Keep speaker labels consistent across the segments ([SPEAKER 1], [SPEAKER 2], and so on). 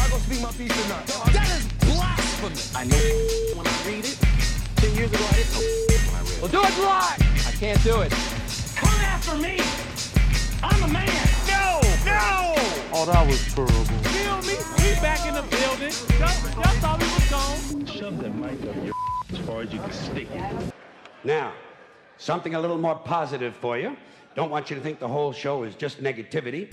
[SPEAKER 1] see my piece or not. That is blasphemy.
[SPEAKER 2] I know when I read it. Ten years ago, I didn't know when I read it.
[SPEAKER 1] Well, do it live. I can't do it.
[SPEAKER 2] Come after me. I'm a man.
[SPEAKER 1] No, no.
[SPEAKER 3] Oh, that was terrible.
[SPEAKER 4] Feel me? We back in the building. Y'all, y'all thought we was gone.
[SPEAKER 5] Shove that mic up your as far as you can stick it.
[SPEAKER 6] Now, something a little more positive for you. Don't want you to think the whole show is just negativity.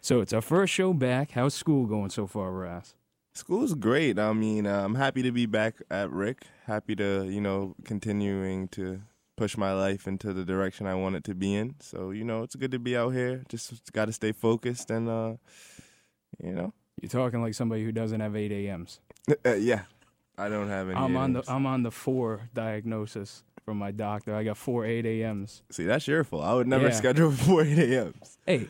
[SPEAKER 7] So it's our first show back. How's school going so far, Ross?
[SPEAKER 8] School's great. I mean, uh, I'm happy to be back at Rick. Happy to, you know, continuing to push my life into the direction I want it to be in. So, you know, it's good to be out here. Just got to stay focused and, uh, you know.
[SPEAKER 7] You're talking like somebody who doesn't have 8 a.m.s.
[SPEAKER 8] Uh, yeah, I don't have any. uh,
[SPEAKER 7] I'm on the
[SPEAKER 8] AMs.
[SPEAKER 7] I'm on the four diagnosis from my doctor. I got four 8 a.m.s.
[SPEAKER 8] See, that's your fault. I would never
[SPEAKER 7] Yeah.
[SPEAKER 8] schedule before 8 a.m.
[SPEAKER 7] Hey,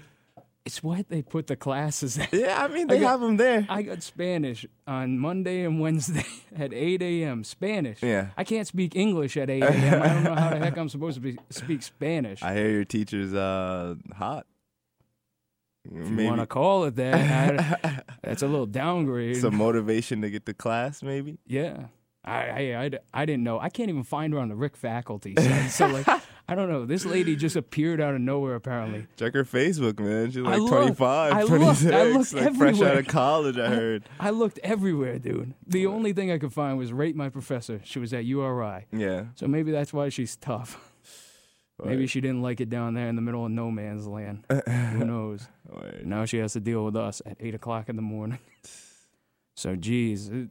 [SPEAKER 7] it's what they put the classes at.
[SPEAKER 8] Yeah, I mean, they have 'em have them there.
[SPEAKER 7] I got Spanish on Monday and Wednesday at 8 a.m. Spanish.
[SPEAKER 8] Yeah.
[SPEAKER 7] I can't speak English at 8 a.m. I don't know how the heck I'm supposed to be, speak Spanish.
[SPEAKER 8] I hear your teacher's uh, hot.
[SPEAKER 7] if you want to call it that, I- that's a little downgrade.
[SPEAKER 8] some motivation to get to class, maybe.
[SPEAKER 7] Yeah. I, I, I, I didn't know. I can't even find her on the Rick faculty site. So, like, I don't know. This lady just appeared out of nowhere, apparently.
[SPEAKER 8] Check her Facebook, man. She's
[SPEAKER 7] I
[SPEAKER 8] like
[SPEAKER 7] looked.
[SPEAKER 8] 25,
[SPEAKER 7] I looked. I
[SPEAKER 8] 26,
[SPEAKER 7] looked
[SPEAKER 8] like fresh out
[SPEAKER 7] everywhere.
[SPEAKER 8] of college. I heard.
[SPEAKER 7] I looked everywhere, dude. The only thing I could find was Rate My Professor. She was at URI.
[SPEAKER 8] Yeah,
[SPEAKER 7] So maybe that's why she's tough. Maybe she didn't like it down there in the middle of no man's land. Who knows?
[SPEAKER 8] Word.
[SPEAKER 7] Now she has to deal with us at 8 o'clock in the morning. So, geez. it-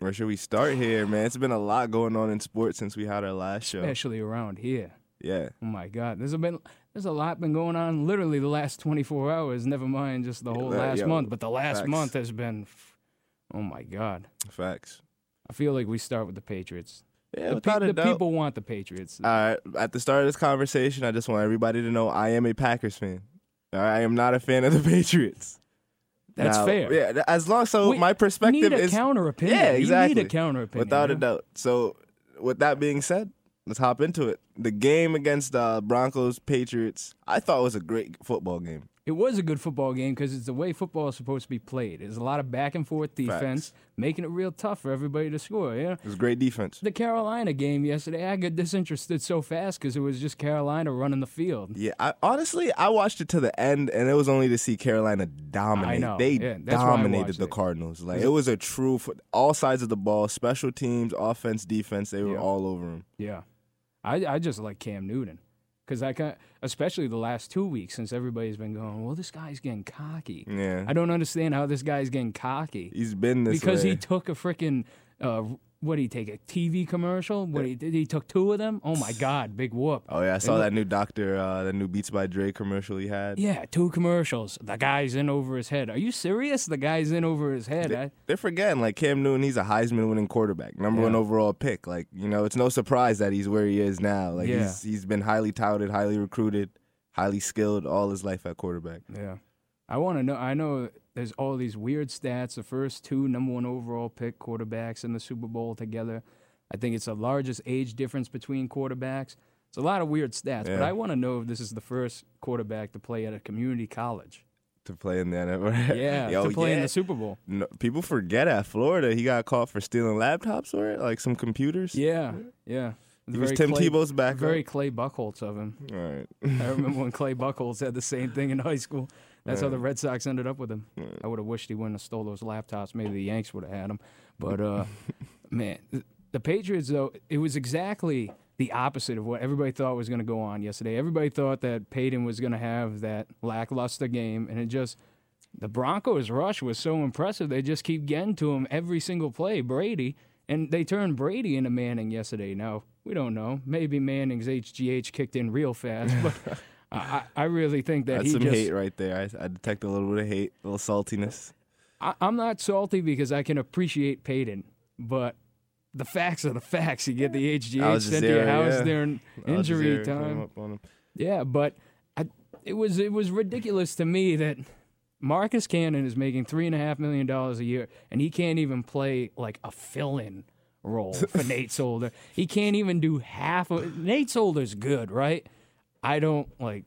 [SPEAKER 8] Where should we start here, man? It's been a lot going on in sports since we had our last show.
[SPEAKER 7] especially around here.
[SPEAKER 8] Yeah,
[SPEAKER 7] Oh my God, there's a been there's a lot been going on literally the last 24 hours. Never mind just the whole
[SPEAKER 8] that-
[SPEAKER 7] last
[SPEAKER 8] yeah,
[SPEAKER 7] month, but the last
[SPEAKER 8] facts.
[SPEAKER 7] month has been. f- Oh my God,
[SPEAKER 8] facts.
[SPEAKER 7] I feel like we start with the Patriots.
[SPEAKER 8] Yeah,
[SPEAKER 7] the,
[SPEAKER 8] without a
[SPEAKER 7] the
[SPEAKER 8] doubt. Uh,
[SPEAKER 7] people want the Patriots.
[SPEAKER 8] All right, at the start of this conversation, I just want everybody to know I am a Packers fan. All right, I am not a fan of the Patriots.
[SPEAKER 7] That's
[SPEAKER 8] Now,
[SPEAKER 7] fair.
[SPEAKER 8] Yeah, th- as long so
[SPEAKER 7] We
[SPEAKER 8] my perspective
[SPEAKER 7] need a
[SPEAKER 8] is
[SPEAKER 7] counter opinion.
[SPEAKER 8] Yeah,
[SPEAKER 7] You need a
[SPEAKER 8] exactly.
[SPEAKER 7] counter opinion,
[SPEAKER 8] without a
[SPEAKER 7] yeah.
[SPEAKER 8] doubt. So, with that being said, let's hop into it. The game against uh, Broncos Patriots, I thought was a great football game.
[SPEAKER 7] It was a good football game because it's the way football is supposed to be played. There's a lot of back and forth defense, making it real tough for everybody to score. Yeah.
[SPEAKER 8] It was great defense.
[SPEAKER 7] The Carolina game yesterday, I got disinterested so fast because it was just Carolina running the field.
[SPEAKER 8] Yeah, I, honestly, I watched it to the end, and it was only to see Carolina dominate.
[SPEAKER 7] I know.
[SPEAKER 8] They
[SPEAKER 7] Yeah, that's why I
[SPEAKER 8] dominated
[SPEAKER 7] watched
[SPEAKER 8] the
[SPEAKER 7] it.
[SPEAKER 8] Cardinals. Like it was a true fo- all sides of the ball, special teams, offense, defense. They were
[SPEAKER 7] Yeah.
[SPEAKER 8] all over them.
[SPEAKER 7] Yeah, I I just like Cam Newton because I kind especially the last two weeks since everybody's been going. Well, this guy's getting cocky.
[SPEAKER 8] Yeah.
[SPEAKER 7] I don't understand how this guy's getting cocky
[SPEAKER 8] He's been this
[SPEAKER 7] because
[SPEAKER 8] way.
[SPEAKER 7] he took a freaking uh, what did he take a TV commercial? What he did? He took two of them. Oh my God, big whoop.
[SPEAKER 8] oh yeah, I saw that new Doctor, uh, that new Beats by Dre commercial he had.
[SPEAKER 7] Yeah, two commercials. The guy's in over his head. Are you serious? The guy's in over his head. I,
[SPEAKER 8] They're forgetting like Cam Newton. He's a Heisman winning quarterback, number one overall pick. Like you know, it's no surprise that he's where he is now. Like
[SPEAKER 7] Yeah.
[SPEAKER 8] he's he's been highly touted, highly recruited, highly skilled all his life at quarterback.
[SPEAKER 7] Yeah. I want to know. I know there's all these weird stats. The first two number one overall pick quarterbacks in the Super Bowl together. I think it's the largest age difference between quarterbacks. It's a lot of weird stats, but
[SPEAKER 8] Yeah.
[SPEAKER 7] I want to know if this is the first quarterback to play at a community college.
[SPEAKER 8] To play in the NFL,
[SPEAKER 7] Yeah,
[SPEAKER 8] Yo,
[SPEAKER 7] to play in
[SPEAKER 8] yeah.
[SPEAKER 7] the Super Bowl.
[SPEAKER 8] No, people forget at Florida, he got caught for stealing laptops or like some computers.
[SPEAKER 7] Yeah, yeah.
[SPEAKER 8] He was Tim Tebow's backup.
[SPEAKER 7] Very Clay Buckholz of him.
[SPEAKER 8] All right.
[SPEAKER 7] I remember when Clay Buckholz had the same thing in high school. That's how the Red Sox ended up with him. I would have wished he wouldn't have stole those laptops. Maybe the Yanks would have had him. But uh, man, th- the Patriots though, it was exactly the opposite of what everybody thought was going to go on yesterday. Everybody thought that Peyton was going to have that lackluster game, and it just the Broncos' rush was so impressive. They just keep getting to him every single play, Brady. And they turned Brady into Manning yesterday. Now, we don't know. Maybe Manning's HGH kicked in real fast, but I, I I really think that
[SPEAKER 8] That's
[SPEAKER 7] he
[SPEAKER 8] some
[SPEAKER 7] just.
[SPEAKER 8] hate right there. I, I detect a little bit of hate, a little saltiness.
[SPEAKER 7] I, I'm not salty because I can appreciate Peyton, but the facts are the facts. You get the HGH
[SPEAKER 8] Al
[SPEAKER 7] sent to your
[SPEAKER 8] Jazeera,
[SPEAKER 7] house
[SPEAKER 8] yeah.
[SPEAKER 7] during
[SPEAKER 8] Al
[SPEAKER 7] injury
[SPEAKER 8] Jazeera came
[SPEAKER 7] time.
[SPEAKER 8] up on him.
[SPEAKER 7] Yeah, but I, it was it was ridiculous to me that Marcus Cannon is making three and a half million dollars a year, and he can't even play like a fill-in role for Nate Solder. He can't even do half of Nate Solder's good, right? I don't like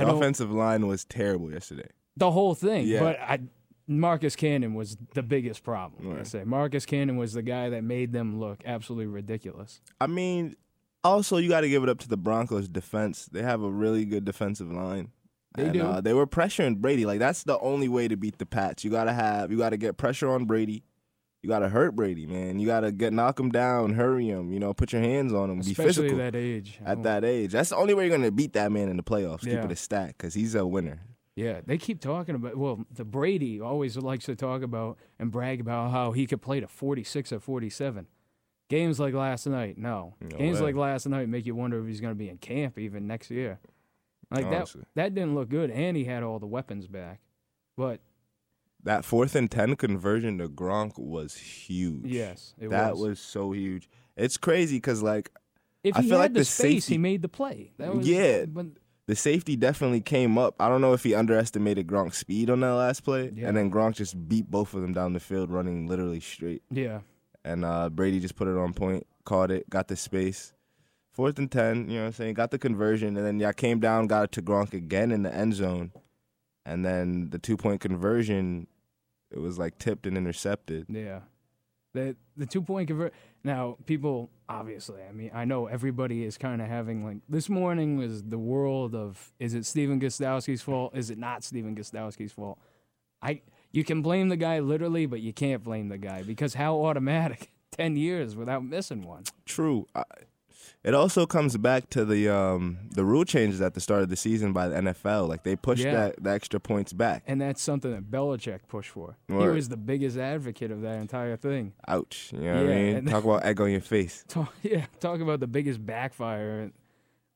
[SPEAKER 8] The
[SPEAKER 7] don't-
[SPEAKER 8] offensive line was terrible yesterday.
[SPEAKER 7] the whole thing.
[SPEAKER 8] Yeah.
[SPEAKER 7] But I, Marcus Cannon was the biggest problem. I say Marcus Cannon was the guy that made them look absolutely ridiculous.
[SPEAKER 8] I mean, also you got to give it up to the Broncos defense. They have a really good defensive line. They
[SPEAKER 7] do.
[SPEAKER 8] Uh, they were pressuring Brady. Like that's the only way to beat the Pats. You gotta have. You gotta get pressure on Brady. You gotta hurt Brady, man. You gotta get knock him down, hurry him. You know, put your hands on him, be
[SPEAKER 7] Especially
[SPEAKER 8] physical.
[SPEAKER 7] that age. Oh,
[SPEAKER 8] at that age, that's the only way you're gonna beat that man in the playoffs.
[SPEAKER 7] Yeah.
[SPEAKER 8] Keep it a stack, cause he's a winner.
[SPEAKER 7] Yeah, they keep talking about. Well, the Brady always likes to talk about and brag about how he could play to 46 or 47. Games like last night, no. Games
[SPEAKER 8] way.
[SPEAKER 7] like last night make you wonder if he's going to be in camp even next year. Like
[SPEAKER 8] Honestly.
[SPEAKER 7] that, that didn't look good, and he had all the weapons back. But
[SPEAKER 8] That fourth and ten conversion to Gronk was huge.
[SPEAKER 7] yes, it
[SPEAKER 8] that was.
[SPEAKER 7] was.
[SPEAKER 8] so huge. It's crazy, cause like
[SPEAKER 7] If
[SPEAKER 8] I
[SPEAKER 7] he
[SPEAKER 8] feel
[SPEAKER 7] had
[SPEAKER 8] like
[SPEAKER 7] the,
[SPEAKER 8] the
[SPEAKER 7] space,
[SPEAKER 8] safety-
[SPEAKER 7] he made the play. That was,
[SPEAKER 8] Yeah.
[SPEAKER 7] But
[SPEAKER 8] the safety definitely came up. I don't know if he underestimated Gronk's speed on that last play,
[SPEAKER 7] Yeah.
[SPEAKER 8] and then Gronk just beat both of them down the field, running literally straight.
[SPEAKER 7] yeah,
[SPEAKER 8] And uh, Brady just put it on point, caught it, got the space. Fourth and ten, you know what I'm saying? Got the conversion, and then yeah, came down, got it to Gronk again in the end zone, and then the two point conversion, it was like tipped and intercepted.
[SPEAKER 7] Yeah. The the two point convert now people obviously I mean I know everybody is kind of having like this morning was the world of is it Steven Gostowski's fault is it not Steven Gostowski's fault I you can blame the guy literally but you can't blame the guy because how automatic 10 years without missing one
[SPEAKER 8] True. I, it also comes back to the um, the rule changes at the start of the season by the NFL. Like they pushed
[SPEAKER 7] Yeah.
[SPEAKER 8] that the extra points back.
[SPEAKER 7] and that's something that Belichick pushed for he
[SPEAKER 8] Word.
[SPEAKER 7] was the biggest advocate of that entire thing
[SPEAKER 8] ouch. You know what
[SPEAKER 7] Yeah,
[SPEAKER 8] I mean?
[SPEAKER 7] and-
[SPEAKER 8] Talk about egg on your face.
[SPEAKER 7] Talk, yeah, talk about the biggest backfire.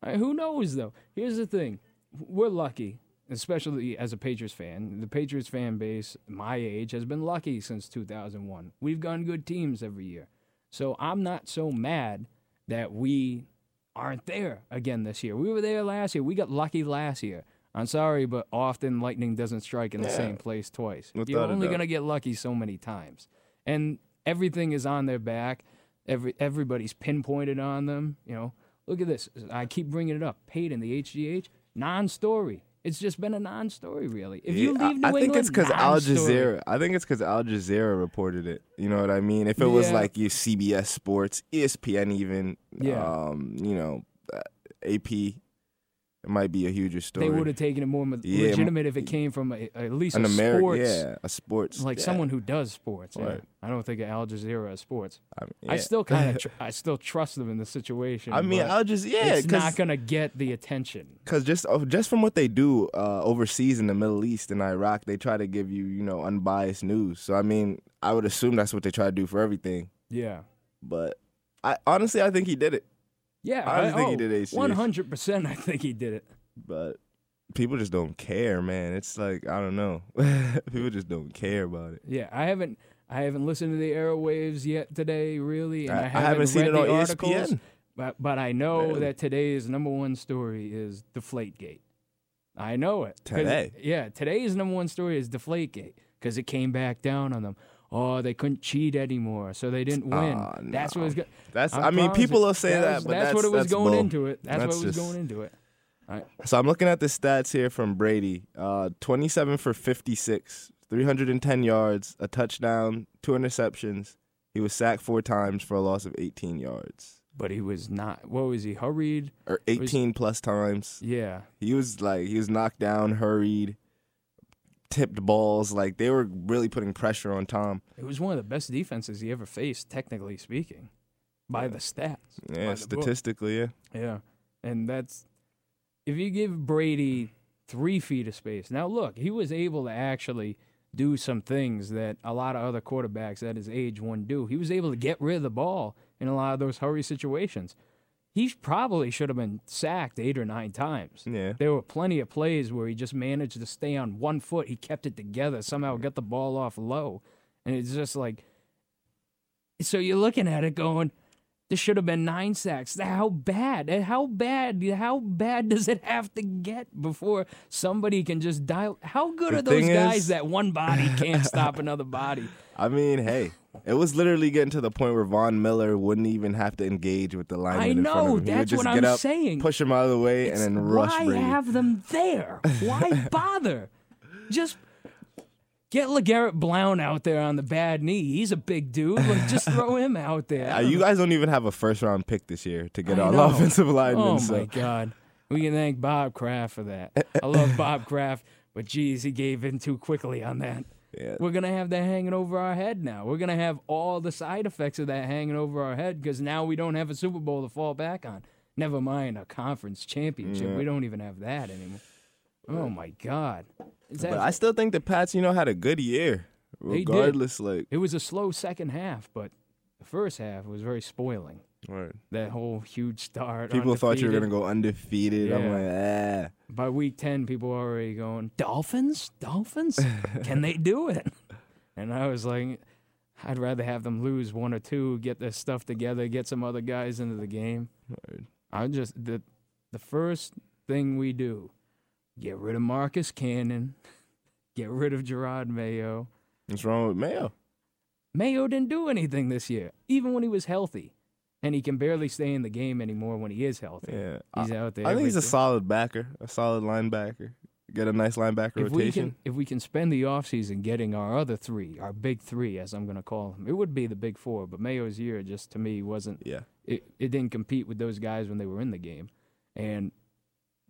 [SPEAKER 7] Uh, who knows though? Here's the thing: we're lucky, especially as a Patriots fan. The Patriots fan base, my age, has been lucky since 2001. We've gone good teams every year, so I'm not so mad that we aren't there again this year. We were there last year. We got lucky last year. I'm sorry, but often lightning doesn't strike in the same place twice. You're
[SPEAKER 8] Without a
[SPEAKER 7] only
[SPEAKER 8] doubt.
[SPEAKER 7] gonna get lucky so many times, and everything is on their back. Every everybody's pinpointed on them. You know, look at this. I keep bringing it up. Payton, the HGH, non-story. It's just been a non-story, really. If you
[SPEAKER 8] Yeah, I-
[SPEAKER 7] leave New
[SPEAKER 8] I, think
[SPEAKER 7] England,
[SPEAKER 8] it's because Al
[SPEAKER 7] non-story.
[SPEAKER 8] Jazeera. I think it's because Al Jazeera reported it. You know what I mean? If it was
[SPEAKER 7] Yeah.
[SPEAKER 8] like your CBS Sports, E ESPN, even,
[SPEAKER 7] Yeah.
[SPEAKER 8] um, you know, uh, AP, it might be a huger story.
[SPEAKER 7] they would have taken it more ma-
[SPEAKER 8] Yeah,
[SPEAKER 7] legitimate if it came from a, at least
[SPEAKER 8] an
[SPEAKER 7] a
[SPEAKER 8] American,
[SPEAKER 7] sports,
[SPEAKER 8] yeah, a sports,
[SPEAKER 7] like
[SPEAKER 8] yeah.
[SPEAKER 7] someone who does sports. yeah.
[SPEAKER 8] Right.
[SPEAKER 7] I don't think of Al Jazeera as sports.
[SPEAKER 8] I, mean,
[SPEAKER 7] I
[SPEAKER 8] yeah.
[SPEAKER 7] still kind of, tr- I still trust them in the situation.
[SPEAKER 8] I mean,
[SPEAKER 7] but
[SPEAKER 8] Al Jazeera. Yeah,
[SPEAKER 7] it's
[SPEAKER 8] 'cause-
[SPEAKER 7] not gonna get the attention.
[SPEAKER 8] Cause just oh, just from what they do uh, overseas in the Middle East and Iraq, they try to give you you know unbiased news. So I mean, I would assume that's what they try to do for everything.
[SPEAKER 7] Yeah.
[SPEAKER 8] But I honestly, I think he did it.
[SPEAKER 7] Yeah, oh,
[SPEAKER 8] I don't think he did HGH.
[SPEAKER 7] One hundred percent, I think he did it.
[SPEAKER 8] But people just don't care, man. It's like I don't know. people just don't care about it.
[SPEAKER 7] Yeah, I haven't, I haven't listened to the airwaves yet today, really, and
[SPEAKER 8] I-
[SPEAKER 7] I,
[SPEAKER 8] I
[SPEAKER 7] haven't,
[SPEAKER 8] haven't seen
[SPEAKER 7] read
[SPEAKER 8] it
[SPEAKER 7] the
[SPEAKER 8] on E
[SPEAKER 7] articles.
[SPEAKER 8] ESPN.
[SPEAKER 7] But but I know
[SPEAKER 8] Really?
[SPEAKER 7] that today's number one story is Deflategate. I know it 'Cause-
[SPEAKER 8] Today?
[SPEAKER 7] Yeah, today's number one story is Deflategate because it came back down on them. Oh, they couldn't cheat anymore, so they didn't win.
[SPEAKER 8] Aw,
[SPEAKER 7] That's what it's go-
[SPEAKER 8] Ah, That's-
[SPEAKER 7] I'm
[SPEAKER 8] I mean,
[SPEAKER 7] promising-
[SPEAKER 8] people will say that,
[SPEAKER 7] was-
[SPEAKER 8] but
[SPEAKER 7] that's, what
[SPEAKER 8] that's-
[SPEAKER 7] it was
[SPEAKER 8] that's
[SPEAKER 7] going
[SPEAKER 8] bull.
[SPEAKER 7] into it. That's,
[SPEAKER 8] That's
[SPEAKER 7] what it was
[SPEAKER 8] just-
[SPEAKER 7] going into it.
[SPEAKER 8] So I'm looking at the stats here from Brady. Uh, 27 for 56, 310 yards, a touchdown, two interceptions. He was sacked four times for a loss of 18 yards
[SPEAKER 7] But he was not. What was he hurried?
[SPEAKER 8] or 18 plus times.
[SPEAKER 7] Yeah,
[SPEAKER 8] He was like he was knocked down, hurried, tipped balls. Like they were really putting pressure on Tom.
[SPEAKER 7] It was one of the best defenses he ever faced, technically speaking, by the stats.
[SPEAKER 8] Yeah,
[SPEAKER 7] by the book.
[SPEAKER 8] statistically, yeah.
[SPEAKER 7] Yeah, and that's if you give Brady three feet of space. Now, look, he was able to actually do some things that a lot of other quarterbacks at his age wouldn't do. He was able to get rid of the ball in a lot of those hurry situations. He sh- probably should have been sacked eight or nine times.
[SPEAKER 8] Yeah.
[SPEAKER 7] There were plenty of plays where he just managed to stay on one foot. He kept it together, somehow got the ball off low. And it's just like So you're looking at it going, this should have been nine sacks. How bad? How bad? How bad does it have to get before somebody can just dial? How good
[SPEAKER 8] The
[SPEAKER 7] are those
[SPEAKER 8] thing
[SPEAKER 7] guys
[SPEAKER 8] is-
[SPEAKER 7] that one body can't stop another body?
[SPEAKER 8] I mean, hey, it was literally getting to the point where Von Miller wouldn't even have to engage with the lineman. in front
[SPEAKER 7] know,
[SPEAKER 8] of him. He would
[SPEAKER 7] that's
[SPEAKER 8] just
[SPEAKER 7] what
[SPEAKER 8] get
[SPEAKER 7] I'm
[SPEAKER 8] up,
[SPEAKER 7] saying.
[SPEAKER 8] Push him out of the way
[SPEAKER 7] It's-
[SPEAKER 8] and then rush
[SPEAKER 7] Why
[SPEAKER 8] Brady.
[SPEAKER 7] have them there? Why bother? just get LeGarrette Blount out there on the bad knee. He's a big dude. Like, just throw him out there.
[SPEAKER 8] Uh, you guys don't even have a first round pick this year to get
[SPEAKER 7] I
[SPEAKER 8] all
[SPEAKER 7] know.
[SPEAKER 8] offensive linemen.
[SPEAKER 7] Oh
[SPEAKER 8] so
[SPEAKER 7] my God, we can thank Bob Kraft for that. I love Bob Kraft, but geez, he gave in too quickly on that.
[SPEAKER 8] Yeah.
[SPEAKER 7] We're gonna have that hanging over our head now. We're gonna have all the side effects of that hanging over our head because now we don't have a Super Bowl to fall back on. Never mind a conference championship. We don't even have that anymore. Oh my God, Is that-
[SPEAKER 8] But I still think the Pats, you know, had a good year.
[SPEAKER 7] did.
[SPEAKER 8] Regardless, like
[SPEAKER 7] it was a slow second half, but the first half was very spoiling. That whole huge start.
[SPEAKER 8] people thought you were
[SPEAKER 7] undefeated.
[SPEAKER 8] gonna go undefeated. I'm
[SPEAKER 7] Yeah.
[SPEAKER 8] like, ah.
[SPEAKER 7] by week 10 people were already going dolphins dolphins can they do it and i was like i'd rather have them lose one or two get their stuff together get some other guys into the game i just the the first thing we do get rid of marcus cannon get rid of gerard mayo
[SPEAKER 8] What's wrong with Mayo?
[SPEAKER 7] mayo didn't do anything this year even when he was healthy and he can barely stay in the game anymore when he is healthy
[SPEAKER 8] Yeah,
[SPEAKER 7] he's
[SPEAKER 8] I,
[SPEAKER 7] out there
[SPEAKER 8] I think he's a
[SPEAKER 7] every-
[SPEAKER 8] solid backer, a solid linebacker. Get a nice linebacker
[SPEAKER 7] if we
[SPEAKER 8] rotation.
[SPEAKER 7] can if we can spend the offseason getting our other three, our big three, as I'm going to call them, it would be the big four. But Mayo's year just to me wasn't
[SPEAKER 8] yeah,
[SPEAKER 7] it, it didn't compete with those guys when they were in the game, and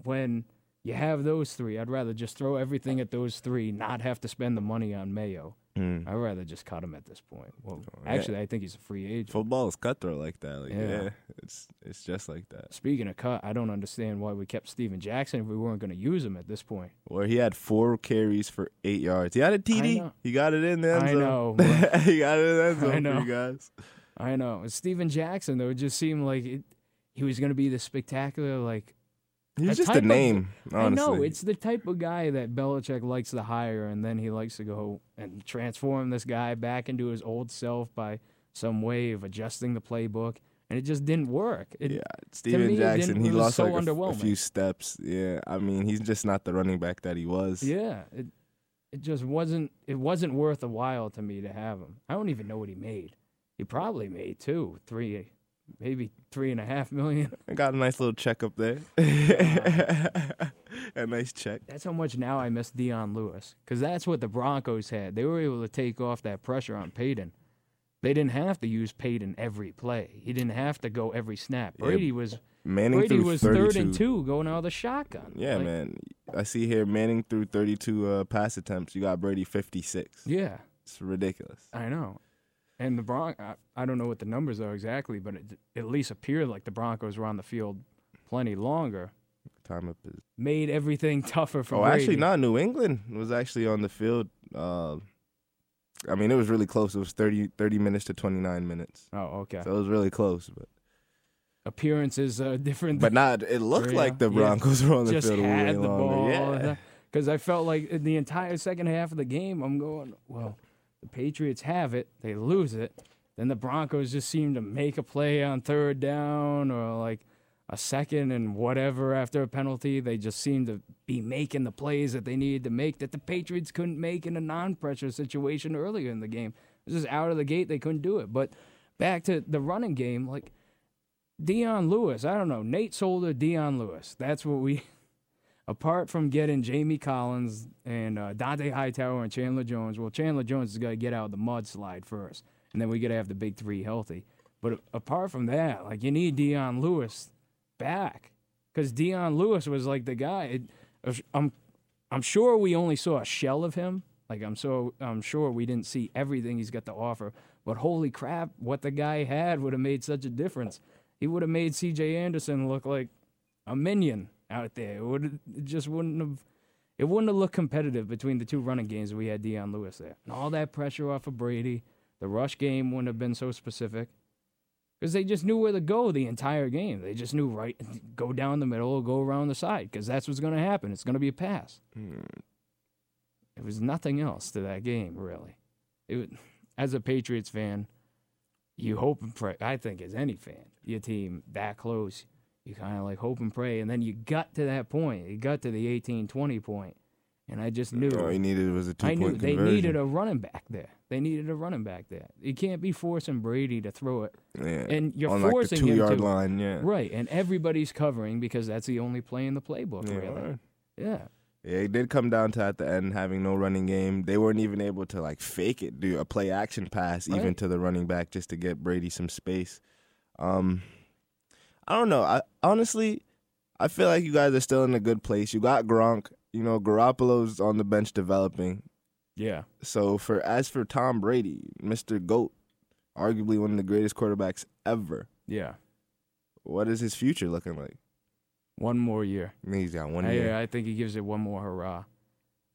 [SPEAKER 7] when you have those three, I'd rather just throw everything at those three, not have to spend the money on Mayo. I'd rather just cut him at this point. Well, actually, I think he's a free agent.
[SPEAKER 8] football is cutthroat like that. Like, yeah.
[SPEAKER 7] Yeah.
[SPEAKER 8] it's it's just like that.
[SPEAKER 7] Speaking of cut, I don't understand why we kept Steven Jackson if we weren't going to use him at this point.
[SPEAKER 8] Where he had four carries for eight yards. He had a TD.
[SPEAKER 7] know.
[SPEAKER 8] He got it in the end
[SPEAKER 7] I
[SPEAKER 8] zone.
[SPEAKER 7] know,
[SPEAKER 8] he got it in the end
[SPEAKER 7] I
[SPEAKER 8] zone
[SPEAKER 7] know.
[SPEAKER 8] for you guys.
[SPEAKER 7] I know. Steven Jackson, though, it just seemed like it, he was going to be the spectacular, like,
[SPEAKER 8] He was
[SPEAKER 7] The
[SPEAKER 8] just
[SPEAKER 7] type
[SPEAKER 8] a
[SPEAKER 7] of-
[SPEAKER 8] name. honestly.
[SPEAKER 7] I know it's the type of guy that Belichick likes to hire, and then he likes to go and transform this guy back into his old self by some way of adjusting the playbook, and it just didn't work. It-
[SPEAKER 8] Yeah, Steven
[SPEAKER 7] me, it didn't-
[SPEAKER 8] Jackson. He
[SPEAKER 7] it was
[SPEAKER 8] lost
[SPEAKER 7] so
[SPEAKER 8] like a f- a,
[SPEAKER 7] underwhelming.
[SPEAKER 8] few steps. Yeah, I mean, he's just not the running back that he was.
[SPEAKER 7] yeah. It, it just wasn't. It wasn't worth a while to me to have him. I don't even know what he made. He probably made two, three, maybe three and a half million.
[SPEAKER 8] I got a nice little check up there. a nice check.
[SPEAKER 7] That's how much now I miss Dion Lewis because that's what the Broncos had. They were able to take off that pressure on Payton. They didn't have to use Payton every play. He didn't have to go every snap. Brady was
[SPEAKER 8] Manning
[SPEAKER 7] Brady
[SPEAKER 8] threw
[SPEAKER 7] was
[SPEAKER 8] 32.
[SPEAKER 7] third and two going out of the shotgun.
[SPEAKER 8] Yeah,
[SPEAKER 7] Like,
[SPEAKER 8] man. I see here Manning threw 32 uh, pass attempts. You got Brady 56.
[SPEAKER 7] Yeah,
[SPEAKER 8] It's ridiculous.
[SPEAKER 7] I know. And the Bron I, I don't know what the numbers are exactly, but it at least appeared like the Broncos were on the field plenty longer.
[SPEAKER 8] Time up is.
[SPEAKER 7] Made everything tougher for
[SPEAKER 8] Oh,
[SPEAKER 7] Brady.
[SPEAKER 8] actually, not New England was actually on the field. Uh, I mean, it was really close. It was 30, 30 minutes to 29 minutes.
[SPEAKER 7] Oh, okay.
[SPEAKER 8] So it was really close, but
[SPEAKER 7] Appearances are different.
[SPEAKER 8] but not. It looked
[SPEAKER 7] Yeah.
[SPEAKER 8] like the
[SPEAKER 7] Yeah.
[SPEAKER 8] Broncos were on the
[SPEAKER 7] just
[SPEAKER 8] field way
[SPEAKER 7] had the
[SPEAKER 8] longer. Yeah.
[SPEAKER 7] ball because I felt like in the entire second half of the game, I'm going, well, the Patriots have it, they lose it, then the Broncos just seem to make a play on third down or like a second and whatever after a penalty. They just seem to be making the plays that they needed to make that the Patriots couldn't make in a non-pressure situation earlier in the game. It was just out of the gate, they couldn't do it. But back to the running game, like. Dion Lewis, I don't know. Nate Solder, Dion Lewis. That's what we apart from getting Jamie Collins and uh, Dante Hightower and Chandler Jones, well, Chandler Jones is going to get out of the mudslide first, and then we got to have the big three healthy. But a- apart from that, like you need Dion Lewis back because Dion Lewis was like the guy. It, I'm, I'm sure we only saw a shell of him. Like I'm so, I'm sure we didn't see everything he's got to offer. But holy crap, what the guy had would have made such a difference. He would have made C.J. Anderson look like a minion out there. It would it just wouldn't have it wouldn't have looked competitive between the two running games we had Deion Lewis there. And all that pressure off of Brady, the rush game wouldn't have been so specific. Because they just knew where to go the entire game. They just knew right go down the middle, go around the side, because that's what's gonna happen. It's gonna be a pass. It was nothing else to that game, really. It was, as a Patriots fan, you hope and pray. I think as any fan, your team that close, you kind of like hope and pray, and then you got to that point. You got to the 18, 20 point, and I just knew.
[SPEAKER 8] All he needed was a two
[SPEAKER 7] I knew
[SPEAKER 8] point
[SPEAKER 7] they
[SPEAKER 8] conversion.
[SPEAKER 7] needed a running back there. They needed a running back there. You can't be forcing Brady to throw it,
[SPEAKER 8] yeah.
[SPEAKER 7] and you're
[SPEAKER 8] on
[SPEAKER 7] forcing
[SPEAKER 8] like the two
[SPEAKER 7] him
[SPEAKER 8] yard
[SPEAKER 7] to.
[SPEAKER 8] line. Yeah.
[SPEAKER 7] Right, and everybody's covering because that's the only play in the playbook,
[SPEAKER 8] Yeah,
[SPEAKER 7] really.
[SPEAKER 8] word.
[SPEAKER 7] Yeah,
[SPEAKER 8] Yeah, it did come down to at the end having no running game. They weren't even able to like fake it, do a play action pass even
[SPEAKER 7] Right.
[SPEAKER 8] to the running back just to get Brady some space. Um I don't know. I honestly I feel like you guys are still in a good place. You got Gronk, you know, Garoppolo's on the bench developing.
[SPEAKER 7] yeah.
[SPEAKER 8] So for as for Tom Brady, Mr. Goat, arguably one of the greatest quarterbacks ever,
[SPEAKER 7] Yeah.
[SPEAKER 8] what is his future looking like?
[SPEAKER 7] One more year.
[SPEAKER 8] I mean, he's got one
[SPEAKER 7] I,
[SPEAKER 8] year.
[SPEAKER 7] I think he gives it one more hurrah.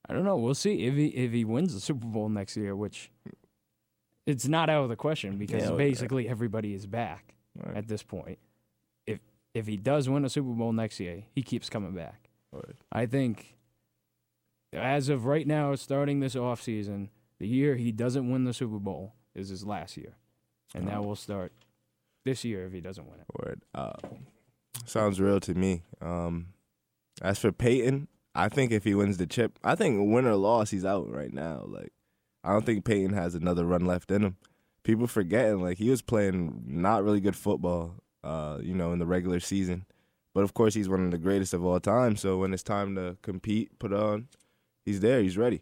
[SPEAKER 7] I don't know. We'll see if he if he wins the Super Bowl next year, which it's not out of the question because
[SPEAKER 8] Yeah, okay.
[SPEAKER 7] basically everybody is back
[SPEAKER 8] Right.
[SPEAKER 7] at this point. If if he does win a Super Bowl next year, he keeps coming back.
[SPEAKER 8] Right.
[SPEAKER 7] I think as of right now, starting this offseason, the year he doesn't win the Super Bowl is his last year. And
[SPEAKER 8] Oh.
[SPEAKER 7] now we'll start this year if he doesn't win it.
[SPEAKER 8] Word. Uh, sounds real to me. Um, as for Peyton, I think if he wins the chip, I think win or loss, he's out right now. Like, I don't think Peyton has another run left in him. People forgetting, like, he was playing not really good football, uh, you know, in the regular season. But of course, he's one of the greatest of all time. So when it's time to compete, put on, he's there. He's ready.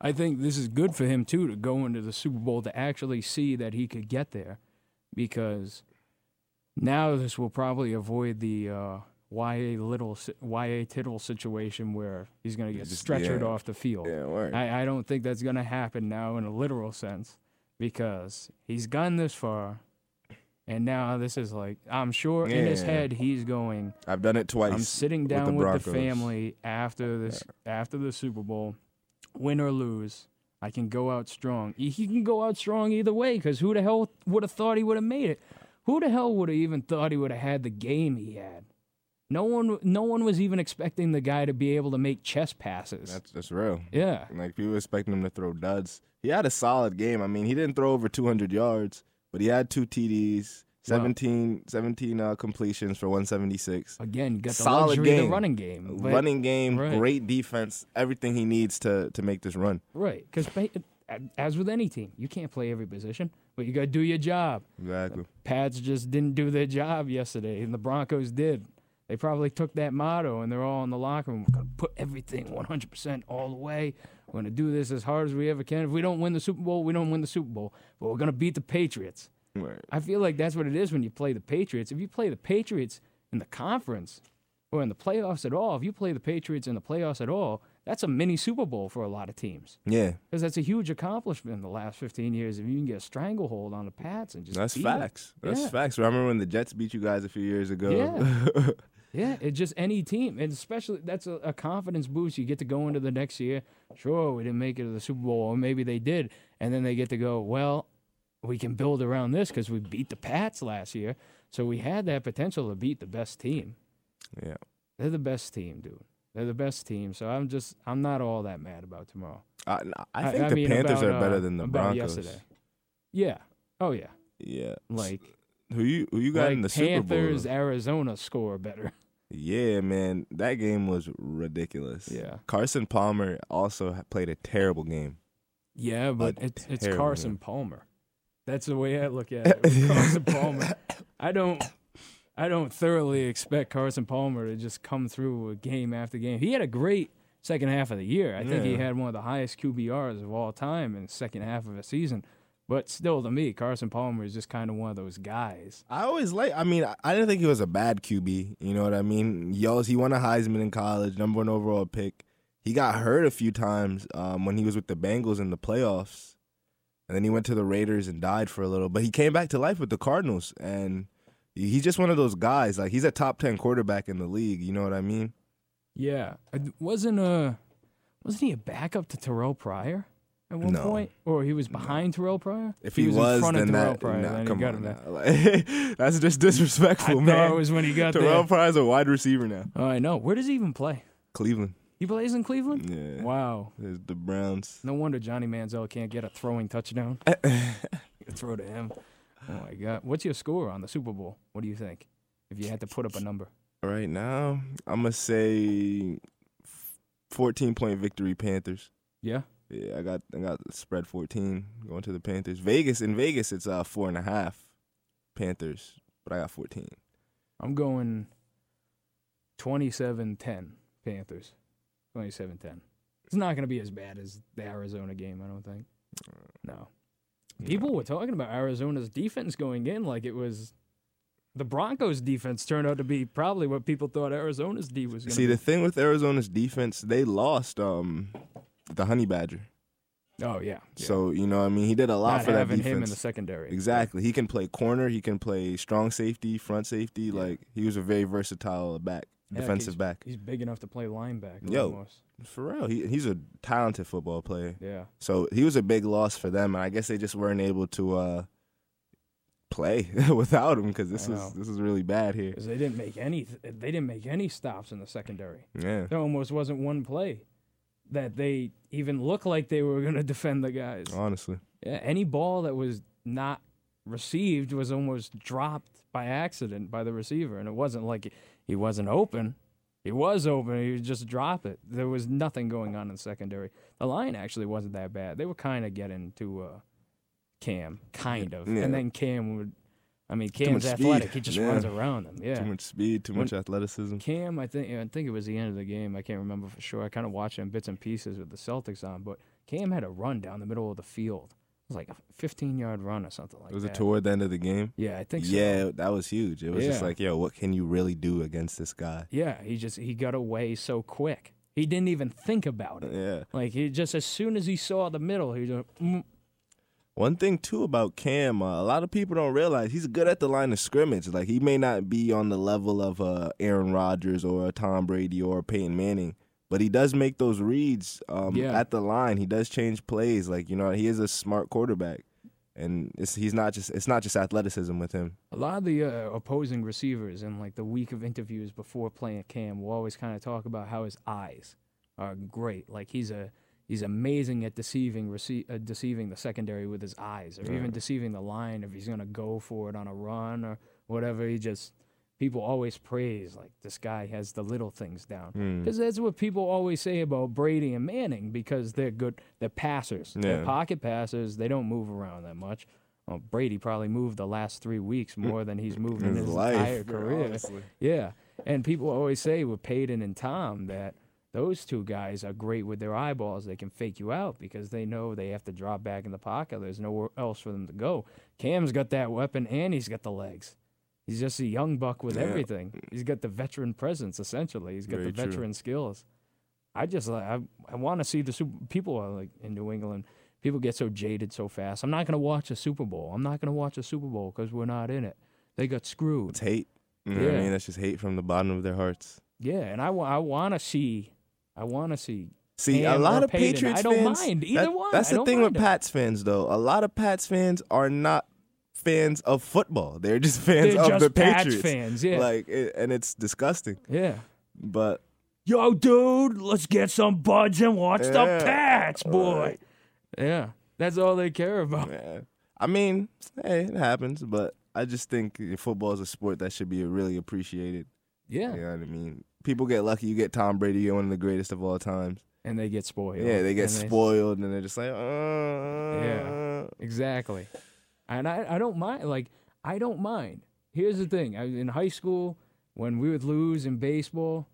[SPEAKER 7] I think this is good for him too to go into the Super Bowl to actually see that he could get there, because now this will probably avoid the uh, YA little si- YA Tittle situation where he's going to get
[SPEAKER 8] Just-
[SPEAKER 7] stretchered
[SPEAKER 8] yeah.
[SPEAKER 7] off the field.
[SPEAKER 8] Yeah, word.
[SPEAKER 7] I, I don't think that's going to happen now in a literal sense because he's gone this far, and now this is like I'm sure in his
[SPEAKER 8] Yeah.
[SPEAKER 7] head he's going.
[SPEAKER 8] I've done it twice.
[SPEAKER 7] I'm sitting
[SPEAKER 8] with
[SPEAKER 7] down with the,
[SPEAKER 8] Broncos.
[SPEAKER 7] family after this after the Super Bowl, win or lose. I can go out strong. He- He can go out strong either way because who the hell would have thought he would have made it? Who the hell would have even thought he would have had the game he had? No one, no one was even expecting the guy to be able to make chess passes.
[SPEAKER 8] That's, that's real.
[SPEAKER 7] yeah,
[SPEAKER 8] Like people expecting him to throw duds. He had a solid game. I mean, he didn't throw over 200 yards, but he had two TDs, 17, 17 uh, completions for 176.
[SPEAKER 7] again, got the
[SPEAKER 8] Solid
[SPEAKER 7] luxury of the
[SPEAKER 8] game.
[SPEAKER 7] running game. but-
[SPEAKER 8] running game,
[SPEAKER 7] right.
[SPEAKER 8] great defense, everything he needs to to make this run.
[SPEAKER 7] right? Because as with any team, you can't play every position, but you got to do your job.
[SPEAKER 8] Exactly.
[SPEAKER 7] Pats just didn't do their job yesterday, and the Broncos did. They probably took that motto, and they're all in the locker room. We're going to put everything 100% all the way. We're going to do this as hard as we ever can. If we don't win the Super Bowl, we don't win the Super Bowl, but we're going to beat the Patriots.
[SPEAKER 8] Right.
[SPEAKER 7] I feel like that's what it is when you play the Patriots. If you play the Patriots in the conference or in the playoffs at all, if you play the Patriots in the playoffs at all, that's a mini Super Bowl for a lot of teams.
[SPEAKER 8] Yeah,
[SPEAKER 7] Because that's a huge accomplishment in the last 15 years. If you can get a stranglehold on the Pats and just
[SPEAKER 8] that's
[SPEAKER 7] beat 'em.
[SPEAKER 8] facts. That's
[SPEAKER 7] Yeah.
[SPEAKER 8] facts. Remember when the Jets beat you guys a few years ago?
[SPEAKER 7] Yeah. Yeah, it's just any team, and especially that's a, a confidence boost. You get to go into the next year. Sure, we didn't make it to the Super Bowl, or maybe they did, and then they get to go. Well, we can build around this because we beat the Pats last year, so we had that potential to beat the best team.
[SPEAKER 8] yeah.
[SPEAKER 7] They're the best team, dude. They're the best team. So I'm just, I'm not all that mad about tomorrow.
[SPEAKER 8] I, I think the
[SPEAKER 7] mean,
[SPEAKER 8] Panthers
[SPEAKER 7] about,
[SPEAKER 8] are better
[SPEAKER 7] uh,
[SPEAKER 8] than the
[SPEAKER 7] about
[SPEAKER 8] Broncos.
[SPEAKER 7] Yesterday. Yeah. Oh yeah.
[SPEAKER 8] Yeah.
[SPEAKER 7] Like,
[SPEAKER 8] who you who you got
[SPEAKER 7] like
[SPEAKER 8] in the Super Bowl?
[SPEAKER 7] Panthers,
[SPEAKER 8] though?
[SPEAKER 7] Arizona score better.
[SPEAKER 8] Yeah, man, that game was ridiculous.
[SPEAKER 7] Yeah.
[SPEAKER 8] Carson Palmer also ha- played a terrible game.
[SPEAKER 7] Yeah, but it's it's
[SPEAKER 8] terrible
[SPEAKER 7] Carson
[SPEAKER 8] one.
[SPEAKER 7] Palmer. That's the way I look at it. with Carson Palmer. I don't I don't thoroughly expect Carson Palmer to just come through with game after game. He had a great second half of the year. I think he
[SPEAKER 8] Yeah.
[SPEAKER 7] had one of the highest QBRs of all time in the second half of a season. But still to me, Carson Palmer is just kind of one of those guys.
[SPEAKER 8] I always like. I mean, I, I didn't think he was a bad QB. You know what I mean? Yells. He won a Heisman in college, number one overall pick. He got hurt a few times um, when he was with the Bengals in the playoffs, and then he went to the Raiders and died for a little. But he came back to life with the Cardinals, and he- he's just one of those guys. Like he's a top ten quarterback in the league. You know what I mean?
[SPEAKER 7] Yeah. I- Wasn't a wasn't he a backup to Terrell Pryor at one
[SPEAKER 8] No.
[SPEAKER 7] point? Or he was behind Terrell Pryor?
[SPEAKER 8] If he, was,
[SPEAKER 7] in front
[SPEAKER 8] then
[SPEAKER 7] of Terrell
[SPEAKER 8] that.
[SPEAKER 7] Pryor,
[SPEAKER 8] nah,
[SPEAKER 7] then he
[SPEAKER 8] come
[SPEAKER 7] got
[SPEAKER 8] on,
[SPEAKER 7] him there.
[SPEAKER 8] now. Like, that's just disrespectful,
[SPEAKER 7] I
[SPEAKER 8] man.
[SPEAKER 7] thought it was when he got there.
[SPEAKER 8] Terrell Pryor's a wide receiver now.
[SPEAKER 7] Oh, I know. Where does he even play?
[SPEAKER 8] Cleveland.
[SPEAKER 7] He plays in Cleveland?
[SPEAKER 8] Yeah.
[SPEAKER 7] Wow.
[SPEAKER 8] There's the Browns.
[SPEAKER 7] No wonder Johnny Manziel can't get a throwing touchdown. Throw to him. Oh my God! What's your score on the Super Bowl? What do you think? If you had to put up a number,
[SPEAKER 8] Right now, I'm gonna say 14 point victory Panthers.
[SPEAKER 7] yeah,
[SPEAKER 8] Yeah, I got I got the spread 14 going to the Panthers. Vegas in Vegas, it's uh four and a half Panthers, but I got 14.
[SPEAKER 7] I'm going 27-10 Panthers. 27-10. It's not going to be as bad as the Arizona game, I don't think. No. People were talking about Arizona's defense going in like it was the Broncos' defense turned out to be probably what people thought Arizona's D was going
[SPEAKER 8] See,
[SPEAKER 7] to
[SPEAKER 8] the
[SPEAKER 7] be.
[SPEAKER 8] thing with Arizona's defense, they lost um the Honey Badger.
[SPEAKER 7] oh yeah. yeah.
[SPEAKER 8] So you know, what I mean, he did a lot
[SPEAKER 7] Not
[SPEAKER 8] for that
[SPEAKER 7] having
[SPEAKER 8] defense.
[SPEAKER 7] him in the secondary.
[SPEAKER 8] Exactly. He can play corner. He can play strong safety, front safety. Like he was a very versatile back,
[SPEAKER 7] Heck,
[SPEAKER 8] defensive
[SPEAKER 7] he's-
[SPEAKER 8] back.
[SPEAKER 7] He's big enough to play linebacker.
[SPEAKER 8] Yo.
[SPEAKER 7] almost.
[SPEAKER 8] For real, he, he's a talented football player.
[SPEAKER 7] Yeah.
[SPEAKER 8] So he was a big loss for them, and I guess they just weren't able to uh, play without him because this
[SPEAKER 7] I
[SPEAKER 8] was
[SPEAKER 7] know.
[SPEAKER 8] this was really bad here.
[SPEAKER 7] Because they didn't make any. They didn't make any stops in the secondary.
[SPEAKER 8] Yeah,
[SPEAKER 7] There almost wasn't one play that they even looked like they were going to defend the guys.
[SPEAKER 8] honestly.
[SPEAKER 7] Yeah, any ball that was not received was almost dropped by accident by the receiver, and it wasn't like he wasn't open. He was open. He would just drop it. There was nothing going on in the secondary. The line actually wasn't that bad. They were kind of getting to uh, Cam, kind of,
[SPEAKER 8] Yeah.
[SPEAKER 7] and then Cam would. I mean, Cam's
[SPEAKER 8] much
[SPEAKER 7] athletic.
[SPEAKER 8] speed.
[SPEAKER 7] He just
[SPEAKER 8] Yeah.
[SPEAKER 7] runs around them. Yeah.
[SPEAKER 8] Too much speed, too much athleticism.
[SPEAKER 7] Cam, I think I think it was the end of the game. I can't remember for sure. I kind of watched it in bits and pieces with the Celtics on, but Cam had a run down the middle of the field. It was like a 15 yard run or something like
[SPEAKER 8] It was
[SPEAKER 7] that.
[SPEAKER 8] it toward the end of the game?
[SPEAKER 7] Yeah, I think so.
[SPEAKER 8] Yeah, that was huge. It was just
[SPEAKER 7] Yeah.
[SPEAKER 8] like, yo, what can you really do against this guy?
[SPEAKER 7] Yeah, he just he got away so quick. He didn't even think about it.
[SPEAKER 8] Uh, Yeah.
[SPEAKER 7] Like he just as soon as he saw the middle, he just mm,
[SPEAKER 8] One thing too about Cam, uh, a lot of people don't realize he's good at the line of scrimmage. Like he may not be on the level of uh, Aaron Rodgers or a Tom Brady or a Peyton Manning, but he does make those reads um,
[SPEAKER 7] Yeah.
[SPEAKER 8] at the line. He does change plays. Like you know, he is a smart quarterback, and it's, he's not just it's not just athleticism with him.
[SPEAKER 7] A lot of the uh, opposing receivers in like the week of interviews before playing Cam will always kind of talk about how his eyes are great. Like he's a he's amazing at deceiving rece- uh, deceiving the secondary with his eyes, or even deceiving the line if he's gonna go for it on a run or whatever. He just people always praise like this guy has the little things down
[SPEAKER 8] Hmm.
[SPEAKER 7] because that's what people always say about Brady and Manning because they're good they're passers
[SPEAKER 8] Yeah.
[SPEAKER 7] they're pocket passers they don't move around that much well, Brady probably moved the last three weeks more than he's moved in
[SPEAKER 8] His
[SPEAKER 7] his
[SPEAKER 8] life,
[SPEAKER 7] entire career. Yeah, and people always say with Peyton and Tom that those two guys are great with their eyeballs. They can fake you out because they know they have to drop back in the pocket. There's nowhere else for them to go. Cam's got that weapon and he's got the legs. He's just a young buck with everything. He's got the veteran presence essentially. He's got
[SPEAKER 8] Very
[SPEAKER 7] the
[SPEAKER 8] true.
[SPEAKER 7] veteran skills. I just like I, I want to see the super people are like in New England. People get so jaded so fast. I'm not gonna watch a Super Bowl. I'm not gonna watch a Super Bowl because we're not in it. They got screwed.
[SPEAKER 8] It's hate. You know what I
[SPEAKER 7] Yeah.
[SPEAKER 8] mean? That's just hate from the bottom of their hearts.
[SPEAKER 7] Yeah, and I, wa- I want to see. I want to see.
[SPEAKER 8] See, a
[SPEAKER 7] Cam
[SPEAKER 8] lot
[SPEAKER 7] or
[SPEAKER 8] of
[SPEAKER 7] Peyton.
[SPEAKER 8] Patriots
[SPEAKER 7] I don't
[SPEAKER 8] fans.
[SPEAKER 7] mind either
[SPEAKER 8] that-
[SPEAKER 7] one.
[SPEAKER 8] That's
[SPEAKER 7] I
[SPEAKER 8] the
[SPEAKER 7] don't
[SPEAKER 8] thing with
[SPEAKER 7] mind 'em.
[SPEAKER 8] Pats fans, though. A lot of Pats fans are not fans of football. They're just fans
[SPEAKER 7] They're
[SPEAKER 8] of
[SPEAKER 7] just
[SPEAKER 8] the
[SPEAKER 7] Pats
[SPEAKER 8] Patriots.
[SPEAKER 7] fans, yeah.
[SPEAKER 8] Like, it, and it's disgusting.
[SPEAKER 7] Yeah.
[SPEAKER 8] But
[SPEAKER 7] Yo, dude, let's get some buds and watch
[SPEAKER 8] Yeah.
[SPEAKER 7] the Pats, boy. Yeah, that's all they care about.
[SPEAKER 8] yeah. I mean, hey, it happens. But I just think football is a sport that should be really appreciated.
[SPEAKER 7] Yeah,
[SPEAKER 8] You know what I mean? People get lucky. You get Tom Brady, you get one of the greatest of all times.
[SPEAKER 7] and they get spoiled.
[SPEAKER 8] Yeah, they get
[SPEAKER 7] Oh, And
[SPEAKER 8] spoiled, and they're just like, uh, yeah.
[SPEAKER 7] Exactly. And I, I don't mind. Like, I don't mind. Here's the thing I, in high school, when we would lose in baseball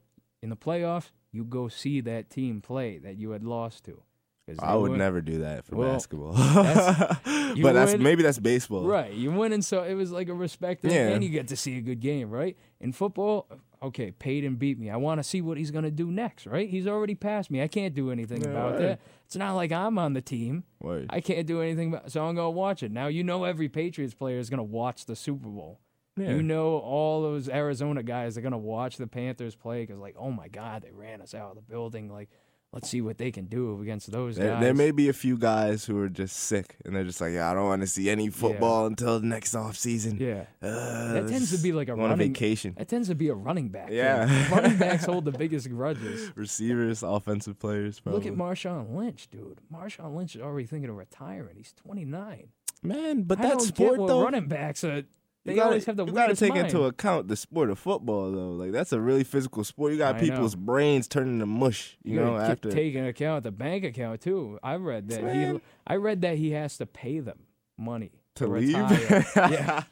[SPEAKER 7] in the playoffs, you go see that team play that you had lost to. 'Cause
[SPEAKER 8] I
[SPEAKER 7] they
[SPEAKER 8] would
[SPEAKER 7] were-
[SPEAKER 8] never do that for
[SPEAKER 7] Well,
[SPEAKER 8] basketball.
[SPEAKER 7] you
[SPEAKER 8] but that's
[SPEAKER 7] would-
[SPEAKER 8] maybe that's baseball.
[SPEAKER 7] Right. You win, and so it was like a respect thing,
[SPEAKER 8] Yeah.
[SPEAKER 7] and you get to see a good game, right? In football, okay, Peyton beat me. I want to see what he's going to do next, right? He's already passed me. I can't do anything about that. It's not like I'm on the team.
[SPEAKER 8] Word.
[SPEAKER 7] I can't do anything about So I'm going to watch it. Now, you know every Patriots player is going to watch the Super Bowl. You know all those Arizona guys are going to watch the Panthers play because, like, oh, my God, they ran us out of the building. Like, let's see what they can do against those
[SPEAKER 8] There,
[SPEAKER 7] guys.
[SPEAKER 8] there may be a few guys who are just sick and they're just like, yeah, I don't want to see any football until next off season.
[SPEAKER 7] yeah.
[SPEAKER 8] Uh,
[SPEAKER 7] That tends to be like a
[SPEAKER 8] go on a
[SPEAKER 7] running
[SPEAKER 8] vacation.
[SPEAKER 7] That tends to be a running back. thing.
[SPEAKER 8] Yeah.
[SPEAKER 7] running backs hold the biggest grudges.
[SPEAKER 8] Receivers, offensive players. Probably.
[SPEAKER 7] Look at Marshawn Lynch, dude. Marshawn Lynch is already thinking of retiring. He's 29.
[SPEAKER 8] Man, but
[SPEAKER 7] I don't
[SPEAKER 8] that sport
[SPEAKER 7] get what
[SPEAKER 8] though,
[SPEAKER 7] running backs are. They
[SPEAKER 8] you gotta,
[SPEAKER 7] always have the
[SPEAKER 8] you gotta
[SPEAKER 7] weirdest
[SPEAKER 8] take
[SPEAKER 7] mind.
[SPEAKER 8] into account the sport of football though. Like that's a really physical sport. You got
[SPEAKER 7] I know.
[SPEAKER 8] people's brains turning to mush. You,
[SPEAKER 7] You
[SPEAKER 8] know,
[SPEAKER 7] gotta
[SPEAKER 8] after
[SPEAKER 7] t- take into account the bank account too. I read that. He,
[SPEAKER 8] Man.
[SPEAKER 7] I read that he has to pay them money
[SPEAKER 8] to leave.
[SPEAKER 7] retire. yeah,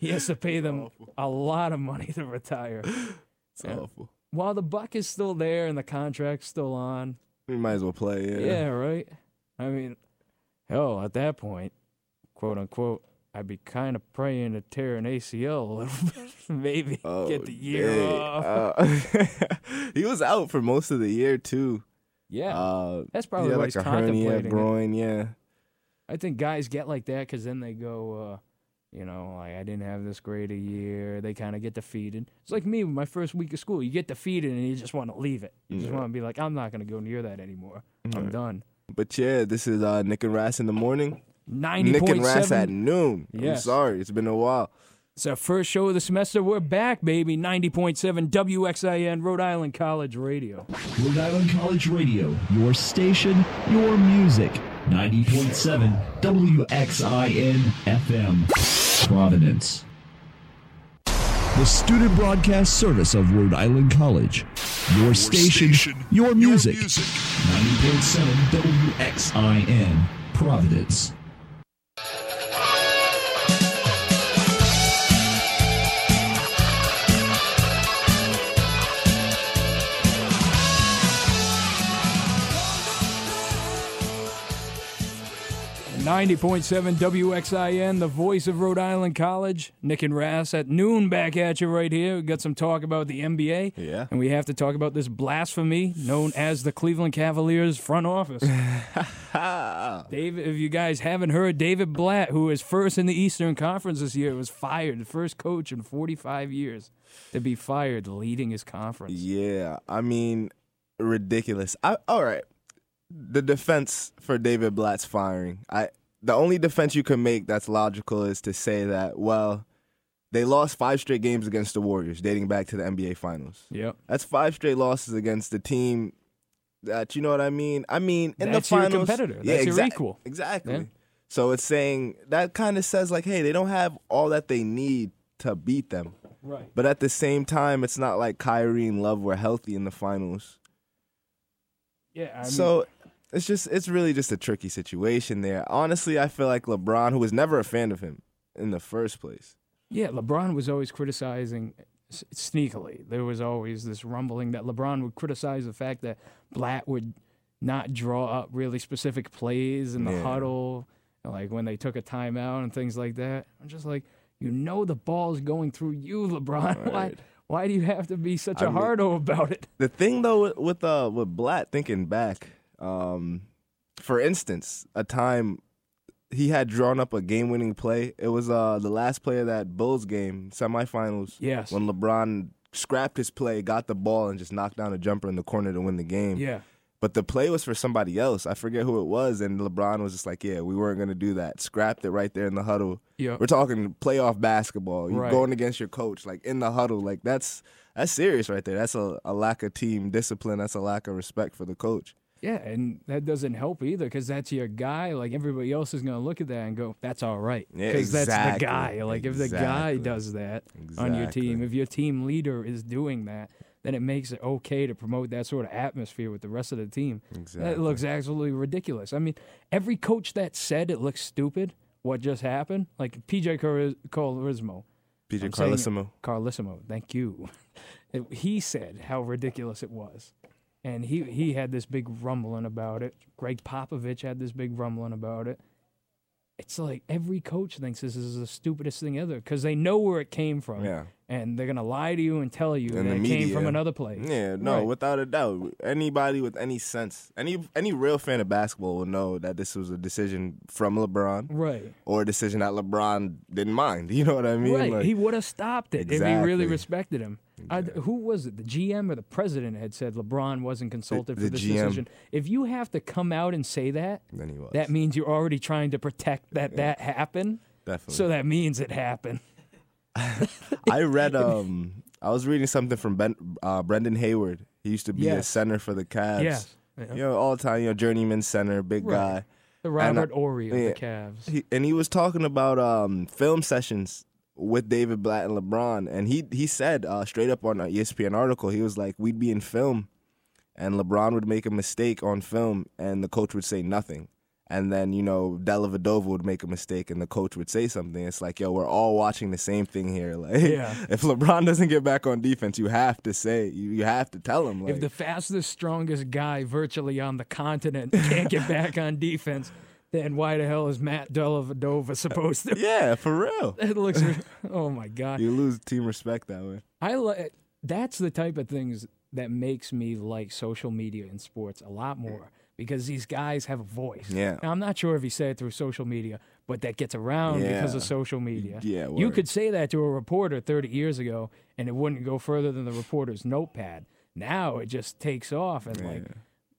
[SPEAKER 7] he has to pay them a lot of money to retire.
[SPEAKER 8] it's awful.
[SPEAKER 7] While the buck is still there and the contract's still on.
[SPEAKER 8] We might as well play.
[SPEAKER 7] Yeah, right. I mean, hell, at that point, quote unquote, I'd be kind of praying to tear an ACL a little bit, maybe
[SPEAKER 8] Oh,
[SPEAKER 7] get the year
[SPEAKER 8] dang.
[SPEAKER 7] off.
[SPEAKER 8] Uh, he was out for most of the year too.
[SPEAKER 7] yeah,
[SPEAKER 8] Uh,
[SPEAKER 7] that's
[SPEAKER 8] he
[SPEAKER 7] probably
[SPEAKER 8] had
[SPEAKER 7] what
[SPEAKER 8] like
[SPEAKER 7] he's
[SPEAKER 8] a hernia,
[SPEAKER 7] contemplating. it.
[SPEAKER 8] groin. Yeah,
[SPEAKER 7] I think guys get like that because then they go, uh, you know, like I didn't have this great a year. They kind of get defeated. It's like me with my first week of school. You get defeated and you just want to leave it. You just
[SPEAKER 8] Yeah.
[SPEAKER 7] want to be like, I'm not going to go near that anymore. I'm done.
[SPEAKER 8] but yeah, this is uh, Nick and Rass in the morning.
[SPEAKER 7] Ninety
[SPEAKER 8] Nick and
[SPEAKER 7] point
[SPEAKER 8] Rass at
[SPEAKER 7] seven.
[SPEAKER 8] noon. I'm
[SPEAKER 7] Yes.
[SPEAKER 8] sorry, it's been a while.
[SPEAKER 7] It's our first show of the semester. We're back, baby. Ninety point seven WXIN Rhode Island College Radio.
[SPEAKER 3] Rhode Island College Radio, your station, your music. 90.7 WXIN FM, Providence. The student broadcast service of Rhode Island College. Your, station, your, music. 90.7 WXIN, Providence.
[SPEAKER 7] Ninety point seven WXIN, the voice of Rhode Island College. Nick and Rass at noon. Back at you right here. We got some talk about the NBA.
[SPEAKER 8] Yeah.
[SPEAKER 7] And we have to talk about this blasphemy known as the Cleveland Cavaliers front office. Dave, if you guys haven't heard, David Blatt, who is first in the Eastern Conference this year, was fired. The first coach in 45 years to be fired leading his conference.
[SPEAKER 8] Yeah, I mean, ridiculous. I, all right, the defense for David Blatt's firing. I the only defense you can make that's logical is to say that well, they lost five straight games against the Warriors, dating back to the NBA Finals.
[SPEAKER 7] Yep.
[SPEAKER 8] That's five straight losses against the team that you know what I mean. I mean, in
[SPEAKER 7] That's
[SPEAKER 8] the
[SPEAKER 7] your
[SPEAKER 8] finals,
[SPEAKER 7] competitor. That's your
[SPEAKER 8] exac-
[SPEAKER 7] equal.
[SPEAKER 8] Exactly.
[SPEAKER 7] Yeah.
[SPEAKER 8] So it's saying that kind of says like, hey, they don't have all that they need to beat them.
[SPEAKER 7] Right.
[SPEAKER 8] But at the same time, it's not like Kyrie and Love were healthy in the finals.
[SPEAKER 7] Yeah. I mean,
[SPEAKER 8] so it's just it's really just a tricky situation there. Honestly, I feel like LeBron, who was never a fan of him in the first place.
[SPEAKER 7] Yeah, LeBron was always criticizing s- sneakily. There was always this rumbling that LeBron would criticize the fact that Blatt would not draw up really specific plays in the
[SPEAKER 8] Yeah.
[SPEAKER 7] huddle, and, like when they took a timeout and things like that. I'm just like, you know, the ball's going through you, LeBron. Why?
[SPEAKER 8] Right.
[SPEAKER 7] Why do you have to be such a
[SPEAKER 8] I mean-
[SPEAKER 7] hardo about it?
[SPEAKER 8] The thing though with with, uh, with Blatt thinking back, um, for instance, a time he had drawn up a game-winning play. It was uh, the last play of that Bulls game semifinals.
[SPEAKER 7] Yes.
[SPEAKER 8] When LeBron scrapped his play, got the ball, and just knocked down a jumper in the corner to win the game.
[SPEAKER 7] Yeah.
[SPEAKER 8] But the play was for somebody else. I forget who it was. And LeBron was just like, yeah, we weren't going to do that. Scrapped it right there in the huddle.
[SPEAKER 7] Yeah.
[SPEAKER 8] We're talking playoff basketball. You're
[SPEAKER 7] Right.
[SPEAKER 8] going against your coach, like in the huddle. Like that's that's serious right there. That's a, a lack of team discipline. That's a lack of respect for the coach.
[SPEAKER 7] Yeah, and that doesn't help either because that's your guy. Like everybody else is going to look at that and go, "That's all right,"
[SPEAKER 8] Yeah,
[SPEAKER 7] that's the
[SPEAKER 8] exactly,
[SPEAKER 7] guy. Like if the guy
[SPEAKER 8] exactly,
[SPEAKER 7] does that on your team,
[SPEAKER 8] exactly.
[SPEAKER 7] if your team leader is doing that, then it makes it okay to promote that sort of atmosphere with the rest of the team. That
[SPEAKER 8] Exactly.
[SPEAKER 7] looks absolutely ridiculous. I mean, every coach that said it looks stupid. What just happened? Like PJ Cariz- Colrismo.
[SPEAKER 8] PJ
[SPEAKER 7] I'm saying it-
[SPEAKER 8] Carlissimo.
[SPEAKER 7] Carlissimo, thank you. It- he said how ridiculous it was. And he, he had this big rumbling about it. Greg Popovich had this big rumbling about it. It's like every coach thinks this is the stupidest thing ever because they know where it came from.
[SPEAKER 8] Yeah.
[SPEAKER 7] And they're going to lie to you and tell you
[SPEAKER 8] And the
[SPEAKER 7] that it came from
[SPEAKER 8] media.
[SPEAKER 7] another place.
[SPEAKER 8] Yeah, no,
[SPEAKER 7] Right.
[SPEAKER 8] without a doubt. Anybody with any sense, any any real fan of basketball will know that this was a decision from LeBron
[SPEAKER 7] Right.
[SPEAKER 8] or a decision that LeBron didn't mind. You know what I mean?
[SPEAKER 7] right.
[SPEAKER 8] Like,
[SPEAKER 7] he would have stopped it if he really
[SPEAKER 8] Exactly.
[SPEAKER 7] respected him. I- who was it? The GM or the president had said LeBron wasn't consulted
[SPEAKER 8] the
[SPEAKER 7] for this
[SPEAKER 8] GM.
[SPEAKER 7] decision. If you have to come out and say that,
[SPEAKER 8] Then he was.
[SPEAKER 7] that means you're already trying to protect that that happened.
[SPEAKER 8] Definitely.
[SPEAKER 7] So that means it happened.
[SPEAKER 8] I read um I was reading something from ben, uh, Brendan Hayward. He used to be a
[SPEAKER 7] Yes.
[SPEAKER 8] center for the Cavs.
[SPEAKER 7] Yes.
[SPEAKER 8] You know, all the time, you know, journeyman center, big
[SPEAKER 7] Right.
[SPEAKER 8] guy.
[SPEAKER 7] The Robert
[SPEAKER 8] I-
[SPEAKER 7] Ory of
[SPEAKER 8] yeah.
[SPEAKER 7] the Cavs.
[SPEAKER 8] he, and he was talking about um, film sessions with David Blatt and LeBron, and he he said uh, straight up on an ESPN article, he was like, "We'd be in film, and LeBron would make a mistake on film, and the coach would say nothing." And then you know Della Vadova would make a mistake, and the coach would say something. It's like, yo, we're all watching the same thing here. Like,
[SPEAKER 7] Yeah.
[SPEAKER 8] if LeBron doesn't get back on defense, you have to say, you, you have to tell him. Like,
[SPEAKER 7] if the fastest, strongest guy virtually on the continent can't get back on defense, then why the hell is Matt Dellavedova supposed to?
[SPEAKER 8] yeah, for real,
[SPEAKER 7] It looks. Oh my god.
[SPEAKER 8] you lose team respect that way.
[SPEAKER 7] I li- that's the type of things that makes me like social media and sports a lot more because these guys have a voice.
[SPEAKER 8] Yeah.
[SPEAKER 7] Now, I'm not sure if he said it through social media, but that gets around because of
[SPEAKER 8] Yeah.
[SPEAKER 7] social media.
[SPEAKER 8] Yeah,
[SPEAKER 7] You
[SPEAKER 8] word.
[SPEAKER 7] could say that to a reporter 30 years ago and it wouldn't go further than the reporter's notepad. Now it just takes off and like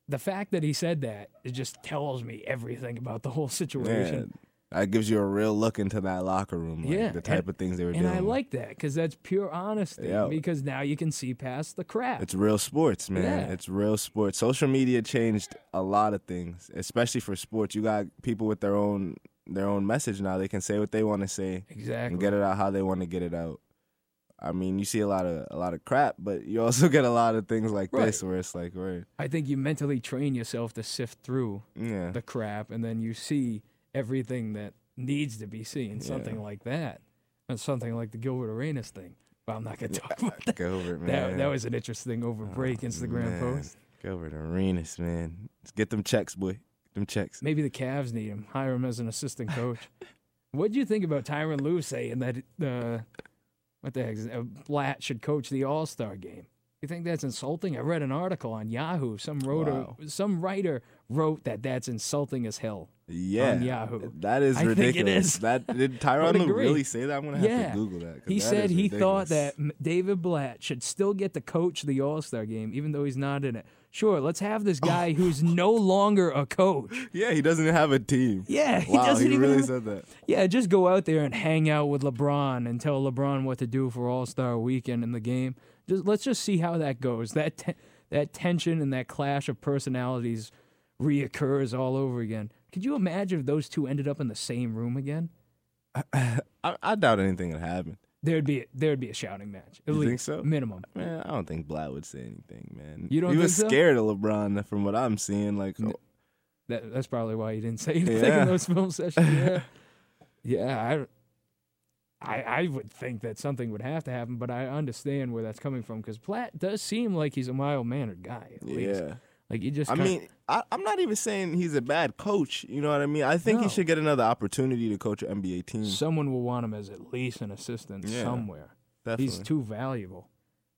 [SPEAKER 7] the fact that he said that it just tells me everything about the whole
[SPEAKER 8] Yeah,
[SPEAKER 7] situation.
[SPEAKER 8] that gives you a real look into that locker room. Like,
[SPEAKER 7] Yeah,
[SPEAKER 8] the type
[SPEAKER 7] and-
[SPEAKER 8] of things they were
[SPEAKER 7] And
[SPEAKER 8] doing.
[SPEAKER 7] I like that because that's pure honesty.
[SPEAKER 8] Yeah.
[SPEAKER 7] Because now you can see past the crap.
[SPEAKER 8] It's real sports, man.
[SPEAKER 7] Yeah.
[SPEAKER 8] It's real sports. Social media changed a lot of things, especially for sports. You got people with their own their own message now. They can say what they want to say
[SPEAKER 7] Exactly.
[SPEAKER 8] and get it out how they want to get it out. I mean, you see a lot of a lot of crap, but you also get a lot of things like this where it's like, where
[SPEAKER 7] I think you mentally train yourself to sift through
[SPEAKER 8] yeah,
[SPEAKER 7] the crap and then you see everything that needs to be seen. Something like that. And something like the Gilbert Arenas thing. But I'm not going to talk about that.
[SPEAKER 8] go over it, man.
[SPEAKER 7] That, that was an interesting over break Instagram
[SPEAKER 8] Oh, man.
[SPEAKER 7] post.
[SPEAKER 8] Go over to Arenas, man. Let's get them checks, boy. Them checks.
[SPEAKER 7] Maybe the Cavs need him. Hire him as an assistant coach. what do you think about Tyron Lue saying that uh, what the heck is uh, Blatt should coach the All Star game? You think that's insulting? I read an article on Yahoo. Some wrote
[SPEAKER 8] Wow.
[SPEAKER 7] some writer wrote that that's insulting as hell.
[SPEAKER 8] Yeah,
[SPEAKER 7] Yahoo.
[SPEAKER 8] That is
[SPEAKER 7] I think it
[SPEAKER 8] ridiculous.
[SPEAKER 7] is.
[SPEAKER 8] That did
[SPEAKER 7] would
[SPEAKER 8] Tyron Lue
[SPEAKER 7] agree.
[SPEAKER 8] really say that? I'm gonna have
[SPEAKER 7] yeah,
[SPEAKER 8] to Google that. 'cause
[SPEAKER 7] he
[SPEAKER 8] that
[SPEAKER 7] said
[SPEAKER 8] is
[SPEAKER 7] he thought
[SPEAKER 8] ridiculous.
[SPEAKER 7] that M- David Blatt should still get to coach the All Star game, even though he's not in it. Sure, let's have this
[SPEAKER 8] Oh.
[SPEAKER 7] guy who's no longer a coach.
[SPEAKER 8] Yeah, he doesn't have a team.
[SPEAKER 7] Yeah, he
[SPEAKER 8] wow,
[SPEAKER 7] doesn't
[SPEAKER 8] he
[SPEAKER 7] even
[SPEAKER 8] really
[SPEAKER 7] have-
[SPEAKER 8] said that.
[SPEAKER 7] Yeah, just go out there and hang out with LeBron and tell LeBron what to do for All Star Weekend in the game. Just let's just see how that goes. That te- that tension and that clash of personalities reoccurs all over again. Could you imagine if those two ended up in the same room again?
[SPEAKER 8] I, I doubt anything would happen.
[SPEAKER 7] There'd be there'd be a shouting match. At
[SPEAKER 8] You think
[SPEAKER 7] least
[SPEAKER 8] so?
[SPEAKER 7] minimum.
[SPEAKER 8] Man, I don't think Blatt would say anything, man.
[SPEAKER 7] You don't
[SPEAKER 8] He was
[SPEAKER 7] think so?
[SPEAKER 8] scared of LeBron, from what I'm seeing. Like, oh,
[SPEAKER 7] That, that's probably why he didn't say anything
[SPEAKER 8] Yeah.
[SPEAKER 7] in those film sessions. Yeah, yeah. I, I, I would think that something would have to happen, but I understand where that's coming from because Platt does seem like he's a mild mannered guy. At least.
[SPEAKER 8] yeah.
[SPEAKER 7] like he just.
[SPEAKER 8] I
[SPEAKER 7] kinda-
[SPEAKER 8] mean, I, I'm not even saying he's a bad coach. You know what I mean? I think
[SPEAKER 7] No.
[SPEAKER 8] he should get another opportunity to coach an NBA team.
[SPEAKER 7] someone will want him as at least an assistant
[SPEAKER 8] Yeah,
[SPEAKER 7] somewhere.
[SPEAKER 8] Definitely.
[SPEAKER 7] He's too valuable.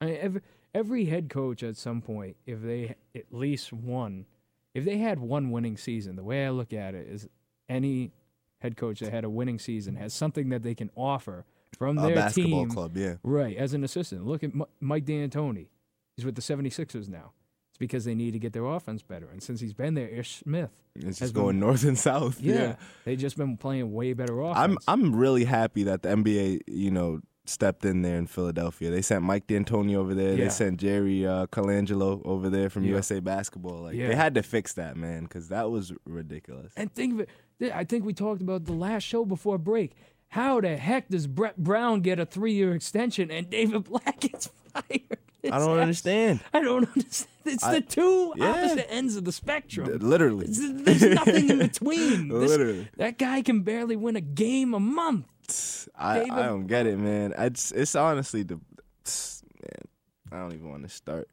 [SPEAKER 7] I mean, every, every head coach at some point, if they at least won, if they had one winning season, the way I look at it is any head coach that had a winning season has something that they can offer from
[SPEAKER 8] a
[SPEAKER 7] their
[SPEAKER 8] basketball
[SPEAKER 7] team.
[SPEAKER 8] club, yeah.
[SPEAKER 7] Right, as an assistant. Look at Mi- Mike D'Antoni. He's with the 76ers now. It's because they need to get their offense better. And since he's been there, Ish Smith.
[SPEAKER 8] It's
[SPEAKER 7] has
[SPEAKER 8] just
[SPEAKER 7] been-
[SPEAKER 8] going north and south.
[SPEAKER 7] Yeah.
[SPEAKER 8] yeah.
[SPEAKER 7] They've just been playing way better offense.
[SPEAKER 8] I'm I'm really happy that the NBA, you know, stepped in there in Philadelphia. They sent Mike D'Antoni over there.
[SPEAKER 7] Yeah.
[SPEAKER 8] They sent Jerry uh, Colangelo over there from
[SPEAKER 7] Yeah.
[SPEAKER 8] USA Basketball. Like
[SPEAKER 7] Yeah.
[SPEAKER 8] they had to fix that man because that was ridiculous.
[SPEAKER 7] And think of it. th- I think we talked about the last show before break. How the heck does Brett Brown get a three-year extension and David Black gets fired? It's
[SPEAKER 8] I don't
[SPEAKER 7] abs-
[SPEAKER 8] understand.
[SPEAKER 7] I don't understand. It's the two
[SPEAKER 8] yeah.
[SPEAKER 7] opposite ends of the spectrum.
[SPEAKER 8] D- Literally,
[SPEAKER 7] It's- There's nothing in between. This-
[SPEAKER 8] Literally.
[SPEAKER 7] that guy can barely win a game a month.
[SPEAKER 8] I,
[SPEAKER 7] David-
[SPEAKER 8] I don't get it, man. It's it's honestly the man. I don't even want to start.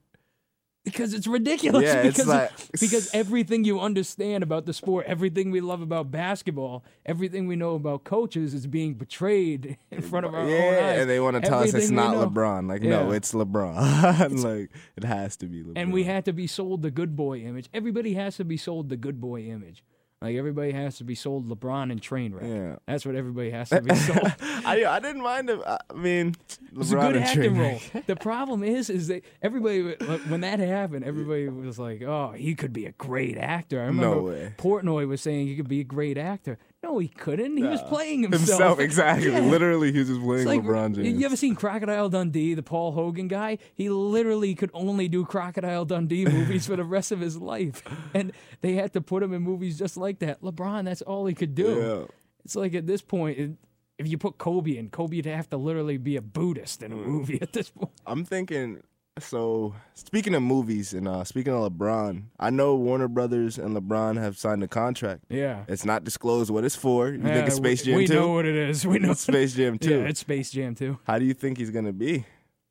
[SPEAKER 7] Because it's ridiculous.
[SPEAKER 8] Yeah, it's
[SPEAKER 7] because,
[SPEAKER 8] like-
[SPEAKER 7] because everything you understand about the sport, everything we love about basketball, everything we know about coaches is being betrayed in front of our own
[SPEAKER 8] Yeah,
[SPEAKER 7] eyes.
[SPEAKER 8] and they want to tell us it's
[SPEAKER 7] Everything we
[SPEAKER 8] not
[SPEAKER 7] know.
[SPEAKER 8] LeBron. Like no,
[SPEAKER 7] Yeah.
[SPEAKER 8] it's LeBron. like it has to be LeBron.
[SPEAKER 7] And we had to be sold the good boy image. Everybody has to be sold the good boy image. Like everybody has to be sold LeBron and train wreck.
[SPEAKER 8] Yeah.
[SPEAKER 7] That's what everybody has to be sold.
[SPEAKER 8] I I didn't mind. Him. I mean, LeBron
[SPEAKER 7] It's a good
[SPEAKER 8] and
[SPEAKER 7] acting
[SPEAKER 8] Trey.
[SPEAKER 7] role. The problem is, is that everybody like, when that happened, everybody was like, "Oh, he could be a great actor." I remember
[SPEAKER 8] way.
[SPEAKER 7] Portnoy was saying he could be a great actor. No, he couldn't. He was playing himself.
[SPEAKER 8] Himself, exactly.
[SPEAKER 7] Yeah.
[SPEAKER 8] Literally, he was just playing
[SPEAKER 7] It's like,
[SPEAKER 8] LeBron James.
[SPEAKER 7] You ever seen Crocodile Dundee, the Paul Hogan guy? He literally could only do Crocodile Dundee movies for the rest of his life. And they had to put him in movies just like that. LeBron, that's all he could do.
[SPEAKER 8] Yeah.
[SPEAKER 7] It's like at this point, it- if you put Kobe in, Kobe'd have to literally be a Buddhist
[SPEAKER 8] Mm.
[SPEAKER 7] in a movie at this point.
[SPEAKER 8] I'm thinking. So speaking of movies and uh, speaking of LeBron, I know Warner Brothers and LeBron have signed a contract.
[SPEAKER 7] Yeah.
[SPEAKER 8] It's not disclosed what it's for. You think it's
[SPEAKER 7] Yeah,
[SPEAKER 8] Space
[SPEAKER 7] we-
[SPEAKER 8] Jam
[SPEAKER 7] We
[SPEAKER 8] 2?
[SPEAKER 7] know what it is. We know
[SPEAKER 8] It's Space Jam 2.
[SPEAKER 7] Yeah, it's Space Jam 2.
[SPEAKER 8] How do you think he's gonna be?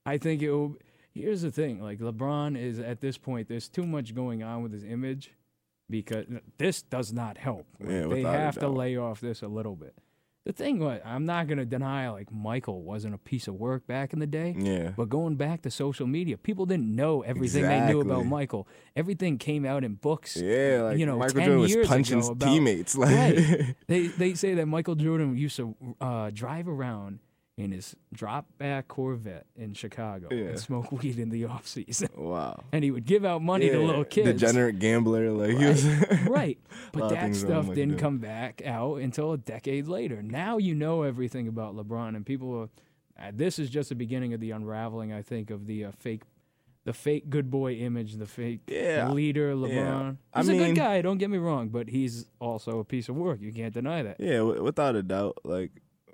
[SPEAKER 7] I think it will. Here's the thing: like LeBron is at this point, there's too much going on with his image because this does not help. Like,
[SPEAKER 8] Yeah,
[SPEAKER 7] they
[SPEAKER 8] without a
[SPEAKER 7] have to
[SPEAKER 8] doubt.
[SPEAKER 7] lay off this a little bit. The thing was, I'm not gonna deny like Michael wasn't a piece of work back in the day.
[SPEAKER 8] Yeah.
[SPEAKER 7] But going back to social media, people didn't know everything they knew about
[SPEAKER 8] Exactly.
[SPEAKER 7] Michael. Everything came out in books.
[SPEAKER 8] Yeah, like
[SPEAKER 7] you know,
[SPEAKER 8] Michael
[SPEAKER 7] 10
[SPEAKER 8] Jordan was
[SPEAKER 7] years
[SPEAKER 8] punching
[SPEAKER 7] ago
[SPEAKER 8] his
[SPEAKER 7] about-
[SPEAKER 8] teammates, like-
[SPEAKER 7] right. They they say that Michael Jordan used to uh, drive around in his drop back Corvette in Chicago
[SPEAKER 8] Yeah.
[SPEAKER 7] and smoke weed in the off season,
[SPEAKER 8] Wow.
[SPEAKER 7] and he would give out money to little kids.
[SPEAKER 8] Degenerate gambler, like he was.
[SPEAKER 7] Right, but
[SPEAKER 8] lot of
[SPEAKER 7] that
[SPEAKER 8] things I wouldn't
[SPEAKER 7] stuff
[SPEAKER 8] like to
[SPEAKER 7] didn't
[SPEAKER 8] do.
[SPEAKER 7] come back out until a decade later. Now you know everything about LeBron, and people are. Uh, this is just the beginning of the unraveling, I think, of the uh, fake, the fake good boy image, the fake
[SPEAKER 8] Yeah.
[SPEAKER 7] leader LeBron.
[SPEAKER 8] I
[SPEAKER 7] He's a
[SPEAKER 8] mean-
[SPEAKER 7] good guy, don't get me wrong, but he's also a piece of work. You can't deny that.
[SPEAKER 8] yeah, w- without a doubt. Like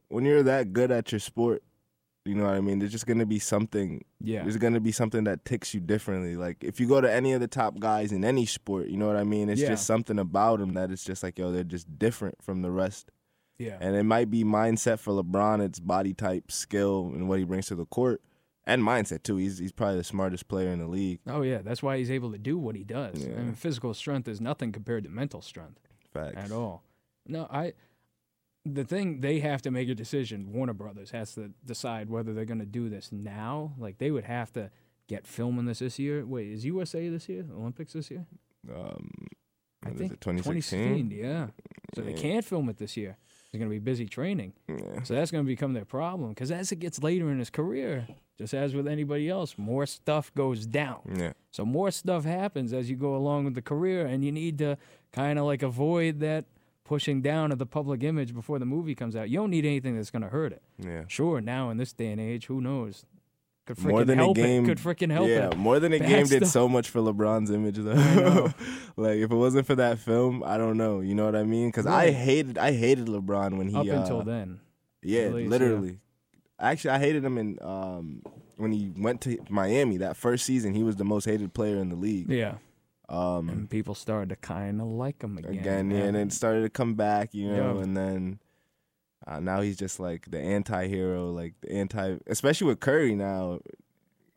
[SPEAKER 8] when you're that good at your sport, you know what I mean. There's just gonna be something.
[SPEAKER 7] Yeah.
[SPEAKER 8] There's gonna be something that ticks you differently. Like if you go to any of the top guys in any sport, you know what I mean. It's
[SPEAKER 7] Yeah.
[SPEAKER 8] just something about them that it's just like yo, they're just different from the rest.
[SPEAKER 7] Yeah.
[SPEAKER 8] And it might be mindset for LeBron. It's body type, skill, and what he brings to the court, and mindset too. He's he's probably the smartest player in the league.
[SPEAKER 7] Oh yeah, that's why he's able to do what he does. I mean, physical strength is nothing compared to mental strength
[SPEAKER 8] Facts.
[SPEAKER 7] at all. No, I. The thing they have to make a decision. Warner Brothers has to decide whether they're going to do this now. Like they would have to get filming this this year. Wait, is USA this year? Olympics this year?
[SPEAKER 8] Um,
[SPEAKER 7] I
[SPEAKER 8] What is
[SPEAKER 7] think
[SPEAKER 8] it, 2016?
[SPEAKER 7] 2016, Yeah. So they can't film it this year. They're going to be busy training. So that's going to become their problem. Because as it gets later in his career, just as with anybody else, more stuff goes down.
[SPEAKER 8] Yeah.
[SPEAKER 7] So more stuff happens as you go along with the career, and you need to kind of like avoid that pushing down of the public image before the movie comes out. You don't need anything that's going to hurt it.
[SPEAKER 8] yeah.
[SPEAKER 7] Sure, now in this day and age, who knows? Could freaking
[SPEAKER 8] more than
[SPEAKER 7] help
[SPEAKER 8] a game
[SPEAKER 7] it. Could freaking help
[SPEAKER 8] yeah,
[SPEAKER 7] it.
[SPEAKER 8] more than a
[SPEAKER 7] Bad
[SPEAKER 8] game did
[SPEAKER 7] stuff.
[SPEAKER 8] so much for LeBron's image though. like if it wasn't for that film, I don't know. You know what I mean? Because I
[SPEAKER 7] Right.
[SPEAKER 8] hated I hated LeBron when he
[SPEAKER 7] up
[SPEAKER 8] uh,
[SPEAKER 7] until then.
[SPEAKER 8] yeah
[SPEAKER 7] at least, yeah.
[SPEAKER 8] literally. Actually, I hated him in um, when he went to Miami that first season. He was the most hated player in the league.
[SPEAKER 7] Yeah.
[SPEAKER 8] Um,
[SPEAKER 7] And people started to kind of like him again.
[SPEAKER 8] again, yeah,
[SPEAKER 7] now.
[SPEAKER 8] and then started to come back, you know,
[SPEAKER 7] Yeah.
[SPEAKER 8] and then uh, now he's just like the anti-hero, like the anti, especially with Curry now.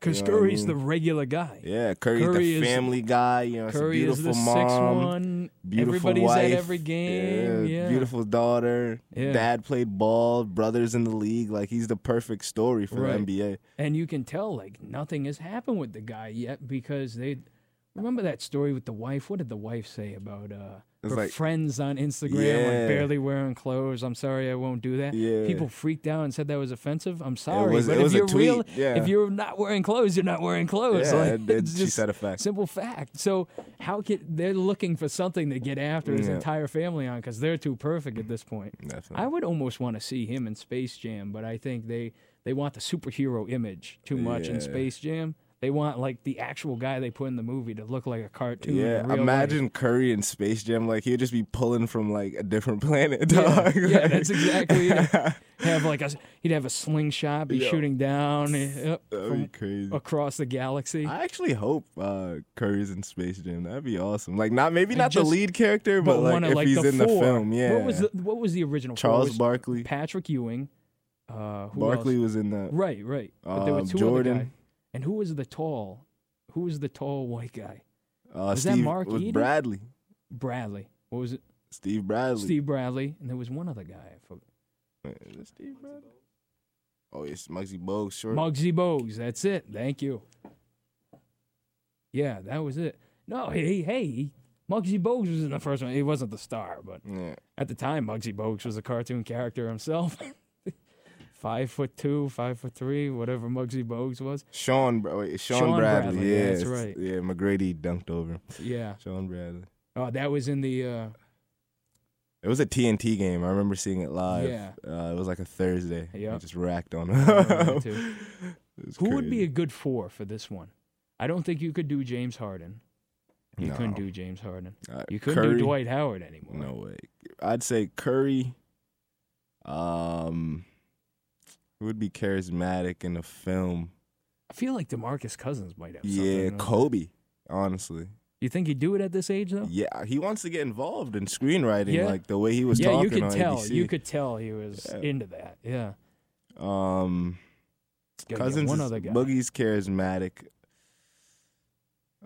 [SPEAKER 7] Because
[SPEAKER 8] You know what I mean?
[SPEAKER 7] Curry's the regular guy.
[SPEAKER 8] Yeah, Curry's
[SPEAKER 7] Curry
[SPEAKER 8] the
[SPEAKER 7] is-
[SPEAKER 8] family guy, you know, it's a
[SPEAKER 7] Curry is
[SPEAKER 8] beautiful
[SPEAKER 7] the
[SPEAKER 8] mom,
[SPEAKER 7] six one.
[SPEAKER 8] beautiful
[SPEAKER 7] Everybody's
[SPEAKER 8] wife,
[SPEAKER 7] at every game. Yeah,
[SPEAKER 8] beautiful daughter,
[SPEAKER 7] Yeah.
[SPEAKER 8] dad played ball, brothers in the league, like he's the perfect story for
[SPEAKER 7] Right.
[SPEAKER 8] the NBA.
[SPEAKER 7] And you can tell like nothing has happened with the guy yet because they remember that story with the wife. What did the wife say about uh
[SPEAKER 8] It's
[SPEAKER 7] her
[SPEAKER 8] like-
[SPEAKER 7] friends on Instagram
[SPEAKER 8] Yeah.
[SPEAKER 7] like barely wearing clothes? I'm sorry, I won't do that.
[SPEAKER 8] Yeah.
[SPEAKER 7] People freaked out and said that was offensive. I'm sorry,
[SPEAKER 8] was-
[SPEAKER 7] but
[SPEAKER 8] it
[SPEAKER 7] if
[SPEAKER 8] was a
[SPEAKER 7] you're real,
[SPEAKER 8] tweet, yeah.
[SPEAKER 7] if you're not wearing clothes, you're not wearing clothes.
[SPEAKER 8] Yeah,
[SPEAKER 7] Like,
[SPEAKER 8] it- it-
[SPEAKER 7] it's
[SPEAKER 8] she said a fact.
[SPEAKER 7] Simple fact. So how can they're looking for something to get after his
[SPEAKER 8] Yeah.
[SPEAKER 7] entire family on because they're too perfect at this point.
[SPEAKER 8] Definitely.
[SPEAKER 7] I would almost want to see him in Space Jam, but I think they they want the superhero image too much
[SPEAKER 8] Yeah.
[SPEAKER 7] in Space Jam. They want like the actual guy they put in the movie to look like a cartoon. in
[SPEAKER 8] Yeah,
[SPEAKER 7] real
[SPEAKER 8] imagine
[SPEAKER 7] life.
[SPEAKER 8] Curry in Space Jam, like he'd just be pulling from like a different planet.
[SPEAKER 7] Yeah,
[SPEAKER 8] dog.
[SPEAKER 7] yeah,
[SPEAKER 8] Like-
[SPEAKER 7] that's exactly it. Have like a s- he'd have a slingshot, be
[SPEAKER 8] Yeah.
[SPEAKER 7] shooting down uh,
[SPEAKER 8] That'd
[SPEAKER 7] from
[SPEAKER 8] be crazy.
[SPEAKER 7] across the galaxy.
[SPEAKER 8] I actually hope uh, Curry's in Space Jam. That'd be awesome. Like not maybe not
[SPEAKER 7] just-
[SPEAKER 8] the lead character, but, like
[SPEAKER 7] one of
[SPEAKER 8] if
[SPEAKER 7] like
[SPEAKER 8] he's
[SPEAKER 7] the
[SPEAKER 8] in
[SPEAKER 7] four.
[SPEAKER 8] the film. Yeah.
[SPEAKER 7] What was the what was the original? four? It
[SPEAKER 8] Charles
[SPEAKER 7] was
[SPEAKER 8] Barkley?
[SPEAKER 7] Patrick Ewing, uh, who else?
[SPEAKER 8] Barkley was in the
[SPEAKER 7] Right, right. But there were
[SPEAKER 8] Um,
[SPEAKER 7] two
[SPEAKER 8] Jordan.
[SPEAKER 7] other guys. And who was the tall? Who was the tall white guy?
[SPEAKER 8] uh,
[SPEAKER 7] Was that
[SPEAKER 8] Steve,
[SPEAKER 7] Mark
[SPEAKER 8] was
[SPEAKER 7] Eden?
[SPEAKER 8] Bradley.
[SPEAKER 7] Bradley. What was it?
[SPEAKER 8] Steve Bradley.
[SPEAKER 7] Steve Bradley. And there was one other guy. I forgot.
[SPEAKER 8] Wait, is it Steve Bradley? Oh, it's Muggsy Bogues. Short.
[SPEAKER 7] Muggsy Bogues. That's it. Thank you. Yeah, that was it. No, hey, hey, Muggsy Bogues was in the first one. He wasn't the star, but
[SPEAKER 8] yeah.
[SPEAKER 7] at the time, Muggsy Bogues was a cartoon character himself. five foot two, five foot three, whatever Muggsy Bogues was.
[SPEAKER 8] Sean. Bra- Wait, it's Sean,
[SPEAKER 7] Sean
[SPEAKER 8] Bradley.
[SPEAKER 7] Bradley,
[SPEAKER 8] Yeah,
[SPEAKER 7] yeah, that's
[SPEAKER 8] it's-
[SPEAKER 7] right.
[SPEAKER 8] Yeah, McGrady dunked over him.
[SPEAKER 7] Yeah.
[SPEAKER 8] Sean Bradley.
[SPEAKER 7] Oh, that was in the uh,
[SPEAKER 8] It was a TNT game. I remember seeing it live.
[SPEAKER 7] Yeah.
[SPEAKER 8] Uh, it was like a Thursday.
[SPEAKER 7] Yep.
[SPEAKER 8] I just racked on
[SPEAKER 7] remember
[SPEAKER 8] them.
[SPEAKER 7] too.
[SPEAKER 8] It was
[SPEAKER 7] Who would be
[SPEAKER 8] crazy.
[SPEAKER 7] a good four for this one? I don't think you could do James Harden. You couldn't
[SPEAKER 8] No.
[SPEAKER 7] do James Harden.
[SPEAKER 8] Uh,
[SPEAKER 7] You couldn't
[SPEAKER 8] Curry?
[SPEAKER 7] do Dwight Howard anymore.
[SPEAKER 8] No way. I'd say Curry. Um, who would be charismatic in a film?
[SPEAKER 7] I feel like Demarcus Cousins might have.
[SPEAKER 8] yeah,
[SPEAKER 7] something.
[SPEAKER 8] Kobe. Honestly,
[SPEAKER 7] you think he'd do it at this age though?
[SPEAKER 8] yeah, he wants to get involved in screenwriting,
[SPEAKER 7] Yeah.
[SPEAKER 8] like the way he was
[SPEAKER 7] yeah,
[SPEAKER 8] talking
[SPEAKER 7] you could
[SPEAKER 8] on
[SPEAKER 7] tell.
[SPEAKER 8] ABC.
[SPEAKER 7] You could tell he was
[SPEAKER 8] Yeah.
[SPEAKER 7] into that. Yeah.
[SPEAKER 8] Um,
[SPEAKER 7] Gotta get
[SPEAKER 8] Cousins,
[SPEAKER 7] one
[SPEAKER 8] is-
[SPEAKER 7] other guy.
[SPEAKER 8] Boogie's charismatic.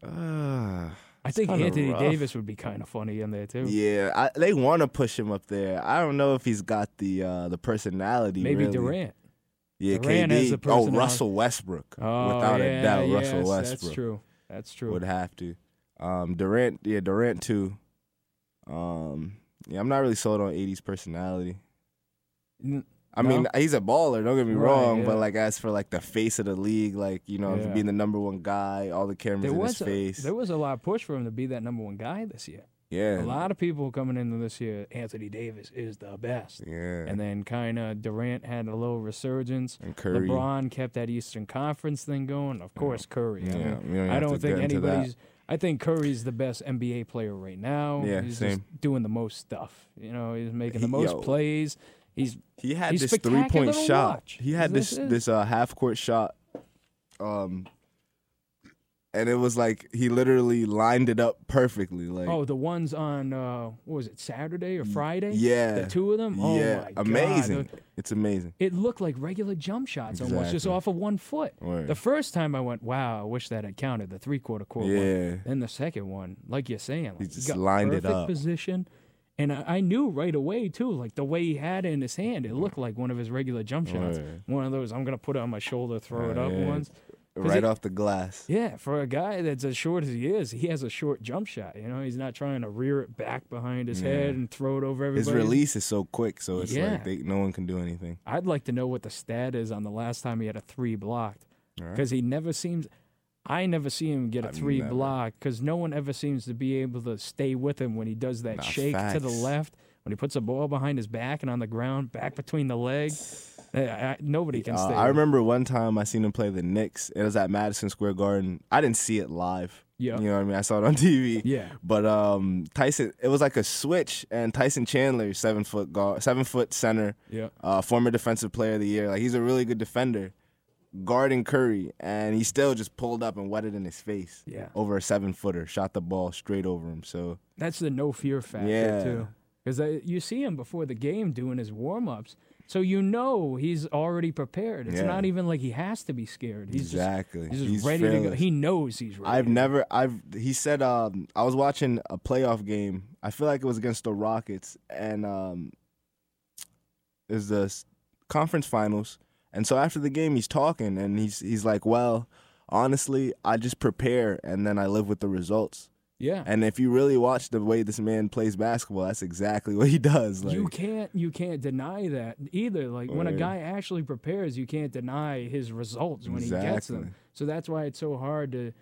[SPEAKER 8] Uh,
[SPEAKER 7] I think
[SPEAKER 8] kinda
[SPEAKER 7] Anthony
[SPEAKER 8] rough.
[SPEAKER 7] Davis would be kind of funny in there too.
[SPEAKER 8] yeah, I, they want to push him up there. I don't know if he's got the uh, the personality.
[SPEAKER 7] Maybe
[SPEAKER 8] really.
[SPEAKER 7] Durant.
[SPEAKER 8] Yeah,
[SPEAKER 7] Durant
[SPEAKER 8] KD.
[SPEAKER 7] has the
[SPEAKER 8] oh,
[SPEAKER 7] personality.
[SPEAKER 8] Russell Westbrook.
[SPEAKER 7] Oh,
[SPEAKER 8] Without
[SPEAKER 7] yeah,
[SPEAKER 8] a doubt, Russell
[SPEAKER 7] yes,
[SPEAKER 8] Westbrook
[SPEAKER 7] That's true. That's true.
[SPEAKER 8] would have to. Um, Durant, yeah, Durant too. Um, yeah, I'm not really sold on 80's personality.
[SPEAKER 7] N-
[SPEAKER 8] I
[SPEAKER 7] No?
[SPEAKER 8] mean, he's a baller. Don't get me
[SPEAKER 7] Right,
[SPEAKER 8] wrong,
[SPEAKER 7] yeah.
[SPEAKER 8] but like as for like the face of the league, like you know,
[SPEAKER 7] Yeah.
[SPEAKER 8] being the number one guy, all the cameras
[SPEAKER 7] there
[SPEAKER 8] in
[SPEAKER 7] was
[SPEAKER 8] his
[SPEAKER 7] a,
[SPEAKER 8] face.
[SPEAKER 7] there was a lot of push for him to be that number one guy this year.
[SPEAKER 8] yeah,
[SPEAKER 7] A lot of people coming into this year. Anthony Davis is the best.
[SPEAKER 8] Yeah,
[SPEAKER 7] And then kind of Durant had a little resurgence.
[SPEAKER 8] And Curry.
[SPEAKER 7] LeBron kept that Eastern Conference thing going. Of course, Curry.
[SPEAKER 8] Yeah,
[SPEAKER 7] I, mean,
[SPEAKER 8] we don't
[SPEAKER 7] I
[SPEAKER 8] have to
[SPEAKER 7] don't think
[SPEAKER 8] get into that.
[SPEAKER 7] anybody's. I think Curry's the best NBA player right now.
[SPEAKER 8] Yeah,
[SPEAKER 7] he's
[SPEAKER 8] same.
[SPEAKER 7] just doing the most stuff. You know, he's making the
[SPEAKER 8] He-
[SPEAKER 7] most
[SPEAKER 8] yo.
[SPEAKER 7] plays. He's
[SPEAKER 8] he had
[SPEAKER 7] he's
[SPEAKER 8] this three
[SPEAKER 7] spectacular
[SPEAKER 8] point
[SPEAKER 7] to
[SPEAKER 8] shot.
[SPEAKER 7] watch.
[SPEAKER 8] He had
[SPEAKER 7] This
[SPEAKER 8] this
[SPEAKER 7] is-
[SPEAKER 8] this uh, half court shot. Um, and it was like he literally lined it up perfectly. Like
[SPEAKER 7] Oh, the ones on uh, what was it Saturday or Friday?
[SPEAKER 8] yeah,
[SPEAKER 7] the two of them. Oh
[SPEAKER 8] yeah,
[SPEAKER 7] my
[SPEAKER 8] amazing.
[SPEAKER 7] God.
[SPEAKER 8] It's amazing.
[SPEAKER 7] It looked like regular jump shots almost, just
[SPEAKER 8] Exactly.
[SPEAKER 7] off of one foot.
[SPEAKER 8] Right.
[SPEAKER 7] The first time I went, wow, I wish that had counted the three quarter court.
[SPEAKER 8] Yeah.
[SPEAKER 7] One. Then the second one, like you're saying, like,
[SPEAKER 8] just
[SPEAKER 7] got
[SPEAKER 8] lined it
[SPEAKER 7] perfect
[SPEAKER 8] up.
[SPEAKER 7] position. And I, I knew right away too, like the way he had it in his hand, it looked like one of his regular jump shots.
[SPEAKER 8] Right.
[SPEAKER 7] One of those I'm gonna put it on my shoulder, throw it up
[SPEAKER 8] Right.
[SPEAKER 7] ones. 'Cause
[SPEAKER 8] Right
[SPEAKER 7] it-
[SPEAKER 8] off the glass.
[SPEAKER 7] Yeah, for a guy that's as short as he is, he has a short jump shot. You know, he's not trying to rear it back behind his head and throw it over everybody.
[SPEAKER 8] His release is so quick, so it's
[SPEAKER 7] Yeah.
[SPEAKER 8] like they, no one can do anything.
[SPEAKER 7] I'd like to know what the stat is on the last time he had a three blocked, because he never seems. I never see him get a three
[SPEAKER 8] never.
[SPEAKER 7] blocked because no one ever seems to be able to stay with him when he does that
[SPEAKER 8] Nah,
[SPEAKER 7] shake to the
[SPEAKER 8] facts.
[SPEAKER 7] left, when he puts a ball behind his back and on the ground, back between the legs. I- I- nobody can
[SPEAKER 8] Uh,
[SPEAKER 7] stay.
[SPEAKER 8] I
[SPEAKER 7] with-
[SPEAKER 8] remember one time I seen him play the Knicks. It was at Madison Square Garden. I didn't see it live.
[SPEAKER 7] Yeah.
[SPEAKER 8] You know what I mean? I saw it on TV.
[SPEAKER 7] Yeah.
[SPEAKER 8] But um, Tyson, it was like a switch, and Tyson Chandler, seven foot guard, seven foot center,
[SPEAKER 7] Yeah.
[SPEAKER 8] uh, former defensive player of the year. Like he's a really good defender, guarding Curry, and he still just pulled up and wetted in his face.
[SPEAKER 7] Yeah.
[SPEAKER 8] Over a seven footer, shot the ball straight over him. So
[SPEAKER 7] That's the no fear factor
[SPEAKER 8] Yeah.
[SPEAKER 7] too, because you see him before the game doing his warm ups, so you know he's already prepared. It's
[SPEAKER 8] Yeah.
[SPEAKER 7] not even like he has to be scared. He's
[SPEAKER 8] exactly,
[SPEAKER 7] just he's just ready to go.
[SPEAKER 8] fearless.
[SPEAKER 7] He knows he's ready.
[SPEAKER 8] I've never I've he said um I was watching a playoff game. I feel like it was against the Rockets and um is the s- conference finals. And so after the game he's talking and he's he's like, "Well, honestly, I just prepare and then I live with the results."
[SPEAKER 7] yeah.
[SPEAKER 8] And if you really watch the way this man plays basketball, that's exactly what he does. Like
[SPEAKER 7] you can't you can't deny that either. Like when a
[SPEAKER 8] Right.
[SPEAKER 7] guy actually prepares, you can't deny his results when he gets them.
[SPEAKER 8] Exactly.
[SPEAKER 7] So that's why it's so hard to,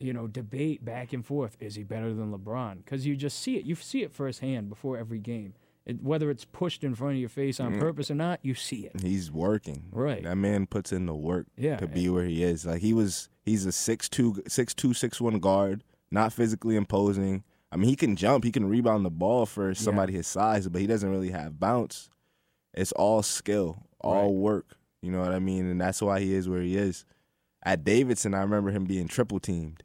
[SPEAKER 7] you know, debate back and forth. Is he better than LeBron? Because you just see it. You see it firsthand before every game. It, whether it's pushed in front of your face
[SPEAKER 8] Mm.
[SPEAKER 7] on purpose or not, you see it.
[SPEAKER 8] He's working.
[SPEAKER 7] Right.
[SPEAKER 8] That man puts in the work
[SPEAKER 7] Yeah,
[SPEAKER 8] to be where he is. Like he was he's a 6'2 6'2 6'1 guard, not physically imposing. I mean, he can jump, he can rebound the ball for somebody his size, but he doesn't really have bounce. It's all skill, all
[SPEAKER 7] Right.
[SPEAKER 8] work. You know what I mean? And that's why he is where he is. At Davidson, I remember him being triple teamed,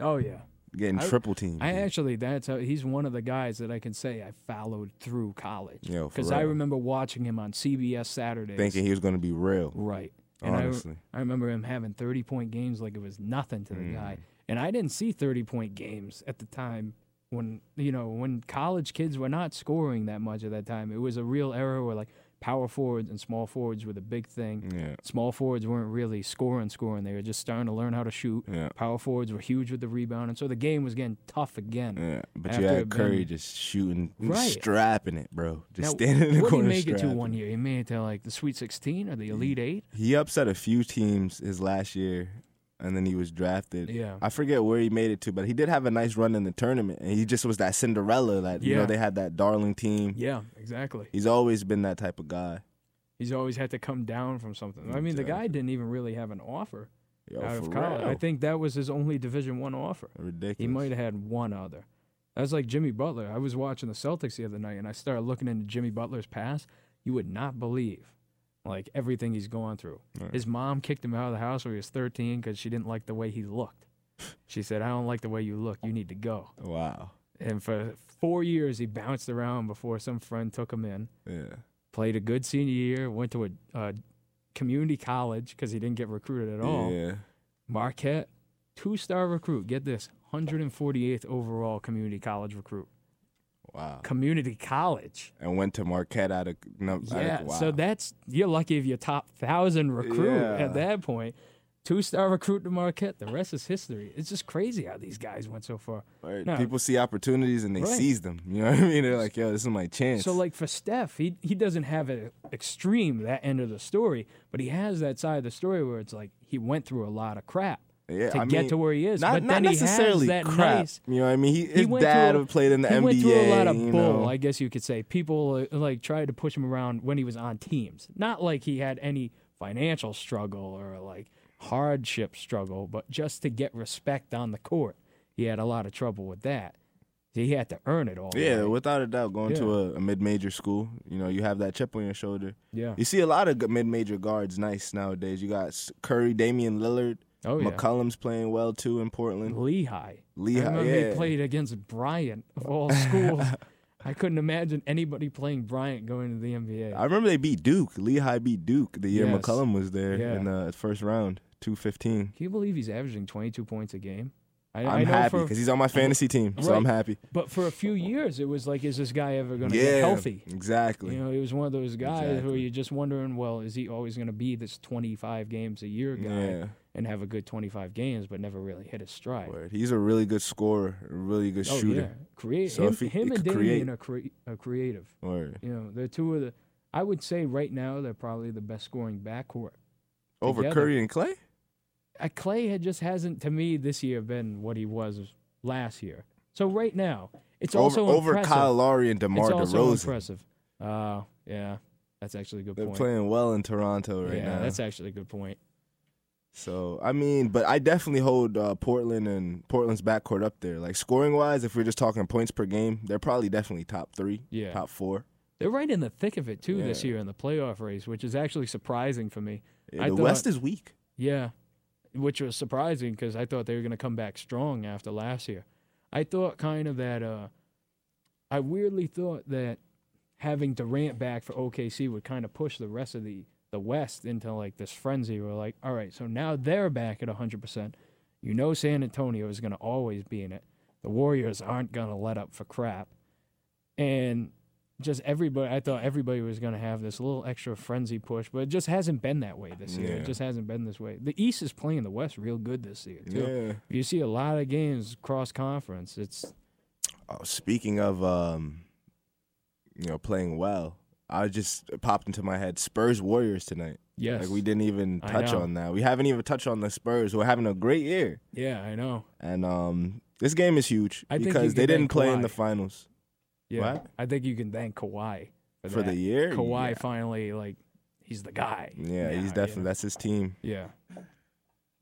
[SPEAKER 7] Oh yeah.
[SPEAKER 8] getting
[SPEAKER 7] I-
[SPEAKER 8] triple teamed.
[SPEAKER 7] I actually, that's how he's one of the guys that I can say I followed through college.
[SPEAKER 8] Yo, for
[SPEAKER 7] because I
[SPEAKER 8] real.
[SPEAKER 7] remember watching him on CBS Saturdays.
[SPEAKER 8] thinking he was going to be real.
[SPEAKER 7] Right. And I re-
[SPEAKER 8] Honestly.
[SPEAKER 7] I, remember him having 30 point games like it was nothing to the guy.
[SPEAKER 8] Mm.
[SPEAKER 7] And I didn't see 30 point games at the time when, you know, when college kids were not scoring that much at that time. It was a real era where like power forwards and small forwards were the big thing.
[SPEAKER 8] Yeah.
[SPEAKER 7] Small forwards weren't really scoring, scoring. They were just starting to learn how to shoot.
[SPEAKER 8] Yeah.
[SPEAKER 7] Power forwards were huge with the rebound. And so the game was getting tough again.
[SPEAKER 8] Yeah, but
[SPEAKER 7] After
[SPEAKER 8] you
[SPEAKER 7] it
[SPEAKER 8] had
[SPEAKER 7] been-
[SPEAKER 8] Curry just shooting,
[SPEAKER 7] Right.
[SPEAKER 8] strapping it, bro. Just
[SPEAKER 7] Now,
[SPEAKER 8] standing in the
[SPEAKER 7] what did he
[SPEAKER 8] corner.
[SPEAKER 7] make it to
[SPEAKER 8] strapping.
[SPEAKER 7] one year? He made it to like the Sweet 16 or the Elite Eight.
[SPEAKER 8] He upset a few teams his last year. and then he was drafted.
[SPEAKER 7] Yeah.
[SPEAKER 8] I forget where he made it to, but he did have a nice run in the tournament, and he just was that Cinderella that you
[SPEAKER 7] Yeah.
[SPEAKER 8] know they had that darling team.
[SPEAKER 7] Yeah, exactly.
[SPEAKER 8] He's always been that type of guy.
[SPEAKER 7] He's always had to come down from something. I mean, the guy didn't even really have an offer
[SPEAKER 8] Yo,
[SPEAKER 7] out of
[SPEAKER 8] for
[SPEAKER 7] college.
[SPEAKER 8] real.
[SPEAKER 7] I think that was his only Division One offer.
[SPEAKER 8] ridiculous.
[SPEAKER 7] He might have had one other. That's like Jimmy Butler. I was watching the Celtics the other night, and I started looking into Jimmy Butler's past. You would not believe, like everything he's gone through. His mom kicked him out of the house when he was 13 because she didn't like the way he looked. She said, "I don't like the way you look. You need to go."
[SPEAKER 8] Wow.
[SPEAKER 7] And for four years, he bounced around before some friend took him in.
[SPEAKER 8] Yeah.
[SPEAKER 7] Played a good senior year. Went to a, a community college because he didn't get recruited at all.
[SPEAKER 8] Yeah.
[SPEAKER 7] Marquette, two star recruit. Get this 148th overall community college recruit.
[SPEAKER 8] Wow.
[SPEAKER 7] Community college.
[SPEAKER 8] And went to Marquette out of no,
[SPEAKER 7] Yeah.
[SPEAKER 8] Out of, wow.
[SPEAKER 7] So that's, you're lucky if you're top thousand recruit
[SPEAKER 8] Yeah.
[SPEAKER 7] at that point. Two star recruit to Marquette. The rest is history. It's just crazy how these guys went so far.
[SPEAKER 8] Right.
[SPEAKER 7] No.
[SPEAKER 8] People see opportunities and they
[SPEAKER 7] Right.
[SPEAKER 8] seize them. You know what I mean? They're like, yo, this is my chance.
[SPEAKER 7] So like for Steph, he he doesn't have an extreme that end of the story, but he has that side of the story where it's like he went through a lot of crap
[SPEAKER 8] yeah,
[SPEAKER 7] to
[SPEAKER 8] I
[SPEAKER 7] get
[SPEAKER 8] mean,
[SPEAKER 7] to where he is.
[SPEAKER 8] Not,
[SPEAKER 7] but
[SPEAKER 8] not
[SPEAKER 7] then
[SPEAKER 8] necessarily
[SPEAKER 7] he has that
[SPEAKER 8] crap.
[SPEAKER 7] nice.
[SPEAKER 8] You know what I mean? He, his
[SPEAKER 7] went
[SPEAKER 8] dad
[SPEAKER 7] through a-
[SPEAKER 8] played in the
[SPEAKER 7] he
[SPEAKER 8] NBA.
[SPEAKER 7] went through a lot of
[SPEAKER 8] you
[SPEAKER 7] bull,
[SPEAKER 8] know.
[SPEAKER 7] I guess you could say. People uh, like tried to push him around when he was on teams. Not like he had any financial struggle or like hardship struggle, but just to get respect on the court, he had a lot of trouble with that. He had to earn it all.
[SPEAKER 8] Yeah,
[SPEAKER 7] right?
[SPEAKER 8] without a doubt, going to
[SPEAKER 7] Yeah.
[SPEAKER 8] a, a mid-major school, you know, you have that chip on your shoulder.
[SPEAKER 7] Yeah.
[SPEAKER 8] You see a lot of g- mid-major guards nice nowadays. You got S- Curry, Damian Lillard.
[SPEAKER 7] Oh, yeah.
[SPEAKER 8] McCollum's playing well too in Portland.
[SPEAKER 7] Lehigh.
[SPEAKER 8] Lehigh,
[SPEAKER 7] I remember
[SPEAKER 8] yeah.
[SPEAKER 7] he played against Bryant of all schools. I couldn't imagine anybody playing Bryant going to the NBA.
[SPEAKER 8] I remember they beat Duke. Lehigh beat Duke the year
[SPEAKER 7] Yes.
[SPEAKER 8] McCollum was there
[SPEAKER 7] Yeah.
[SPEAKER 8] in the first round, 215.
[SPEAKER 7] Can you believe he's averaging 22 points a game? I, I
[SPEAKER 8] I'm
[SPEAKER 7] know
[SPEAKER 8] happy
[SPEAKER 7] for-
[SPEAKER 8] because he's on my fantasy team, so
[SPEAKER 7] Right.
[SPEAKER 8] I'm happy.
[SPEAKER 7] But for a few years, it was like, is this guy ever going to
[SPEAKER 8] Yeah,
[SPEAKER 7] get healthy?
[SPEAKER 8] exactly.
[SPEAKER 7] You know, he was one of those guys who
[SPEAKER 8] Exactly.
[SPEAKER 7] you're just wondering, well, is he always going to be this 25 games a year guy
[SPEAKER 8] Yeah.
[SPEAKER 7] and have a good 25 games, but never really hit his stride?
[SPEAKER 8] Word. He's a really good scorer, a really good
[SPEAKER 7] Oh yeah,
[SPEAKER 8] shooter.
[SPEAKER 7] create
[SPEAKER 8] So
[SPEAKER 7] him.
[SPEAKER 8] if he- he
[SPEAKER 7] him and
[SPEAKER 8] could
[SPEAKER 7] Damian
[SPEAKER 8] create-
[SPEAKER 7] are, crea- are creative.
[SPEAKER 8] Word.
[SPEAKER 7] You know, they're two of the. I would say right now they're probably the best scoring backcourt.
[SPEAKER 8] Over
[SPEAKER 7] Together.
[SPEAKER 8] Curry and Clay?
[SPEAKER 7] Uh, Clay had just hasn't to me this year been what he was last year. So right now, it's
[SPEAKER 8] over
[SPEAKER 7] also
[SPEAKER 8] over
[SPEAKER 7] impressive.
[SPEAKER 8] Kyle Lowry and DeMar
[SPEAKER 7] it's also
[SPEAKER 8] DeRozan.
[SPEAKER 7] impressive. Uh, yeah, that's actually a good
[SPEAKER 8] They're
[SPEAKER 7] point.
[SPEAKER 8] playing well in Toronto right
[SPEAKER 7] yeah,
[SPEAKER 8] now.
[SPEAKER 7] that's actually a good point.
[SPEAKER 8] so I mean, but I definitely hold uh, Portland and Portland's backcourt up there. Like scoring wise, if we're just talking points per game, they're probably definitely top three,
[SPEAKER 7] Yeah.
[SPEAKER 8] top four.
[SPEAKER 7] They're right in the thick of it too this
[SPEAKER 8] Yeah.
[SPEAKER 7] year in the playoff race, which is actually surprising for me.
[SPEAKER 8] Yeah,
[SPEAKER 7] I
[SPEAKER 8] the
[SPEAKER 7] thought-
[SPEAKER 8] West is weak.
[SPEAKER 7] Yeah, which was surprising because I thought they were going to come back strong after last year. I thought kind of that. Uh, I weirdly thought that having Durant back for OKC would kind of push the rest of the the West into like this frenzy. Where like, all right, so now they're back at 100. percent You know, San Antonio is going to always be in it. The Warriors aren't going to let up for crap, and just everybody. I thought everybody was going to have this little extra frenzy push, but it just hasn't been that way this year.
[SPEAKER 8] Yeah.
[SPEAKER 7] It just hasn't been this way. The East is playing the West real good this year too.
[SPEAKER 8] Yeah.
[SPEAKER 7] You see a lot of games cross conference. It's
[SPEAKER 8] Oh, speaking of um, you know, playing well, I just it popped into my head Spurs Warriors tonight.
[SPEAKER 7] yes,
[SPEAKER 8] Like we didn't even
[SPEAKER 7] I
[SPEAKER 8] touch
[SPEAKER 7] know.
[SPEAKER 8] on that. We haven't even touched on the Spurs who are having a great year.
[SPEAKER 7] yeah, I know.
[SPEAKER 8] And um, this game is huge
[SPEAKER 7] I think you
[SPEAKER 8] because they
[SPEAKER 7] could
[SPEAKER 8] didn't
[SPEAKER 7] thank
[SPEAKER 8] play in
[SPEAKER 7] Kawhi.
[SPEAKER 8] the finals.
[SPEAKER 7] Yeah,
[SPEAKER 8] What?
[SPEAKER 7] I think you can thank Kawhi for,
[SPEAKER 8] For the
[SPEAKER 7] that.
[SPEAKER 8] year?
[SPEAKER 7] Kawhi
[SPEAKER 8] Yeah.
[SPEAKER 7] finally like he's the guy.
[SPEAKER 8] Yeah,
[SPEAKER 7] now,
[SPEAKER 8] he's
[SPEAKER 7] you
[SPEAKER 8] definitely
[SPEAKER 7] know?
[SPEAKER 8] that's his team.
[SPEAKER 7] yeah,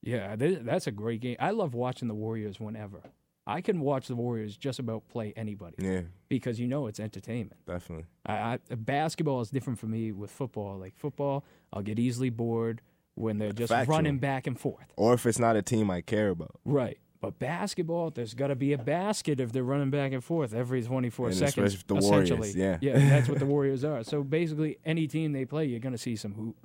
[SPEAKER 7] yeah. th- that's a great game. I love watching the Warriors whenever I can watch the Warriors just about play anybody
[SPEAKER 8] Yeah,
[SPEAKER 7] because you know it's entertainment.
[SPEAKER 8] definitely.
[SPEAKER 7] I, I basketball is different for me with football. Like football, I'll get easily bored when they're just
[SPEAKER 8] Factual.
[SPEAKER 7] running back and forth.
[SPEAKER 8] Or if it's not a team I care about,
[SPEAKER 7] Right. But basketball, there's got to be a basket if they're running back and forth every 24
[SPEAKER 8] And especially
[SPEAKER 7] seconds.
[SPEAKER 8] if the Warriors,
[SPEAKER 7] essentially.
[SPEAKER 8] yeah.
[SPEAKER 7] Yeah, that's what the Warriors are. So basically, any team they play, you're going to see some hoop.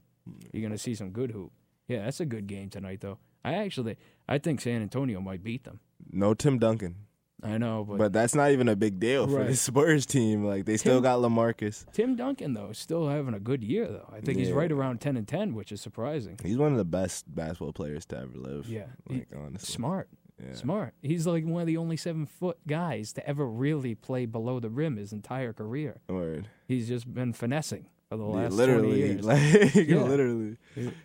[SPEAKER 7] You're going to see some good hoop. Yeah, that's a good game tonight, though. I actually, I think San Antonio might beat them.
[SPEAKER 8] no Tim Duncan.
[SPEAKER 7] I know, but,
[SPEAKER 8] But that's not even a big deal for the
[SPEAKER 7] Right.
[SPEAKER 8] Spurs team. Like they still
[SPEAKER 7] Tim-
[SPEAKER 8] got LaMarcus.
[SPEAKER 7] Tim Duncan though is still having a good year though. I think he's
[SPEAKER 8] Yeah.
[SPEAKER 7] right around 10 and 10, which is surprising.
[SPEAKER 8] He's one of the best basketball players to ever live.
[SPEAKER 7] Yeah, he-
[SPEAKER 8] like honestly.
[SPEAKER 7] Smart. Smart. He's like one of the only seven foot guys to ever really play below the rim his entire career.
[SPEAKER 8] Word.
[SPEAKER 7] He's just been finessing for the
[SPEAKER 8] Yeah,
[SPEAKER 7] last 20
[SPEAKER 8] literally,
[SPEAKER 7] years.
[SPEAKER 8] like
[SPEAKER 7] Yeah.
[SPEAKER 8] literally,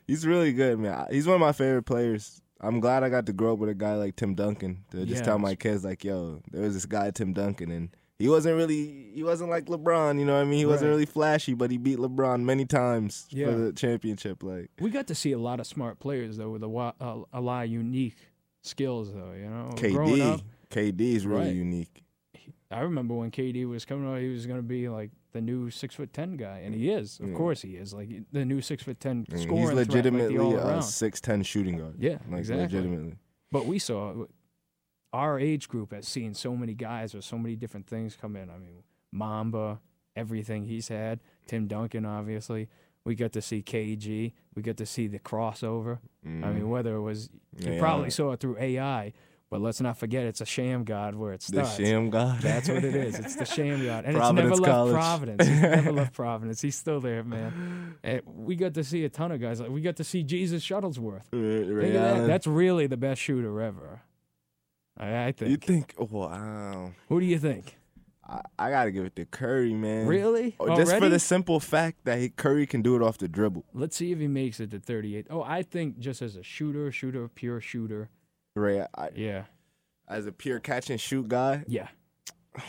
[SPEAKER 8] he's really good, man. He's one of my favorite players I'm glad I got to grow up with a guy like Tim Duncan to just
[SPEAKER 7] Yeah,
[SPEAKER 8] tell my kids like, yo, there was this guy Tim Duncan and he wasn't really he wasn't like LeBron, you know what I mean? He wasn't
[SPEAKER 7] Right.
[SPEAKER 8] really flashy, but he beat LeBron many times
[SPEAKER 7] Yeah.
[SPEAKER 8] for the championship like.
[SPEAKER 7] We got to see a lot of smart players though with a, wa- a, a lot of unique skills though. You know, growing
[SPEAKER 8] KD.
[SPEAKER 7] up,
[SPEAKER 8] KD is really
[SPEAKER 7] Right.
[SPEAKER 8] unique.
[SPEAKER 7] I remember when KD was coming out, he was going to be like the new six foot ten guy, and he is. Of course, he is. Like the new six foot ten
[SPEAKER 8] And
[SPEAKER 7] scoring
[SPEAKER 8] Mm, He's legitimately
[SPEAKER 7] threat, like, the all
[SPEAKER 8] a
[SPEAKER 7] around.
[SPEAKER 8] 6'10 shooting guard.
[SPEAKER 7] Yeah,
[SPEAKER 8] like
[SPEAKER 7] exactly.
[SPEAKER 8] legitimately.
[SPEAKER 7] But we saw uh, our age group has seen so many guys with so many different things come in. I mean, Mamba, everything he's had, Tim Duncan, obviously. We got to see KG. We got to see the crossover. I mean, whether it was you
[SPEAKER 8] Mm. Yeah.
[SPEAKER 7] probably saw it through AI, but let's not forget it's a sham god where it
[SPEAKER 8] The
[SPEAKER 7] starts.
[SPEAKER 8] sham god.
[SPEAKER 7] That's what it is. It's the sham god, and
[SPEAKER 8] Providence
[SPEAKER 7] it's never
[SPEAKER 8] College.
[SPEAKER 7] left Providence. It's never left Providence. He's still there, man. And we got to see a ton of guys. Like we got to see Jesus Shuttlesworth.
[SPEAKER 8] Ray- Ray
[SPEAKER 7] Think of that.
[SPEAKER 8] Allen.
[SPEAKER 7] That's really the best shooter ever. I, I think.
[SPEAKER 8] you think? Oh, wow.
[SPEAKER 7] Who do you think?
[SPEAKER 8] I, I gotta give it to Curry, man.
[SPEAKER 7] Really?
[SPEAKER 8] Oh, just for
[SPEAKER 7] Already?
[SPEAKER 8] the simple fact that he, Curry can do it off the dribble.
[SPEAKER 7] Let's see if he makes it to 38. Oh, I think just as a shooter, shooter, pure shooter.
[SPEAKER 8] Ray, I,
[SPEAKER 7] Yeah.
[SPEAKER 8] as a pure catch and shoot guy,
[SPEAKER 7] Yeah.
[SPEAKER 8] I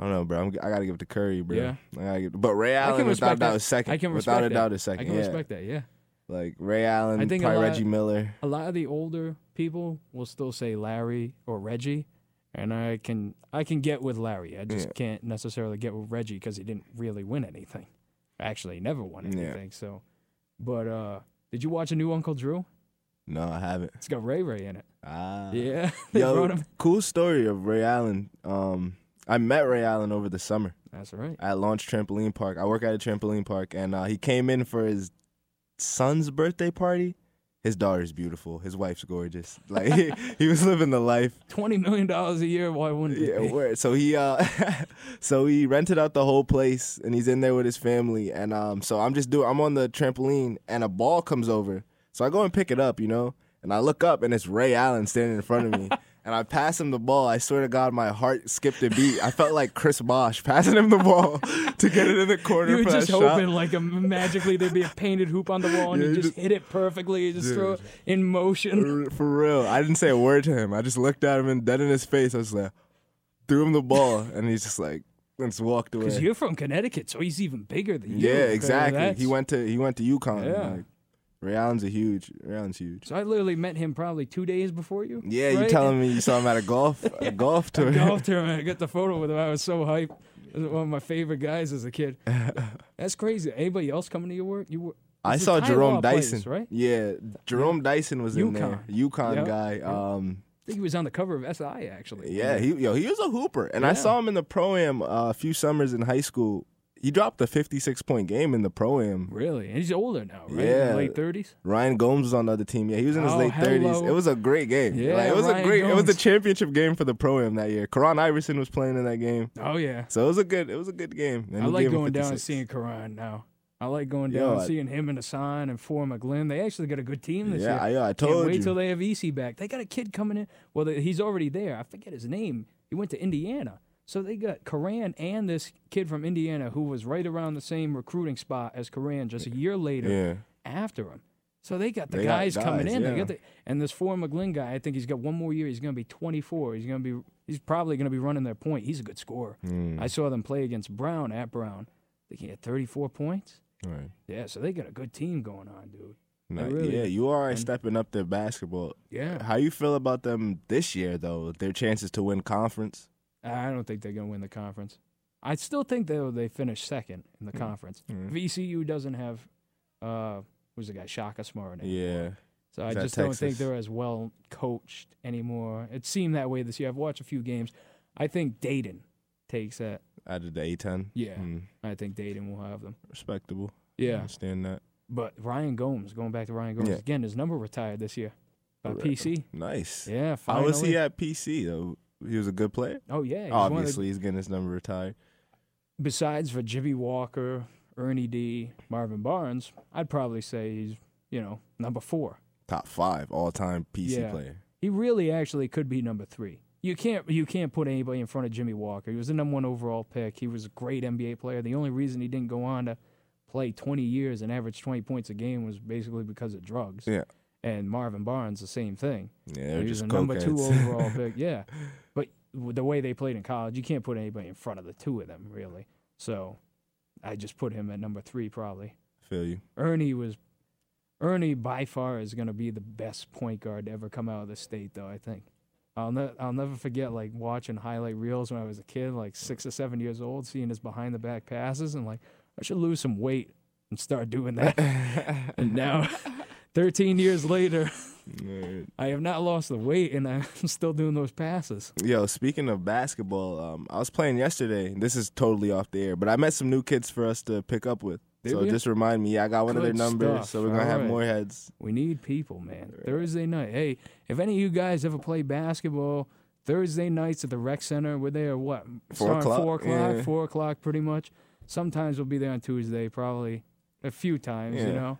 [SPEAKER 8] don't know, bro. I'm, I gotta give it to Curry, bro.
[SPEAKER 7] Yeah.
[SPEAKER 8] I gotta give, but Ray Allen, without a doubt, is second.
[SPEAKER 7] I can respect
[SPEAKER 8] without a
[SPEAKER 7] that.
[SPEAKER 8] doubt, is second.
[SPEAKER 7] I can
[SPEAKER 8] yeah.
[SPEAKER 7] respect that. Yeah.
[SPEAKER 8] Like Ray Allen,
[SPEAKER 7] I think a
[SPEAKER 8] probably
[SPEAKER 7] lot-
[SPEAKER 8] Reggie Miller.
[SPEAKER 7] A lot of the older people will still say Larry or Reggie, and I can I can get with Larry. I just can't necessarily get with Reggie because he didn't really win anything. Actually, he never won
[SPEAKER 8] Yeah.
[SPEAKER 7] anything. So, but uh, did you watch a new Uncle Drew?
[SPEAKER 8] No, I haven't.
[SPEAKER 7] It's got Ray Ray in it.
[SPEAKER 8] Ah.
[SPEAKER 7] Yeah. they wrote
[SPEAKER 8] Yo,
[SPEAKER 7] him.
[SPEAKER 8] cool story of Ray Allen. Um, I met Ray Allen over the summer.
[SPEAKER 7] That's right.
[SPEAKER 8] at Launch Trampoline Park. I work at a trampoline park, and uh, he came in for his son's birthday party. His daughter's beautiful. His wife's gorgeous. Like he, he was living the life.
[SPEAKER 7] Twenty million dollars a year. Why wouldn't it?
[SPEAKER 8] Yeah,
[SPEAKER 7] be?
[SPEAKER 8] where- so he uh, so he rented out the whole place, and he's in there with his family. And um, so I'm just doing. I'm on the trampoline, and a ball comes over. So I go and pick it up, you know, and I look up, and it's Ray Allen standing in front of me. And I pass him the ball. I swear to God, my heart skipped a beat. I felt like Chris Bosh passing him the ball to get it in the corner.
[SPEAKER 7] You were
[SPEAKER 8] for
[SPEAKER 7] just
[SPEAKER 8] that shot.
[SPEAKER 7] hoping, like, a, magically there'd be a painted hoop on the wall, and
[SPEAKER 8] Yeah,
[SPEAKER 7] you
[SPEAKER 8] you
[SPEAKER 7] just,
[SPEAKER 8] just-
[SPEAKER 7] hit it perfectly. You just throw it in motion.
[SPEAKER 8] For- For real. I didn't say a word to him. I just looked at him and dead in his face. I was like, threw him the ball, and he's just like, and just walked away.
[SPEAKER 7] Because you're from Connecticut, so he's even bigger than you.
[SPEAKER 8] yeah,
[SPEAKER 7] Okay,
[SPEAKER 8] exactly. He
[SPEAKER 7] that's-
[SPEAKER 8] went to he went to UConn.
[SPEAKER 7] Yeah.
[SPEAKER 8] Like, Ray Allen's a huge. Ray Allen's huge.
[SPEAKER 7] So I literally met him probably two days before you.
[SPEAKER 8] Yeah, you
[SPEAKER 7] right?
[SPEAKER 8] telling me you saw him at a golf a golf tour?
[SPEAKER 7] golf tournament. I got the photo with him. I was so hyped. It was one of my favorite guys as a kid. That's crazy. Anybody else coming to your work? You were.
[SPEAKER 8] I
[SPEAKER 7] it's a
[SPEAKER 8] saw
[SPEAKER 7] Ty
[SPEAKER 8] Jerome
[SPEAKER 7] Law place,
[SPEAKER 8] Dyson.
[SPEAKER 7] right? I
[SPEAKER 8] Yeah, Jerome Dyson was in there. UConn
[SPEAKER 7] Yeah.
[SPEAKER 8] guy. Um,
[SPEAKER 7] think he was on the cover of SI actually.
[SPEAKER 8] yeah, he yo he was a hooper, and
[SPEAKER 7] Yeah.
[SPEAKER 8] I saw him in the pro am uh, a few summers in high school. He dropped a fifty six point game in the pro am.
[SPEAKER 7] Really, and he's older now, right?
[SPEAKER 8] Yeah.
[SPEAKER 7] late thirties.
[SPEAKER 8] Ryan Gomes was on the other team. Yeah, he was in his
[SPEAKER 7] Oh,
[SPEAKER 8] late thirties.
[SPEAKER 7] hello.
[SPEAKER 8] It was a great game.
[SPEAKER 7] Yeah,
[SPEAKER 8] Like, it was
[SPEAKER 7] Ryan
[SPEAKER 8] a great. It was
[SPEAKER 7] Gomes.
[SPEAKER 8] a championship game for the pro am that year. Karan Iverson was playing in that game,
[SPEAKER 7] Oh yeah,
[SPEAKER 8] so it was a good. It was a good game. And
[SPEAKER 7] I
[SPEAKER 8] he
[SPEAKER 7] like
[SPEAKER 8] gave him
[SPEAKER 7] going down and
[SPEAKER 8] 56.
[SPEAKER 7] seeing Karan now. I like going down
[SPEAKER 8] Yo,
[SPEAKER 7] and
[SPEAKER 8] I-
[SPEAKER 7] seeing him and Hassan and Four McGlynn. They actually got a good team this
[SPEAKER 8] Yeah, I-
[SPEAKER 7] year.
[SPEAKER 8] yeah, I
[SPEAKER 7] Can't
[SPEAKER 8] told
[SPEAKER 7] wait
[SPEAKER 8] you.
[SPEAKER 7] till they have EC back. They got a kid coming in. Well, they, he's already there. I forget his name. He went to Indiana. So they got Karan and this kid from Indiana who was right around the same recruiting spot as Karan just a year later
[SPEAKER 8] Yeah.
[SPEAKER 7] after him. So they got the
[SPEAKER 8] They got
[SPEAKER 7] guys, coming
[SPEAKER 8] guys,
[SPEAKER 7] in. They
[SPEAKER 8] yeah.
[SPEAKER 7] got the, and this Four McGlynn guy. I think he's got one more year. He's going to be 24. He's going to be. He's probably going to be running their point. He's a good scorer.
[SPEAKER 8] Hmm.
[SPEAKER 7] I saw them play against Brown at Brown. I think he had 34 points.
[SPEAKER 8] Right.
[SPEAKER 7] Yeah, so they got a good team going on, dude.
[SPEAKER 8] Nah,
[SPEAKER 7] really-
[SPEAKER 8] yeah, you are stepping up their basketball.
[SPEAKER 7] Yeah.
[SPEAKER 8] How you feel about them this year though? Their chances to win conference.
[SPEAKER 7] I don't think they're going to win the conference. I still think though they finish second in
[SPEAKER 8] Hmm.
[SPEAKER 7] the conference. VCU doesn't have uh who's the guy Shaka Smart in it.
[SPEAKER 8] Yeah.
[SPEAKER 7] So I
[SPEAKER 8] Is that
[SPEAKER 7] just don't think
[SPEAKER 8] Texas?
[SPEAKER 7] they're as well coached anymore. It seemed that way this year. I've watched a few games. I think Dayton takes that.
[SPEAKER 8] Out of the A ten. Hmm,
[SPEAKER 7] Yeah. I think Dayton will have them.
[SPEAKER 8] Respectable. I
[SPEAKER 7] Yeah.
[SPEAKER 8] understand that.
[SPEAKER 7] But Ryan Gomes, going back to Ryan Gomes
[SPEAKER 8] Yeah.
[SPEAKER 7] again, his number retired this year by PC.
[SPEAKER 8] Nice.
[SPEAKER 7] Yeah,
[SPEAKER 8] How
[SPEAKER 7] finally.
[SPEAKER 8] was he at PC though? He was a good player.
[SPEAKER 7] Oh yeah, he's one of the-
[SPEAKER 8] Obviously, he's getting his number retired.
[SPEAKER 7] besides for Jimmy Walker, Ernie D, Marvin Barnes, I'd probably say he's, you know, number four.
[SPEAKER 8] Top five all time PC
[SPEAKER 7] Yeah.
[SPEAKER 8] player.
[SPEAKER 7] He really actually could be number three. You can't you can't put anybody in front of Jimmy Walker. He was the number one overall pick. He was a great NBA player. The only reason he didn't go on to play 20 years and average 20 points a game was basically because of drugs.
[SPEAKER 8] Yeah.
[SPEAKER 7] And Marvin Barnes, the same thing.
[SPEAKER 8] Yeah, they're
[SPEAKER 7] he was
[SPEAKER 8] just
[SPEAKER 7] a number two
[SPEAKER 8] cokeheads.
[SPEAKER 7] overall pick. Yeah, but w- the way they played in college, you can't put anybody in front of the two of them really. So I just put him at number three probably.
[SPEAKER 8] Feel you.
[SPEAKER 7] Ernie was Ernie by far is going to be the best point guard to ever come out of the state, though. I think I'll ne- I'll never forget like watching highlight reels when I was a kid, like six or seven years old, seeing his behind the back passes, and like I should lose some weight and start doing that. and now, thirteen years later, I have not lost the weight, and I'm still doing those passes.
[SPEAKER 8] Yo, speaking of basketball, um, I was playing yesterday. This is totally off the air, but I met some new kids for us to pick up with.
[SPEAKER 7] Did
[SPEAKER 8] so
[SPEAKER 7] ya?
[SPEAKER 8] just remind me. Yeah, I got one of their
[SPEAKER 7] Good
[SPEAKER 8] numbers,
[SPEAKER 7] stuff.
[SPEAKER 8] so we're gonna
[SPEAKER 7] All
[SPEAKER 8] have
[SPEAKER 7] right.
[SPEAKER 8] more heads.
[SPEAKER 7] We need people, man. Thursday night. Hey, if any of you guys ever play basketball, Thursday nights at the rec center, we're there what? starting
[SPEAKER 8] o'clock,
[SPEAKER 7] Four o'clock.
[SPEAKER 8] yeah.
[SPEAKER 7] Four o'clock, pretty much. Sometimes we'll be there on Tuesday, probably a few times.
[SPEAKER 8] Yeah.
[SPEAKER 7] You know,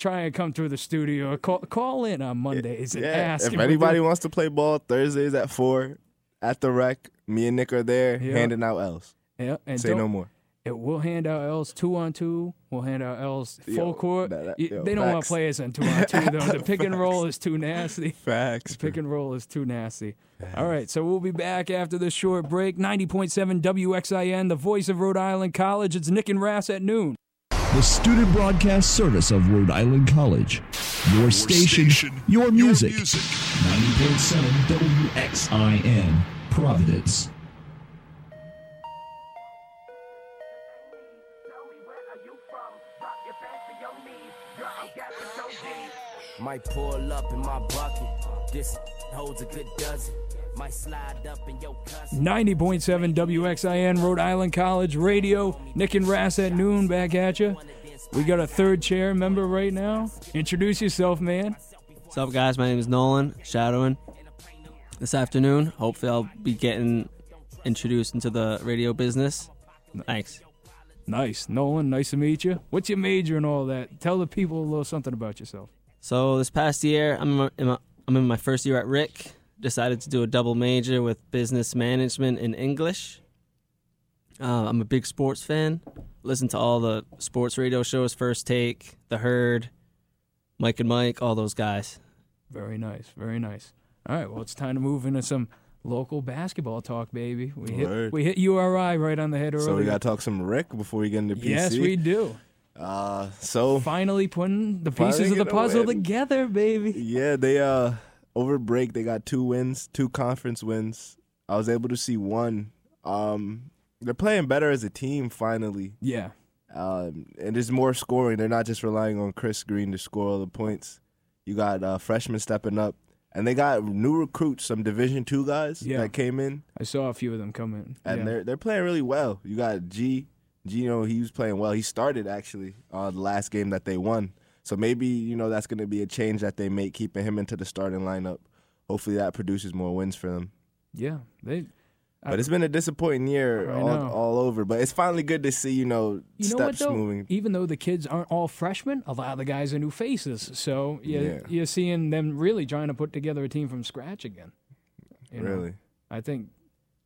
[SPEAKER 7] try and come through the studio. Or call call in on Mondays and ask
[SPEAKER 8] if
[SPEAKER 7] we're
[SPEAKER 8] anybody
[SPEAKER 7] doing-
[SPEAKER 8] wants to play ball, Thursdays at four, at the rec. Me and Nick are there
[SPEAKER 7] Yeah.
[SPEAKER 8] handing out L's.
[SPEAKER 7] Yeah, and
[SPEAKER 8] Say
[SPEAKER 7] don't-
[SPEAKER 8] no more.
[SPEAKER 7] it- we'll hand out L's two on two. We'll hand out L's full
[SPEAKER 8] Yo,
[SPEAKER 7] court.
[SPEAKER 8] that- that-
[SPEAKER 7] You-
[SPEAKER 8] yo,
[SPEAKER 7] they don't want
[SPEAKER 8] facts.
[SPEAKER 7] players on two on two though. The pick and roll is too nasty.
[SPEAKER 8] Facts.
[SPEAKER 7] Pick and roll is too nasty. All right, so we'll be back after this short break. 90.7 WXIN, the voice of Rhode Island College. It's Nick and Rass at noon.
[SPEAKER 3] The student broadcast service of Rhode Island College. Your, station, your music. 90.7 WXIN, Providence.
[SPEAKER 9] Might pull up in my bucket. This holds a good dozen. Might slide up in your cousin.
[SPEAKER 7] 90.7 WXIN, Rhode Island College Radio. Nick and Rass at noon, back at you. We got a third chair member right now. Introduce yourself, man.
[SPEAKER 10] What's up, guys? My name is Nolan, shadowing this afternoon. Hopefully, I'll be getting introduced into the radio business. Thanks.
[SPEAKER 7] Nice, Nolan. Nice to meet you. What's your major and all that? Tell the people a little something about yourself.
[SPEAKER 10] So, this past year, I'm in my, I'm in my first year at Rick. Decided to do a double major with business management and English. Uh, I'm a big sports fan. Listen to all the sports radio shows First Take, The Herd, Mike and Mike, all those guys.
[SPEAKER 7] Very nice, very nice. All right, well, it's time to move into some local basketball talk, baby. We hit
[SPEAKER 8] Word.
[SPEAKER 7] we hit URI right on the head earlier.
[SPEAKER 8] So we gotta talk some Rick before we get into PC.
[SPEAKER 7] yes, we do.
[SPEAKER 8] Uh, so
[SPEAKER 7] Finally putting the
[SPEAKER 8] Finally
[SPEAKER 7] pieces of the
[SPEAKER 8] gonna
[SPEAKER 7] puzzle
[SPEAKER 8] win.
[SPEAKER 7] together, baby.
[SPEAKER 8] Yeah, they uh over break they got two wins, two conference wins. I was able to see one. Um they're playing better as a team finally.
[SPEAKER 7] Yeah,
[SPEAKER 8] Um and there's more scoring. They're not just relying on Chris Green to score all the points. You got uh freshmen stepping up and they got new recruits, some division 2 guys
[SPEAKER 7] Yeah.
[SPEAKER 8] that came in
[SPEAKER 7] I saw a few of them come in.
[SPEAKER 8] and
[SPEAKER 7] Yeah.
[SPEAKER 8] they're they're playing really well. You got G, Gino, he was playing well. He started actually uh, the last game that they won. So maybe you know that's going to be a change that they make, keeping him into the starting lineup. Hopefully that produces more wins for them.
[SPEAKER 7] yeah, they. I-
[SPEAKER 8] But it's been a disappointing year
[SPEAKER 7] I
[SPEAKER 8] all,
[SPEAKER 7] know.
[SPEAKER 8] all over. But it's finally good to see you know,
[SPEAKER 7] You know
[SPEAKER 8] steps
[SPEAKER 7] what though?
[SPEAKER 8] moving.
[SPEAKER 7] Even though the kids aren't all freshmen, a lot of the guys are new faces. So you
[SPEAKER 8] Yeah.
[SPEAKER 7] you're seeing them really trying to put together a team from scratch again. You know?
[SPEAKER 8] Really,
[SPEAKER 7] I think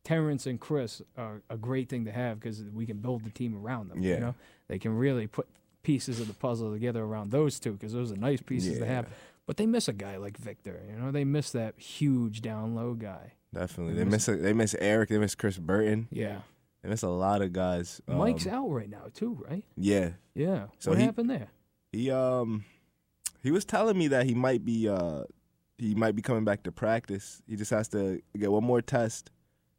[SPEAKER 7] Terrence and Chris are a great thing to have because we can build the team around them. You
[SPEAKER 8] Yeah.
[SPEAKER 7] know, they can really put pieces of the puzzle together around those two because those are nice pieces to have. But they miss a guy like Victor. You know, they miss that huge down low guy.
[SPEAKER 8] definitely. They miss they miss Eric. They miss Chris Burton.
[SPEAKER 7] Yeah,
[SPEAKER 8] They miss a lot of guys. Um,
[SPEAKER 7] Mike's out right now too, right?
[SPEAKER 8] Yeah,
[SPEAKER 7] Yeah.
[SPEAKER 8] So
[SPEAKER 7] what
[SPEAKER 8] he-
[SPEAKER 7] happened there?
[SPEAKER 8] He um he was telling me that he might be uh he might be coming back to practice. He just has to get one more test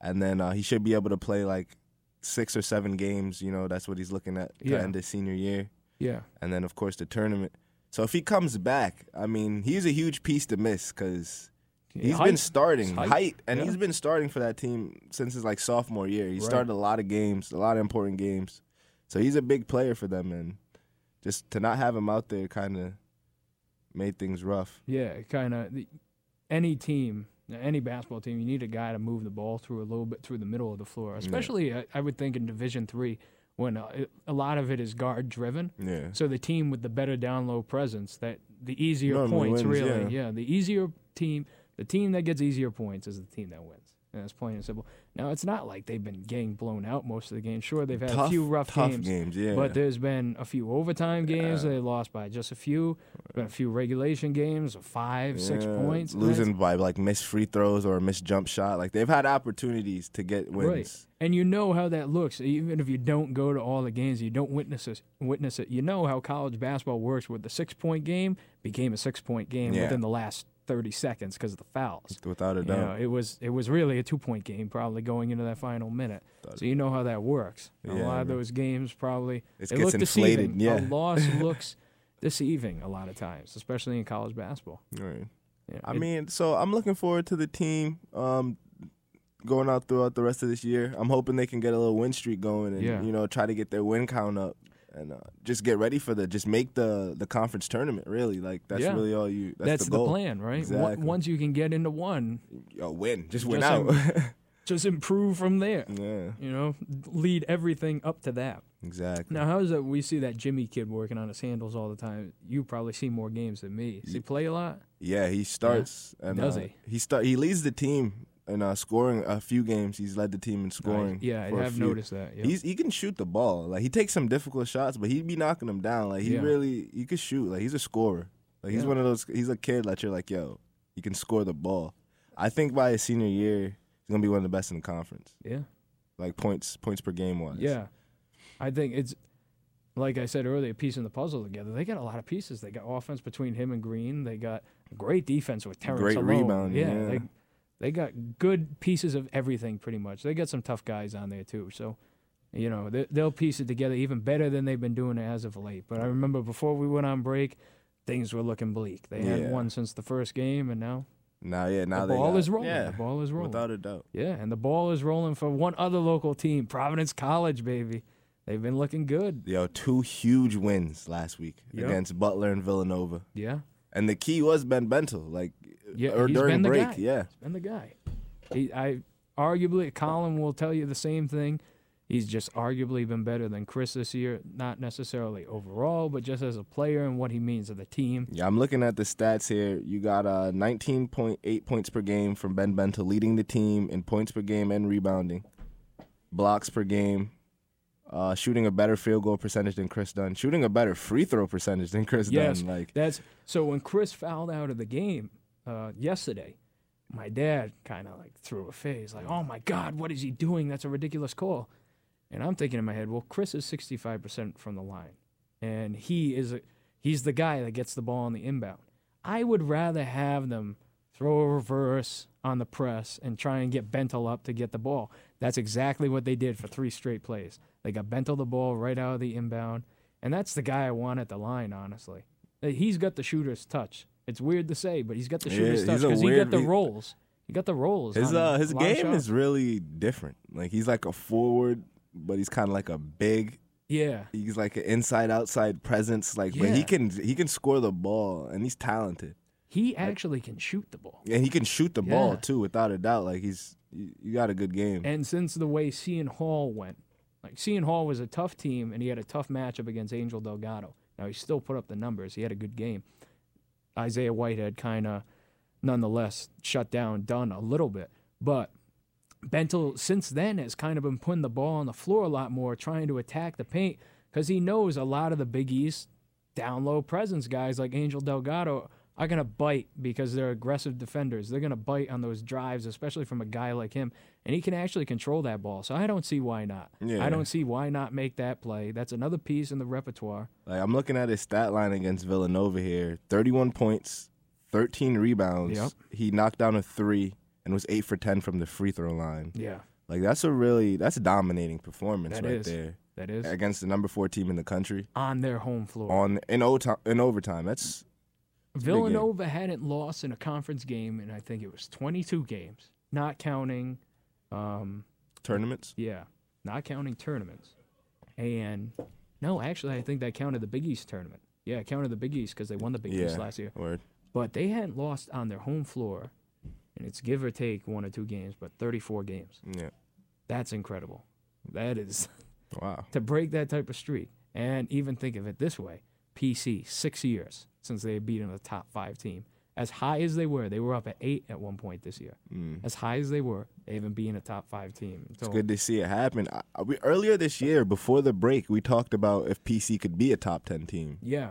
[SPEAKER 8] and then uh, he should be able to play like six or seven games, you know, that's what he's looking at to
[SPEAKER 7] Yeah.
[SPEAKER 8] end his senior year.
[SPEAKER 7] Yeah.
[SPEAKER 8] And then of course the tournament. So if he comes back, I mean, he's a huge piece to miss cuz
[SPEAKER 7] Yeah,
[SPEAKER 8] he's been
[SPEAKER 7] Height.
[SPEAKER 8] starting
[SPEAKER 7] Height,
[SPEAKER 8] height, and
[SPEAKER 7] yeah.
[SPEAKER 8] he's been starting for that team since his like sophomore year. He
[SPEAKER 7] Right.
[SPEAKER 8] started a lot of games, a lot of important games. So he's a big player for them, and just to not have him out there kind of made things rough.
[SPEAKER 7] Yeah, kind of. Any team, any basketball team, you need a guy to move the ball through a little bit through the middle of the floor, especially I, I would think in Division Three when uh, it- a lot of it is guard driven.
[SPEAKER 8] Yeah.
[SPEAKER 7] So the team with the better down low presence, that the easier
[SPEAKER 8] Normally
[SPEAKER 7] points
[SPEAKER 8] wins,
[SPEAKER 7] really, yeah. the easier team, the team that gets easier points is the team that wins. And it's plain and simple. Now it's not like they've been getting blown out most of the games. Sure, they've had a
[SPEAKER 8] Tough-
[SPEAKER 7] few rough
[SPEAKER 8] tough
[SPEAKER 7] games,
[SPEAKER 8] games, yeah.
[SPEAKER 7] But there's been a few overtime games that they lost by just a few. Been a few regulation games of five, six
[SPEAKER 8] Yeah,
[SPEAKER 7] points. and that's-
[SPEAKER 8] Uh, Losing by like missed free throws or a missed jump shot. Like they've had opportunities to get wins.
[SPEAKER 7] And you know how that looks, even if you don't go to all the games, you don't witness it. Witness it. You know how college basketball works. With the six-point game became a six-point game
[SPEAKER 8] Yeah.
[SPEAKER 7] within the last thirty seconds because of the fouls.
[SPEAKER 8] Without a
[SPEAKER 7] You
[SPEAKER 8] doubt.
[SPEAKER 7] know, it was it was really a two-point game probably going into that final minute. So you know how that works. a
[SPEAKER 8] Yeah,
[SPEAKER 7] lot
[SPEAKER 8] I
[SPEAKER 7] of those games probably
[SPEAKER 8] It
[SPEAKER 7] they
[SPEAKER 8] gets
[SPEAKER 7] look
[SPEAKER 8] inflated,
[SPEAKER 7] deceiving.
[SPEAKER 8] yeah.
[SPEAKER 7] A loss looks deceiving a lot of times, especially in college basketball.
[SPEAKER 8] Right.
[SPEAKER 7] Yeah,
[SPEAKER 8] I
[SPEAKER 7] it-
[SPEAKER 8] mean, so I'm looking forward to the team um, going out throughout the rest of this year. I'm hoping they can get a little win streak going and
[SPEAKER 7] Yeah.
[SPEAKER 8] you know try to get their win count up and uh, just get ready for the just make the the conference tournament. Really, like that's
[SPEAKER 7] Yeah.
[SPEAKER 8] really all you. That's,
[SPEAKER 7] that's,
[SPEAKER 8] the,
[SPEAKER 7] the,
[SPEAKER 8] goal.
[SPEAKER 7] plan, right?
[SPEAKER 8] Exactly.
[SPEAKER 7] One- Once you can get into one,
[SPEAKER 8] Uh, win, just win
[SPEAKER 7] Just
[SPEAKER 8] out.
[SPEAKER 7] just improve from there.
[SPEAKER 8] yeah,
[SPEAKER 7] You know, lead everything up to that.
[SPEAKER 8] exactly.
[SPEAKER 7] Now, how is it we see that Jimmy kid working on his handles all the time? You probably see more games than me. Does he play a lot?
[SPEAKER 8] Yeah, he starts. And,
[SPEAKER 7] Does
[SPEAKER 8] uh,
[SPEAKER 7] he?
[SPEAKER 8] He start. He leads the team in uh, scoring a few games. He's led the team in scoring.
[SPEAKER 7] yeah, I
[SPEAKER 8] for a
[SPEAKER 7] have
[SPEAKER 8] few.
[SPEAKER 7] noticed that, yeah.
[SPEAKER 8] He's he can shoot the ball. Like he takes some difficult shots, but he'd be knocking them down. Like he
[SPEAKER 7] Yeah.
[SPEAKER 8] really he could shoot. Like he's a scorer. Like he's
[SPEAKER 7] Yeah.
[SPEAKER 8] one of those. He's a kid that you're like, yo, he can score the ball. I think by his senior year, he's gonna be one of the best in the conference.
[SPEAKER 7] Yeah.
[SPEAKER 8] Like points points per game wise.
[SPEAKER 7] Yeah. I think it's, like I said earlier, piecing the puzzle together. They got a lot of pieces. They got offense between him and Green. They got great defense with Terrence.
[SPEAKER 8] Great
[SPEAKER 7] alone.
[SPEAKER 8] rebounding, yeah.
[SPEAKER 7] They, they got good pieces of everything, pretty much. They got some tough guys on there, too. So, you know, they, they'll piece it together even better than they've been doing it as of late. But I remember before we went on break, things were looking bleak. They
[SPEAKER 8] Yeah.
[SPEAKER 7] had won since the first game, and now
[SPEAKER 8] Now yeah. Now
[SPEAKER 7] the
[SPEAKER 8] they
[SPEAKER 7] ball
[SPEAKER 8] got-
[SPEAKER 7] is rolling.
[SPEAKER 8] Yeah.
[SPEAKER 7] The ball is rolling.
[SPEAKER 8] Without a doubt.
[SPEAKER 7] Yeah, and the ball is rolling for one other local team, Providence College, baby. They've been looking good.
[SPEAKER 8] Yo, two huge wins last week
[SPEAKER 7] Yep.
[SPEAKER 8] against Butler and Villanova.
[SPEAKER 7] Yeah.
[SPEAKER 8] And the key was Ben Bentel, like
[SPEAKER 7] Yeah,
[SPEAKER 8] or
[SPEAKER 7] he's
[SPEAKER 8] during
[SPEAKER 7] been the
[SPEAKER 8] break,
[SPEAKER 7] guy.
[SPEAKER 8] yeah.
[SPEAKER 7] He's been the guy. He, I arguably, Colin will tell you the same thing. He's just arguably been better than Chris this year, not necessarily overall, but just as a player and what he means to the team.
[SPEAKER 8] Yeah, I'm looking at the stats here. You got uh 19.8 points per game from Ben Bentel leading the team in points per game and rebounding, blocks per game, uh, shooting a better field goal percentage than Chris Dunn, shooting a better free throw percentage than Chris
[SPEAKER 7] Yes,
[SPEAKER 8] Dunn. Like
[SPEAKER 7] that's so. When Chris fouled out of the game uh, yesterday, my dad kind of like threw a phase, like, "Oh my God, what is he doing? That's a ridiculous call." And I'm thinking in my head, well, Chris is 65% from the line, and he is a, he's the guy that gets the ball on the inbound. I would rather have them throw a reverse on the press and try and get Bentel up to get the ball. That's exactly what they did for three straight plays. They got Bentel the ball right out of the inbound, and that's the guy I want at the line, honestly. Uh, He's got the shooter's touch. It's weird to say, but he's got the
[SPEAKER 8] Yeah,
[SPEAKER 7] shooter's touch
[SPEAKER 8] he's a
[SPEAKER 7] because he got
[SPEAKER 8] weird-
[SPEAKER 7] the
[SPEAKER 8] he-
[SPEAKER 7] rolls. He got the rolls.
[SPEAKER 8] his
[SPEAKER 7] on
[SPEAKER 8] uh
[SPEAKER 7] a
[SPEAKER 8] his
[SPEAKER 7] lot of
[SPEAKER 8] game
[SPEAKER 7] shots.
[SPEAKER 8] is really different. Like he's like a forward, but he's kind of like a big
[SPEAKER 7] yeah.
[SPEAKER 8] he's like an inside outside presence like but
[SPEAKER 7] Yeah.
[SPEAKER 8] he can he can score the ball and he's talented
[SPEAKER 7] He actually can shoot the ball.
[SPEAKER 8] and he can shoot the ball
[SPEAKER 7] Yeah.
[SPEAKER 8] too without a doubt like he's you, you got a good game
[SPEAKER 7] And since the way Seton Hall went, like Seton Hall was a tough team and he had a tough matchup against Angel Delgado. Now he still put up the numbers. He had a good game. Isaiah Whitehead kind of, nonetheless, shut down Dunn a little bit. But Bentel, since then, has kind of been putting the ball on the floor a lot more, trying to attack the paint because he knows a lot of the Big East down low presence guys like Angel Delgado are going to bite because they're aggressive defenders. They're going to bite on those drives, especially from a guy like him. And he can actually control that ball. So I don't see why not.
[SPEAKER 8] Yeah.
[SPEAKER 7] I don't see why not make that play. That's another piece in the repertoire.
[SPEAKER 8] like i'm looking at his stat line against villanova here 31 points 13 rebounds
[SPEAKER 7] Yep.
[SPEAKER 8] he knocked down a three and was eight for ten from the free throw line
[SPEAKER 7] Yeah,
[SPEAKER 8] like that's a really that's a dominating performance
[SPEAKER 7] that is.
[SPEAKER 8] right there
[SPEAKER 7] That is.
[SPEAKER 8] against the number four team in the country
[SPEAKER 7] On their home floor.
[SPEAKER 8] on in, ota- in overtime that's big game.
[SPEAKER 7] Villanova hadn't lost in a conference game in I think it was 22 games, not counting, um,
[SPEAKER 8] tournaments
[SPEAKER 7] yeah, not counting tournaments. And no, actually, I think that counted the Big East tournament. Yeah, it counted the Big East because they won the Big
[SPEAKER 8] yeah
[SPEAKER 7] East last year.
[SPEAKER 8] word
[SPEAKER 7] But they hadn't lost on their home floor, and it's give or take one or two games, but 34 games.
[SPEAKER 8] yeah
[SPEAKER 7] That's incredible. That is
[SPEAKER 8] wow
[SPEAKER 7] to break that type of streak. And even think of it this way: PC six years since they had beaten a top five team, as high as they were, they were up at eight at one point this year.
[SPEAKER 8] Mm.
[SPEAKER 7] As high as they were, they even being a top five team.
[SPEAKER 8] It's
[SPEAKER 7] So-
[SPEAKER 8] good to see it happen. I- I- We, earlier this year, before the break, we talked about if PC could be a top ten team,
[SPEAKER 7] Yeah,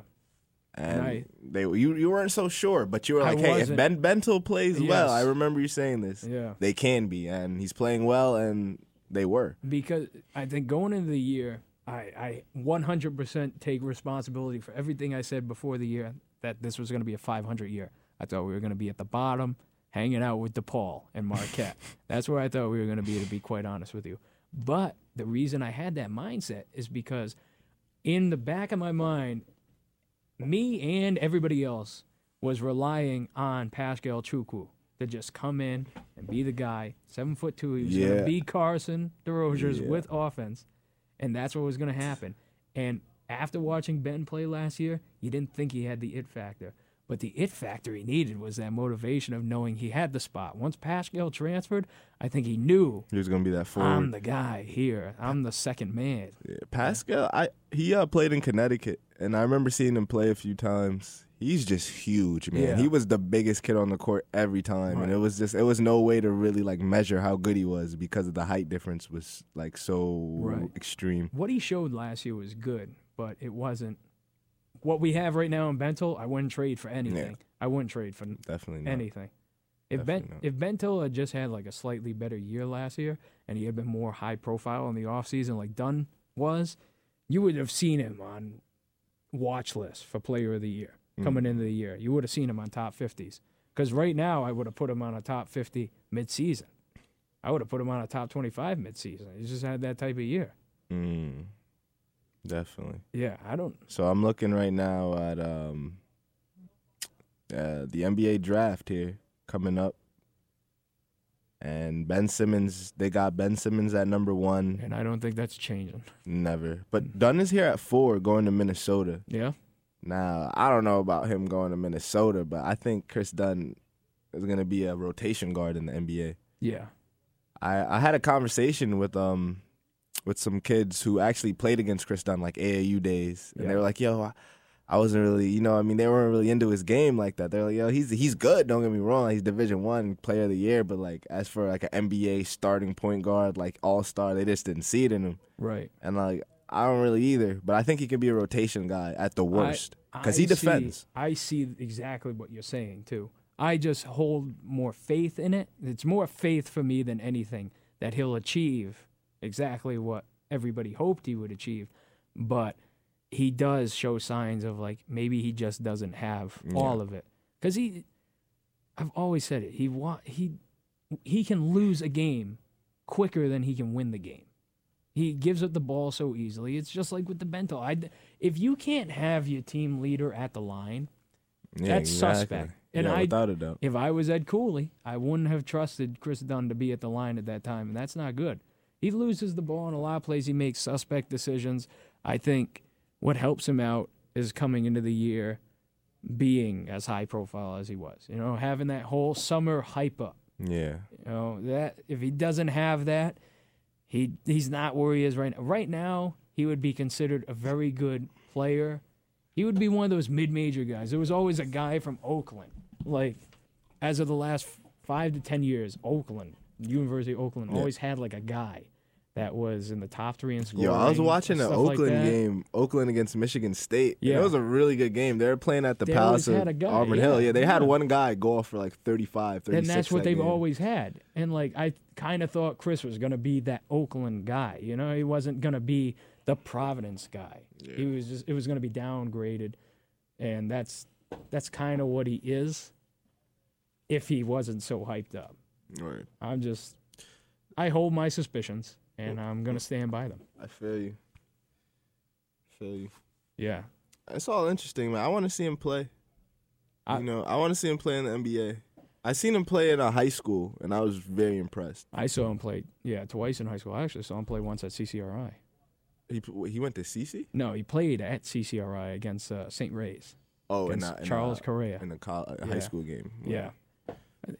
[SPEAKER 8] and
[SPEAKER 7] Right.
[SPEAKER 8] they you you weren't so sure, but you were
[SPEAKER 7] I
[SPEAKER 8] like, hey, if
[SPEAKER 7] wasn't.
[SPEAKER 8] Ben Bento plays well, I
[SPEAKER 7] Yes.
[SPEAKER 8] remember you saying this.
[SPEAKER 7] Yeah.
[SPEAKER 8] they can be, and he's playing well, and they were.
[SPEAKER 7] because I think going into the year, I, I 100% take responsibility for everything I said before the year that this was going to be a 500 year. I thought we were going to be at the bottom, hanging out with DePaul and Marquette. That's where I thought we were going to be, to be quite honest with you. But the reason I had that mindset is because in the back of my mind, me and everybody else was relying on Pascal Chukwu to just come in and be the guy, seven foot two. He was
[SPEAKER 8] Yeah.
[SPEAKER 7] gonna be Carson DeRozier's
[SPEAKER 8] Yeah.
[SPEAKER 7] with offense, and that's what was gonna happen. And after watching Ben play last year, you didn't think he had the it factor. But the it factor he needed was that motivation of knowing he had the spot. Once Pascal transferred, I think he knew
[SPEAKER 8] He was gonna be that forward.
[SPEAKER 7] I'm the guy here. I'm the second man.
[SPEAKER 8] Pascal, I he uh, played in Connecticut, and I remember seeing him play a few times. He's just huge, man.
[SPEAKER 7] Yeah.
[SPEAKER 8] He was the biggest kid on the court every time, and it was just it was no way to really like measure how good he was because of the height difference was like so
[SPEAKER 7] Right.
[SPEAKER 8] extreme.
[SPEAKER 7] What he showed last year was good, but it wasn't what we have right now in Bentel. I wouldn't trade for anything. I wouldn't trade for
[SPEAKER 8] Definitely not.
[SPEAKER 7] anything. If ben,
[SPEAKER 8] Definitely
[SPEAKER 7] if Bentel had just had like a slightly better year last year and he had been more high profile in the offseason like Dunn was, you would have seen him on watch list for player of the year coming into the year. You would have seen him on top 50s. Because right now, I would have put him on a top 50 midseason. I would have put him on a top 25 midseason. He just had that type of year.
[SPEAKER 8] Mm, definitely.
[SPEAKER 7] Yeah, I don't.
[SPEAKER 8] So I'm looking right now at um uh the NBA draft here coming up. And Ben Simmons, they got Ben Simmons at number one.
[SPEAKER 7] And I don't think that's changing.
[SPEAKER 8] Never. But Dunn is here at four going to Minnesota.
[SPEAKER 7] Yeah.
[SPEAKER 8] Now, I don't know about him going to Minnesota, but I think Chris Dunn is going to be a rotation guard in the NBA.
[SPEAKER 7] Yeah.
[SPEAKER 8] I, I had a conversation with um with some kids who actually played against Chris Dunn like AAU days, and they
[SPEAKER 7] Yeah.
[SPEAKER 8] were like, "Yo, I, I wasn't really, you know, I mean, they weren't really into his game like that. They're like, yo, he's he's good. Don't get me wrong, he's Division One Player of the Year, but like as for like an NBA starting point guard, like All Star, they just didn't see it in him.
[SPEAKER 7] Right.
[SPEAKER 8] And like I don't really either, but I think he can be a rotation guy at the worst
[SPEAKER 7] I-
[SPEAKER 8] because
[SPEAKER 7] I
[SPEAKER 8] he
[SPEAKER 7] see-
[SPEAKER 8] defends.
[SPEAKER 7] I see exactly what you're saying too. I just hold more faith in it. It's more faith for me than anything that he'll achieve exactly what everybody hoped he would achieve. But he does show signs of like maybe he just doesn't have all of it because he. I've always said it. He wa- he he can lose a game quicker than he can win the game. He gives up the ball so easily. It's just like with the Bento. I, if you can't have your team leader at the line,
[SPEAKER 8] Yeah,
[SPEAKER 7] that's
[SPEAKER 8] exactly.
[SPEAKER 7] suspect. And
[SPEAKER 8] Yeah,
[SPEAKER 7] I,
[SPEAKER 8] without a doubt.
[SPEAKER 7] If I was Ed Cooley, I wouldn't have trusted Chris Dunn to be at the line at that time, and that's not good. He loses the ball in a lot of plays. He makes suspect decisions. I think what helps him out is coming into the year being as high profile as he was. You know, having that whole summer hype up.
[SPEAKER 8] Yeah.
[SPEAKER 7] You know that if he doesn't have that, he he's not where he is right now. Right now, he would be considered a very good player. He would be one of those mid-major guys. There was always a guy from Oakland, like as of the last f- five to ten years, Oakland University of Oakland
[SPEAKER 8] Yeah.
[SPEAKER 7] always had like a guy that was in the top three in scoring.
[SPEAKER 8] Yo, I was watching an
[SPEAKER 7] stuff like
[SPEAKER 8] Oakland
[SPEAKER 7] that.
[SPEAKER 8] game, Oakland against Michigan State. Yeah,
[SPEAKER 7] Yeah.
[SPEAKER 8] it was a really good game. They were playing at the
[SPEAKER 7] They
[SPEAKER 8] Palace
[SPEAKER 7] always
[SPEAKER 8] of
[SPEAKER 7] had a guy,
[SPEAKER 8] Auburn
[SPEAKER 7] yeah,
[SPEAKER 8] Hill. Yeah, they had
[SPEAKER 7] yeah.
[SPEAKER 8] one guy go off for like 35, 36.
[SPEAKER 7] And that's what
[SPEAKER 8] that
[SPEAKER 7] they've
[SPEAKER 8] game.
[SPEAKER 7] always had. And like I kind of thought Chris was gonna be that Oakland guy. You know, he wasn't gonna be the Providence guy. He was just it was gonna be downgraded, and that's that's kind of what he is. If he wasn't so hyped up,
[SPEAKER 8] Right.
[SPEAKER 7] I'm just I hold my suspicions, and I'm gonna stand by them.
[SPEAKER 8] I feel you. feel you.
[SPEAKER 7] Yeah,
[SPEAKER 8] It's all interesting, man. I want to see him play.
[SPEAKER 7] I-
[SPEAKER 8] you know, I want to see him play in the NBA. I seen him play in a high school, and I was very impressed.
[SPEAKER 7] I saw him play. Yeah, twice in high school. I actually saw him play once at CCRI.
[SPEAKER 8] He he went to CC.
[SPEAKER 7] No, he played at CCRI against uh, St. Ray's.
[SPEAKER 8] Oh, in
[SPEAKER 7] Against
[SPEAKER 8] a, in
[SPEAKER 7] Charles
[SPEAKER 8] a,
[SPEAKER 7] Correa.
[SPEAKER 8] in a, col- a
[SPEAKER 7] Yeah.
[SPEAKER 8] high school game.
[SPEAKER 7] Yeah.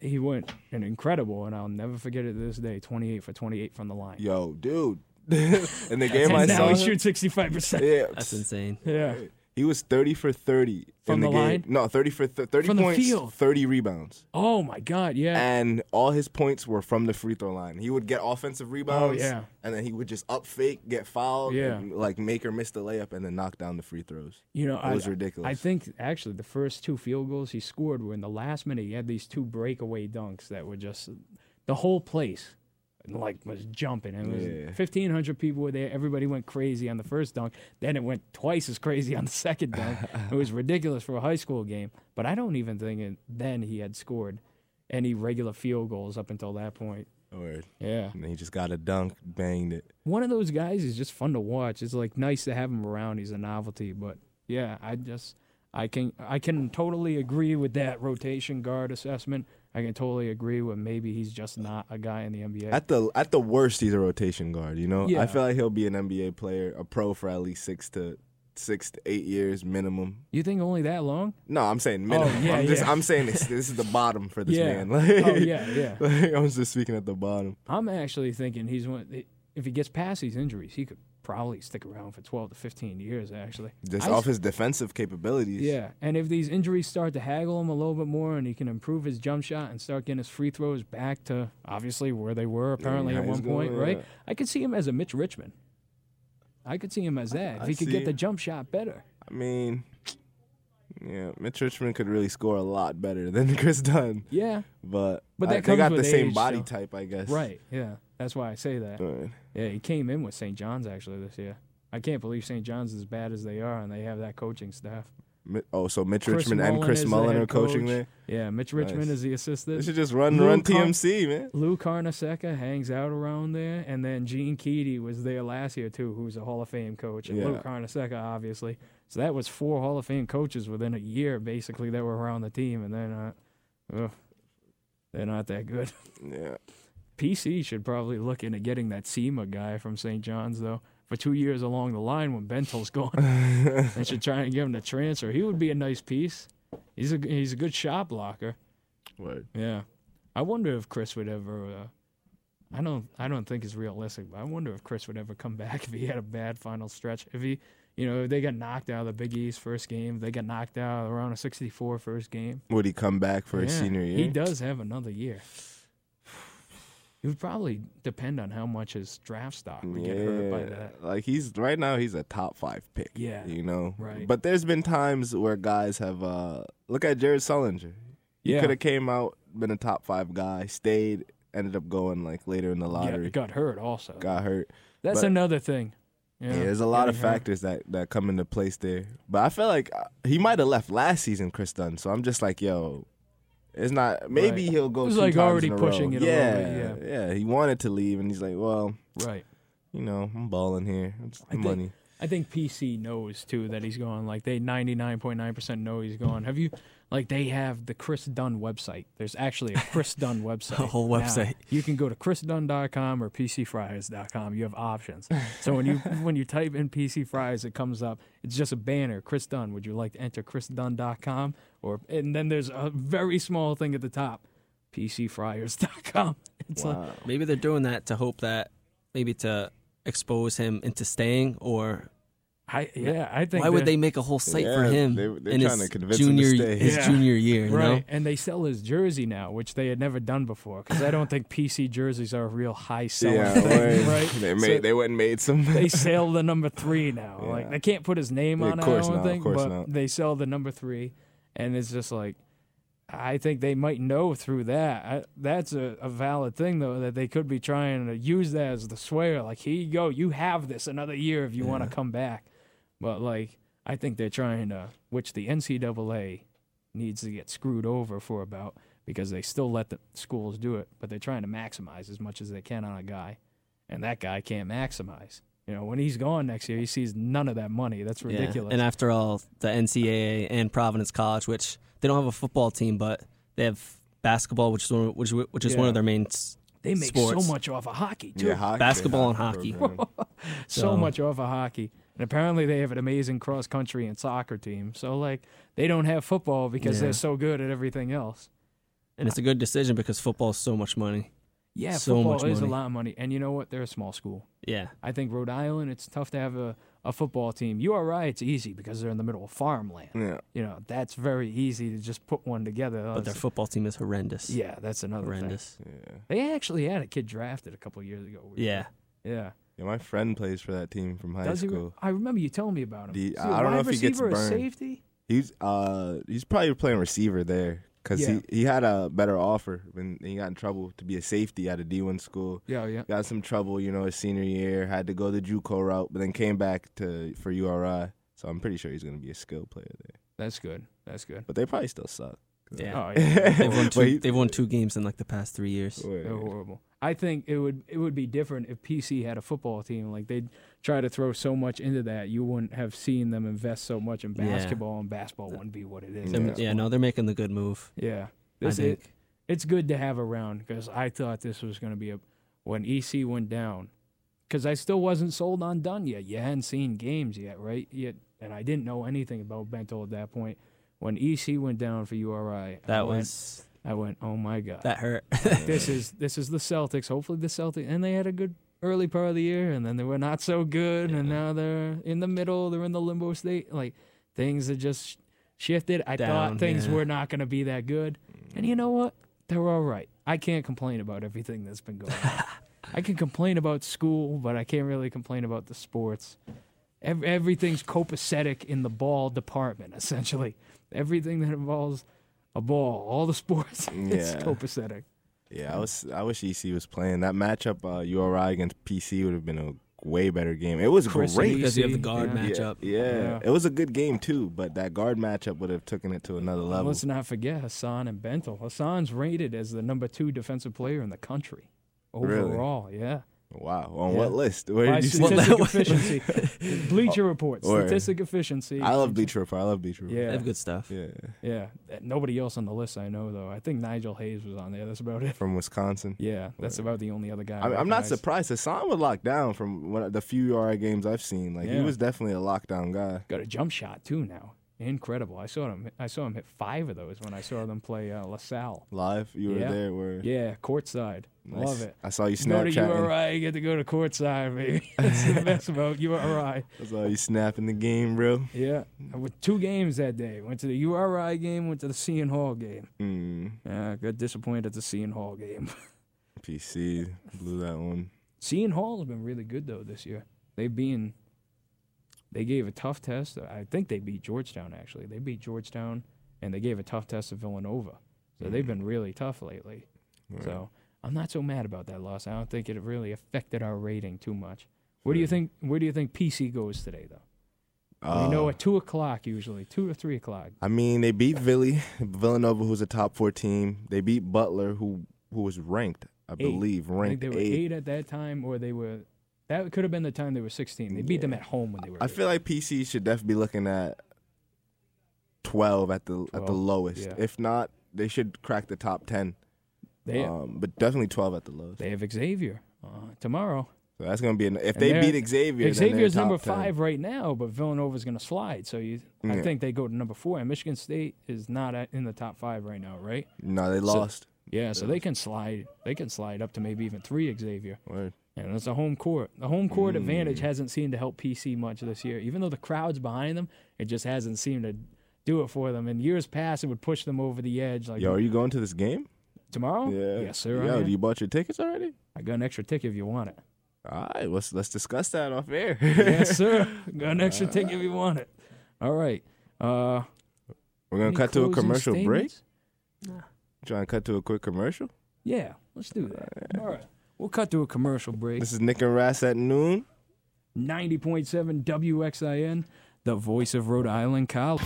[SPEAKER 7] He went an incredible, and I'll never forget it to this day 28 for 28 from the line.
[SPEAKER 8] Yo, dude. in the game I
[SPEAKER 7] and
[SPEAKER 8] saw
[SPEAKER 7] now he
[SPEAKER 8] him-
[SPEAKER 7] shoots 65%.
[SPEAKER 8] Yeah.
[SPEAKER 10] That's insane.
[SPEAKER 7] Yeah.
[SPEAKER 8] He was 30 for 30
[SPEAKER 7] From
[SPEAKER 8] in
[SPEAKER 7] the
[SPEAKER 8] the, game.
[SPEAKER 7] line?
[SPEAKER 8] No, 30 for th- 30
[SPEAKER 7] From the
[SPEAKER 8] points,
[SPEAKER 7] field.
[SPEAKER 8] 30 rebounds.
[SPEAKER 7] Oh my God! Yeah.
[SPEAKER 8] And all his points were from the free throw line. He would get offensive rebounds.
[SPEAKER 7] Oh, yeah.
[SPEAKER 8] And then he would just up fake, get fouled,
[SPEAKER 7] Yeah.
[SPEAKER 8] and, like make or miss the layup, and then knock down the free throws.
[SPEAKER 7] You know,
[SPEAKER 8] it
[SPEAKER 7] I,
[SPEAKER 8] was ridiculous.
[SPEAKER 7] I think actually the first two field goals he scored were in the last minute. He had these two breakaway dunks that were just the whole place like was jumping. It was
[SPEAKER 8] Yeah.
[SPEAKER 7] 1500 people were there. Everybody went crazy on the first dunk. Then it went twice as crazy on the second dunk. it was ridiculous for a high school game, but I don't even think it, then he had scored any regular field goals up until that point.
[SPEAKER 8] Word.
[SPEAKER 7] Yeah.
[SPEAKER 8] And he just got a dunk, banged it.
[SPEAKER 7] One of those guys is just fun to watch. It's like nice to have him around. He's a novelty, but yeah, I just I can I can totally agree with that rotation guard assessment. I can totally agree with maybe he's just not a guy in the NBA.
[SPEAKER 8] At the at the worst, he's a rotation guard. You know,
[SPEAKER 7] Yeah.
[SPEAKER 8] I feel like he'll be an NBA player, a pro for at least six to six to eight years minimum.
[SPEAKER 7] you think only that long?
[SPEAKER 8] No, I'm saying minimum.
[SPEAKER 7] Oh, yeah,
[SPEAKER 8] I'm just
[SPEAKER 7] yeah.
[SPEAKER 8] I'm saying this this is the bottom for this
[SPEAKER 7] Yeah.
[SPEAKER 8] man. Like,
[SPEAKER 7] Oh, yeah, yeah.
[SPEAKER 8] Like, I'm just speaking at the bottom.
[SPEAKER 7] I'm actually thinking he's one. If he gets past these injuries, he could probably stick around for 12 to 15 years. Actually,
[SPEAKER 8] Just
[SPEAKER 7] I
[SPEAKER 8] off his defensive capabilities.
[SPEAKER 7] Yeah, and if these injuries start to haggle him a little bit more, and he can improve his jump shot and start getting his free throws back to obviously where they were apparently
[SPEAKER 8] Yeah,
[SPEAKER 7] at
[SPEAKER 8] he's
[SPEAKER 7] one point,
[SPEAKER 8] going,
[SPEAKER 7] right?
[SPEAKER 8] yeah.
[SPEAKER 7] I could see him as a Mitch Richmond. I could see him as that. if
[SPEAKER 8] I
[SPEAKER 7] he could get
[SPEAKER 8] see
[SPEAKER 7] the
[SPEAKER 8] it.
[SPEAKER 7] jump shot better,
[SPEAKER 8] I mean, yeah, Mitch Richmond could really score a lot better than Chris Dunn.
[SPEAKER 7] yeah,
[SPEAKER 8] But,
[SPEAKER 7] But
[SPEAKER 8] I-
[SPEAKER 7] that
[SPEAKER 8] they
[SPEAKER 7] comes
[SPEAKER 8] got the
[SPEAKER 7] with
[SPEAKER 8] same
[SPEAKER 7] age,
[SPEAKER 8] body
[SPEAKER 7] though.
[SPEAKER 8] type, I guess.
[SPEAKER 7] right, yeah. That's why I say that.
[SPEAKER 8] Right.
[SPEAKER 7] Yeah, he came in with St. John's actually this year. I can't believe St. John's as bad as they are, and they have that coaching staff.
[SPEAKER 8] Mi- Oh, so Mitch
[SPEAKER 7] Chris
[SPEAKER 8] Richmond and
[SPEAKER 7] Mullin
[SPEAKER 8] Chris
[SPEAKER 7] is the
[SPEAKER 8] Mullen
[SPEAKER 7] head
[SPEAKER 8] are coaching
[SPEAKER 7] coach.
[SPEAKER 8] there.
[SPEAKER 7] Yeah, Mitch Richmond is the assistant.
[SPEAKER 8] They should just run,
[SPEAKER 7] Lou
[SPEAKER 8] run
[SPEAKER 7] Car-
[SPEAKER 8] TMC, man.
[SPEAKER 7] Lou Carnesecca hangs out around there, and then Gene Keady was there last year too, who's a Hall of Fame coach, and Lou
[SPEAKER 8] Yeah.
[SPEAKER 7] Carnesecca obviously. So that was four Hall of Fame coaches within a year, basically, that were around the team, and they're not, ugh, they're not that good.
[SPEAKER 8] Yeah.
[SPEAKER 7] PC should probably look into getting that SEMA guy from St. John's though. For two years along the line, when Bentel's gone, they should try and give him the transfer. He would be a nice piece. He's a he's a good shot blocker.
[SPEAKER 8] Word.
[SPEAKER 7] Yeah, I wonder if Chris would ever. Uh, I don't. I don't think it's realistic, but I wonder if Chris would ever come back if he had a bad final stretch. If he, you know, if they got knocked out of the Big East first game, they got knocked out around a 64 first game.
[SPEAKER 8] Would he come back for his
[SPEAKER 7] Yeah,
[SPEAKER 8] senior year?
[SPEAKER 7] he does have another year. It would probably depend on how much his draft stock would get hurt by that.
[SPEAKER 8] Like he's right now he's a top five pick.
[SPEAKER 7] Yeah.
[SPEAKER 8] You know?
[SPEAKER 7] Right.
[SPEAKER 8] But there's been times where guys have uh look at Jared Sullinger. He
[SPEAKER 7] Yeah.
[SPEAKER 8] could have came out, been a top five guy, stayed, ended up going like later in the
[SPEAKER 7] Yeah,
[SPEAKER 8] lottery.
[SPEAKER 7] it got hurt also.
[SPEAKER 8] got hurt.
[SPEAKER 7] That's
[SPEAKER 8] but-
[SPEAKER 7] another thing.
[SPEAKER 8] Yeah, there's a lot of
[SPEAKER 7] getting hurt.
[SPEAKER 8] factors that, that come into place there. But I feel like uh, he might have left last season, Chris Dunn. So I'm just like, yo, it's not. Maybe
[SPEAKER 7] Right.
[SPEAKER 8] he'll go.
[SPEAKER 7] He's
[SPEAKER 8] two
[SPEAKER 7] like
[SPEAKER 8] times
[SPEAKER 7] already
[SPEAKER 8] in a
[SPEAKER 7] pushing
[SPEAKER 8] row.
[SPEAKER 7] it a little bit,
[SPEAKER 8] yeah, yeah. He wanted to leave, and he's like, well,
[SPEAKER 7] Right.
[SPEAKER 8] you know, I'm balling here. It's the
[SPEAKER 7] I think-
[SPEAKER 8] money.
[SPEAKER 7] I think PC knows too that he's gone. Like they ninety nine point nine percent know he's gone. Have you like they have the Chris Dunn website? There's actually a Chris Dunn website.
[SPEAKER 10] A whole
[SPEAKER 7] now.
[SPEAKER 10] website.
[SPEAKER 7] You can go to chrisdunn.com or pcfries.com. You have options. So when you when you type in PC Fries, it comes up. It's just a banner. Chris Dunn. Would you like to enter chrisdunn.com or and then there's a very small thing at the top, pcfries.com. It's like
[SPEAKER 10] Maybe they're doing that to hope that maybe to expose him into staying or
[SPEAKER 7] I yeah. I think
[SPEAKER 10] why would
[SPEAKER 7] they're-
[SPEAKER 10] they make a whole site for
[SPEAKER 8] Yeah,
[SPEAKER 10] him
[SPEAKER 8] they- they're
[SPEAKER 10] in
[SPEAKER 8] trying
[SPEAKER 10] his
[SPEAKER 8] to convince him to
[SPEAKER 10] junior
[SPEAKER 8] stay.
[SPEAKER 10] his
[SPEAKER 7] Yeah.
[SPEAKER 10] junior year, you
[SPEAKER 7] Right,
[SPEAKER 10] know?
[SPEAKER 7] and they sell his jersey now, which they had never done before. Because I don't think PC jerseys are a real high selling
[SPEAKER 8] Yeah,
[SPEAKER 7] thing,
[SPEAKER 8] word.
[SPEAKER 7] right?
[SPEAKER 8] They
[SPEAKER 7] So
[SPEAKER 8] made they went and made some.
[SPEAKER 7] they sell the number three now. Like
[SPEAKER 8] Yeah.
[SPEAKER 7] they can't put his name
[SPEAKER 8] Yeah,
[SPEAKER 7] on it, I
[SPEAKER 8] course
[SPEAKER 7] don't
[SPEAKER 8] not,
[SPEAKER 7] think,
[SPEAKER 8] course
[SPEAKER 7] but
[SPEAKER 8] not.
[SPEAKER 7] they sell the number three, and it's just like. I think they might know through that. I, that's a, a valid thing, though, that they could be trying to use that as the swear. Like, here you go, you have this another year if you want to come back. But like, I think they're trying to, which the NCAA needs to get screwed over for about because they still let the schools do it, but they're trying to maximize as much as they can on a guy, and that guy can't maximize. You know, when he's gone next year, he sees none of that money. That's
[SPEAKER 10] Yeah,
[SPEAKER 7] ridiculous.
[SPEAKER 10] And after all, the NCAA and Providence College, which they don't have a football team, but they have basketball, which is one, which, which is one
[SPEAKER 7] Yeah.
[SPEAKER 10] of their main s-
[SPEAKER 7] they make
[SPEAKER 10] sports.
[SPEAKER 7] so much off of hockey too.
[SPEAKER 8] yeah, hockey,
[SPEAKER 10] basketball and hockey.
[SPEAKER 8] program.
[SPEAKER 7] so,
[SPEAKER 10] So-
[SPEAKER 7] much off of hockey. And apparently they have an amazing cross country and soccer team. So like they don't have football because
[SPEAKER 10] Yeah.
[SPEAKER 7] they're so good at everything else.
[SPEAKER 10] and it's a good decision because football is so much money.
[SPEAKER 7] Yeah,
[SPEAKER 10] so
[SPEAKER 7] football
[SPEAKER 10] much
[SPEAKER 7] is
[SPEAKER 10] money.
[SPEAKER 7] a lot of money, and you know what? They're a small school.
[SPEAKER 10] Yeah.
[SPEAKER 7] I think Rhode Island. It's tough to have a, a football team. URI, it's easy because they're in the middle of farmland.
[SPEAKER 10] Yeah.
[SPEAKER 7] You know that's very easy to just put one together.
[SPEAKER 10] But their football team is horrendous.
[SPEAKER 7] Yeah, that's another thing.
[SPEAKER 10] horrendous.
[SPEAKER 7] They actually had a kid drafted a couple years ago.
[SPEAKER 10] Yeah.
[SPEAKER 7] Yeah.
[SPEAKER 8] Yeah, my friend plays for that team from high
[SPEAKER 7] Does he? re-
[SPEAKER 8] school.
[SPEAKER 7] I remember you telling me about him.
[SPEAKER 8] The-
[SPEAKER 7] Is he a
[SPEAKER 8] I don't know
[SPEAKER 7] wide
[SPEAKER 8] if he gets
[SPEAKER 7] receiver or
[SPEAKER 8] burned.
[SPEAKER 7] Safety.
[SPEAKER 8] He's uh he's probably playing receiver there because
[SPEAKER 7] Yeah.
[SPEAKER 8] he, he had a better offer when he got in trouble to be a safety at a D one school.
[SPEAKER 7] Yeah, yeah.
[SPEAKER 8] Got some trouble, you know, his senior year. Had to go the JUCO route, but then came back to for URI. So I'm pretty sure he's gonna be a skill player there.
[SPEAKER 7] That's good. That's good.
[SPEAKER 8] But they probably still suck.
[SPEAKER 10] Yeah.
[SPEAKER 7] Oh, yeah.
[SPEAKER 10] they've, won
[SPEAKER 7] But
[SPEAKER 10] two,
[SPEAKER 7] he-
[SPEAKER 10] they've won two games in like the past three years.
[SPEAKER 7] They're horrible. I think it would it would be different if PC had a football team. Like they'd try to throw so much into that, you wouldn't have seen them invest so much in
[SPEAKER 10] Yeah.
[SPEAKER 7] basketball, and basketball wouldn't be what it is.
[SPEAKER 10] They're- Yeah.
[SPEAKER 7] That's why.
[SPEAKER 10] no, they're making the good move.
[SPEAKER 7] Yeah,
[SPEAKER 10] I
[SPEAKER 7] this
[SPEAKER 10] think.
[SPEAKER 7] it, it's good to have around because I thought this was going to be a when EC went down because I still wasn't sold on Dunn yet. You hadn't seen games yet, right? Yet, and I didn't know anything about Bento at that point. When EC went down for URI, I
[SPEAKER 10] That
[SPEAKER 7] went-
[SPEAKER 10] was-
[SPEAKER 7] I went, oh my god,
[SPEAKER 10] That hurt.
[SPEAKER 7] this is this is the Celtics. Hopefully the Celtics, and they had a good early part of the year, and then they were not so good, and now they're in the middle. They're in the limbo state. Like things are just shifted. I
[SPEAKER 10] Down,
[SPEAKER 7] thought things
[SPEAKER 10] yeah.
[SPEAKER 7] were not going to be that good, and you know what? They were all right. I can't complain about everything that's been going on. I can complain about school, but I can't really complain about the sports. Ev- everything's copacetic in the ball department, essentially. Everything that involves a ball, all the sports, it's
[SPEAKER 8] Yeah.
[SPEAKER 7] copacetic.
[SPEAKER 8] Yeah, I was. I wish EC was playing that matchup. Uh, URI against PC would have been a way better game. It was
[SPEAKER 10] Chris
[SPEAKER 8] great
[SPEAKER 10] and Because you have the EC, guard
[SPEAKER 8] Yeah,
[SPEAKER 10] matchup.
[SPEAKER 8] Yeah,
[SPEAKER 10] Yeah.
[SPEAKER 8] it was a good game too, but that guard matchup would have taken it to another level.
[SPEAKER 7] Let's not forget Hassan and Bento. Hassan's rated as the number two defensive player in the country
[SPEAKER 8] Really?
[SPEAKER 7] overall. Yeah.
[SPEAKER 8] Wow, on
[SPEAKER 7] Yeah.
[SPEAKER 8] what list? Where
[SPEAKER 7] By
[SPEAKER 8] did you see
[SPEAKER 7] statistic
[SPEAKER 8] that?
[SPEAKER 7] efficiency. Bleacher
[SPEAKER 8] Oh,
[SPEAKER 7] Report.
[SPEAKER 8] or-
[SPEAKER 7] Statistic efficiency.
[SPEAKER 8] I love Bleacher Report. I love Bleacher Report.
[SPEAKER 7] Yeah. They have good
[SPEAKER 10] stuff.
[SPEAKER 8] Yeah,
[SPEAKER 7] Yeah. Uh, Nobody else on the list I know though. I think Nigel Hayes was on there. That's about it.
[SPEAKER 8] from Wisconsin.
[SPEAKER 7] Yeah, that's about the only other guy.
[SPEAKER 8] I I'm not surprised.
[SPEAKER 7] surprised.
[SPEAKER 8] Hassan would lock down from what, the few URI games I've seen. Like he
[SPEAKER 7] Yeah.
[SPEAKER 8] was definitely a lockdown guy.
[SPEAKER 7] Got a jump shot too now. Incredible. I saw him. I saw him hit five of those when I saw them play uh, LaSalle.
[SPEAKER 8] Live, you were
[SPEAKER 7] yeah.
[SPEAKER 8] there. Where
[SPEAKER 7] Yeah, courtside.
[SPEAKER 8] Nice.
[SPEAKER 7] Love it.
[SPEAKER 8] I saw you
[SPEAKER 7] Go to
[SPEAKER 8] Snapchatting.
[SPEAKER 7] URI, you get to go to courtside, baby. That's the best about URI.
[SPEAKER 8] that's all you snapping the game, bro.
[SPEAKER 7] Yeah, I went two games that day. Went to the URI game. Went to the Seton Hall game.
[SPEAKER 8] Mm.
[SPEAKER 7] Yeah, I got disappointed at the Seton Hall game.
[SPEAKER 8] PC blew that one.
[SPEAKER 7] Seton Hall has been really good though this year. They've been they gave a tough test. I think they beat Georgetown actually. They beat Georgetown and they gave a tough test to Villanova. So
[SPEAKER 8] Mm.
[SPEAKER 7] they've been really tough lately. So I'm not so mad about that loss. I don't think it really affected our rating too much. Where do you think where do you think PC goes today though? we know
[SPEAKER 8] Uh,
[SPEAKER 7] at two o'clock usually, two or three o'clock.
[SPEAKER 8] I mean, they beat Villy, Villanova, who's a top four team. They beat Butler, who who was ranked, I
[SPEAKER 7] Eight.
[SPEAKER 8] believe,
[SPEAKER 7] I think
[SPEAKER 8] ranked
[SPEAKER 7] they were
[SPEAKER 8] eight.
[SPEAKER 7] eight at that time or they were that could have been the time they were sixteen. They beat them at home when they were
[SPEAKER 8] I feel like PC should definitely be looking at twelve at the at the
[SPEAKER 7] 12,
[SPEAKER 8] lowest.
[SPEAKER 7] yeah.
[SPEAKER 8] If not, they should crack the top ten.
[SPEAKER 7] They-
[SPEAKER 8] um, but definitely twelve at the lowest.
[SPEAKER 7] They have Xavier uh, tomorrow.
[SPEAKER 8] So that's gonna be an, if
[SPEAKER 7] And
[SPEAKER 8] they
[SPEAKER 7] they're-
[SPEAKER 8] beat Xavier. then they're
[SPEAKER 7] Xavier's number
[SPEAKER 8] top 10.
[SPEAKER 7] five right now, but Villanova's going to slide. So you, I
[SPEAKER 8] Yeah.
[SPEAKER 7] think they go to number four, and Michigan State is not at, in the top five right now, right?
[SPEAKER 8] No, they
[SPEAKER 7] So-
[SPEAKER 8] lost.
[SPEAKER 7] yeah, so they can slide. They can slide up to maybe even three Xavier. And it's a home court. The home court
[SPEAKER 8] Mm.
[SPEAKER 7] advantage hasn't seemed to help PC much this year, even though the crowd's behind them. It just hasn't seemed to do it for them. In years past, it would push them over the edge. Like
[SPEAKER 8] Yo, are you going to this game?
[SPEAKER 7] tomorrow?
[SPEAKER 8] Yeah.
[SPEAKER 7] Yes, sir. I
[SPEAKER 8] Yo,
[SPEAKER 7] am.
[SPEAKER 8] you bought your tickets already?
[SPEAKER 7] I got an extra ticket if you want it.
[SPEAKER 8] All right, let's let's discuss that off air.
[SPEAKER 7] yes, sir. Got an extra ticket if you want it. All right. Uh,
[SPEAKER 8] We're gonna
[SPEAKER 7] any
[SPEAKER 8] cut to a
[SPEAKER 7] closing
[SPEAKER 8] commercial break.
[SPEAKER 7] statements?
[SPEAKER 8] Trying to cut to a quick commercial.
[SPEAKER 7] Yeah, let's do that. All right. We'll cut to a commercial break.
[SPEAKER 8] This is Nick and Rass at noon.
[SPEAKER 7] 90.7 WXIN, the voice of Rhode Island College.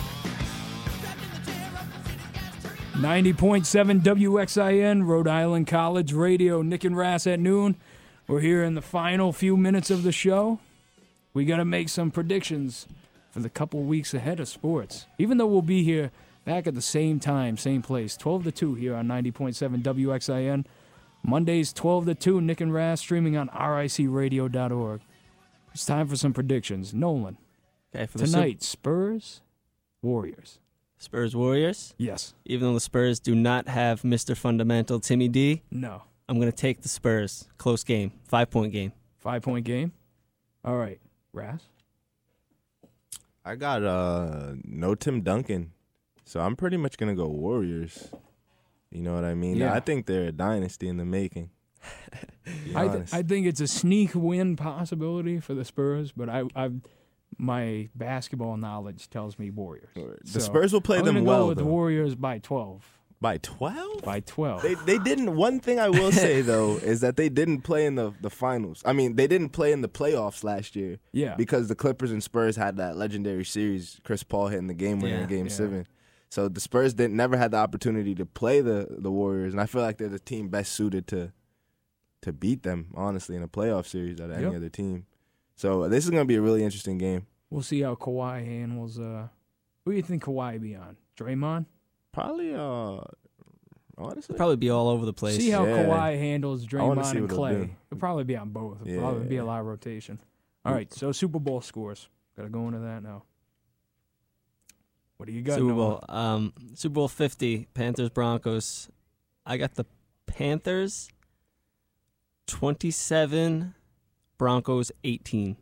[SPEAKER 7] 90.7 WXIN, Rhode Island College Radio. Nick and Rass at noon. We're here in the final few minutes of the show. We got to make some predictions for the couple weeks ahead of sports. Even though we'll be here back at the same time, same place, 12 to 2 here on 90.7 WXIN. Mondays, 12 to 2, Nick and Raz streaming on ricradio.org. It's time for some predictions. Nolan,
[SPEAKER 10] Okay, for the Sup-
[SPEAKER 7] tonight, Spurs, Warriors.
[SPEAKER 10] Spurs Warriors?
[SPEAKER 7] Yes.
[SPEAKER 10] Even though the Spurs do not have Mr. Fundamental Timmy D,
[SPEAKER 7] No.
[SPEAKER 10] I'm going to take the Spurs. Close game. Five point game.
[SPEAKER 7] Five point game. All right, Ras.
[SPEAKER 8] I got uh no Tim Duncan, so I'm pretty much gonna go Warriors. You know what I mean?
[SPEAKER 7] Yeah.
[SPEAKER 8] I think they're a dynasty in the making. Be
[SPEAKER 7] I, th-
[SPEAKER 8] honest.
[SPEAKER 7] I think it's a sneak win possibility for the Spurs, but I, I my basketball knowledge tells me Warriors.
[SPEAKER 8] The Spurs will play
[SPEAKER 7] I'm
[SPEAKER 8] them
[SPEAKER 7] gonna
[SPEAKER 8] well,
[SPEAKER 7] Go with
[SPEAKER 8] though.
[SPEAKER 7] Warriors by twelve.
[SPEAKER 8] By twelve?
[SPEAKER 7] By twelve.
[SPEAKER 8] They they didn't. One thing I will say though is that they didn't play in the the finals. I mean, they didn't play in the playoffs last year.
[SPEAKER 7] Yeah.
[SPEAKER 8] Because the Clippers and Spurs had that legendary series, Chris Paul hitting the game winner
[SPEAKER 10] Yeah.
[SPEAKER 8] in Game
[SPEAKER 7] Yeah.
[SPEAKER 8] Seven. So the Spurs didn't never had the opportunity to play the the Warriors, and I feel like they're the team best suited to to beat them honestly in a playoff series out of
[SPEAKER 7] Yep.
[SPEAKER 8] any other team. So uh, this is gonna be a really interesting game.
[SPEAKER 7] We'll see how Kawhi handles. Uh, who do you think Kawhi be on? Draymond.
[SPEAKER 8] Probably uh, honestly,
[SPEAKER 10] Probably be all over the place.
[SPEAKER 7] See how
[SPEAKER 8] Yeah.
[SPEAKER 7] Kawhi handles
[SPEAKER 8] wanna
[SPEAKER 7] Draymond
[SPEAKER 8] see
[SPEAKER 7] and
[SPEAKER 8] what he'll
[SPEAKER 7] Clay.
[SPEAKER 8] do.
[SPEAKER 7] It'll probably be on both. It'll probably be a lot of rotation. All right, so Super Bowl scores. Got to go into that now. What do you got?
[SPEAKER 10] Super
[SPEAKER 7] Noah?
[SPEAKER 10] Bowl. Um, Super Bowl 50, Panthers Broncos. I got the Panthers 27, Broncos 18.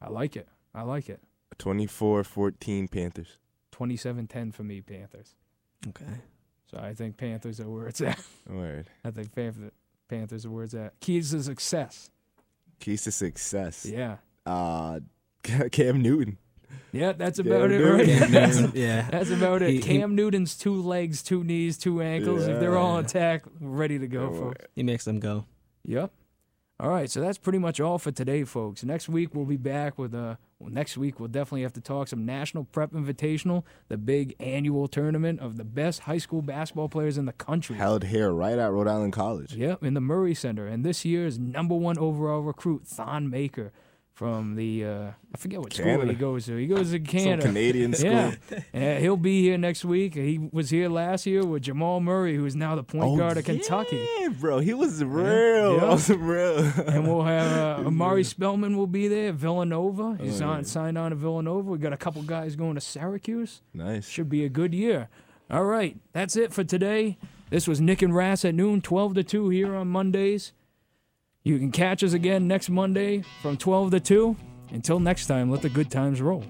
[SPEAKER 7] I like it. I like it.
[SPEAKER 8] 24-14 Panthers.
[SPEAKER 7] 27-10 for me, Panthers.
[SPEAKER 10] Okay.
[SPEAKER 7] So I think Panthers are where it's at.
[SPEAKER 8] Word.
[SPEAKER 7] I think Panthers, Panthers are where it's at. Keys to success.
[SPEAKER 8] Keys to success.
[SPEAKER 7] Yeah.
[SPEAKER 8] Uh, Cam Newton.
[SPEAKER 7] Yeah, that's
[SPEAKER 8] Cam
[SPEAKER 7] about it
[SPEAKER 8] Newton.
[SPEAKER 7] right
[SPEAKER 8] Cam
[SPEAKER 7] That's-
[SPEAKER 10] Newton, yeah.
[SPEAKER 7] That's about it.
[SPEAKER 10] He- he-
[SPEAKER 7] Cam Newton's two legs, two knees, two ankles. If they're all intact, ready to go, folks.
[SPEAKER 10] He makes them go.
[SPEAKER 7] Yep. All right, so that's pretty much all for today, folks. Next week we'll be back with uh well, next week we'll definitely have to talk some National Prep Invitational, the big annual tournament of the best high school basketball players in the country.
[SPEAKER 8] Held here right at Rhode Island College.
[SPEAKER 7] Yep, in the Murray Center. And this year's number one overall recruit, Thon Maker, from the uh, I forget what school
[SPEAKER 8] Canada.
[SPEAKER 7] he goes to. He goes to Canada.
[SPEAKER 8] Canadian school.
[SPEAKER 7] Yeah, And he'll be here next week. He was here last year with Jamal Murray, who is now the point guard of Kentucky.
[SPEAKER 8] Oh, Yeah, bro. He was real.
[SPEAKER 7] Yeah.
[SPEAKER 8] I was real.
[SPEAKER 7] And we'll have uh, Amari Spellman will be there. Villanova, he's on signed on to Villanova. We got a couple guys going to Syracuse.
[SPEAKER 8] nice.
[SPEAKER 7] Should be a good year. All right, that's it for today. This was Nick and Rass at noon, 12 to 2 here on Mondays. You can catch us again next Monday from 12 to 2. Until next time, let the good times roll.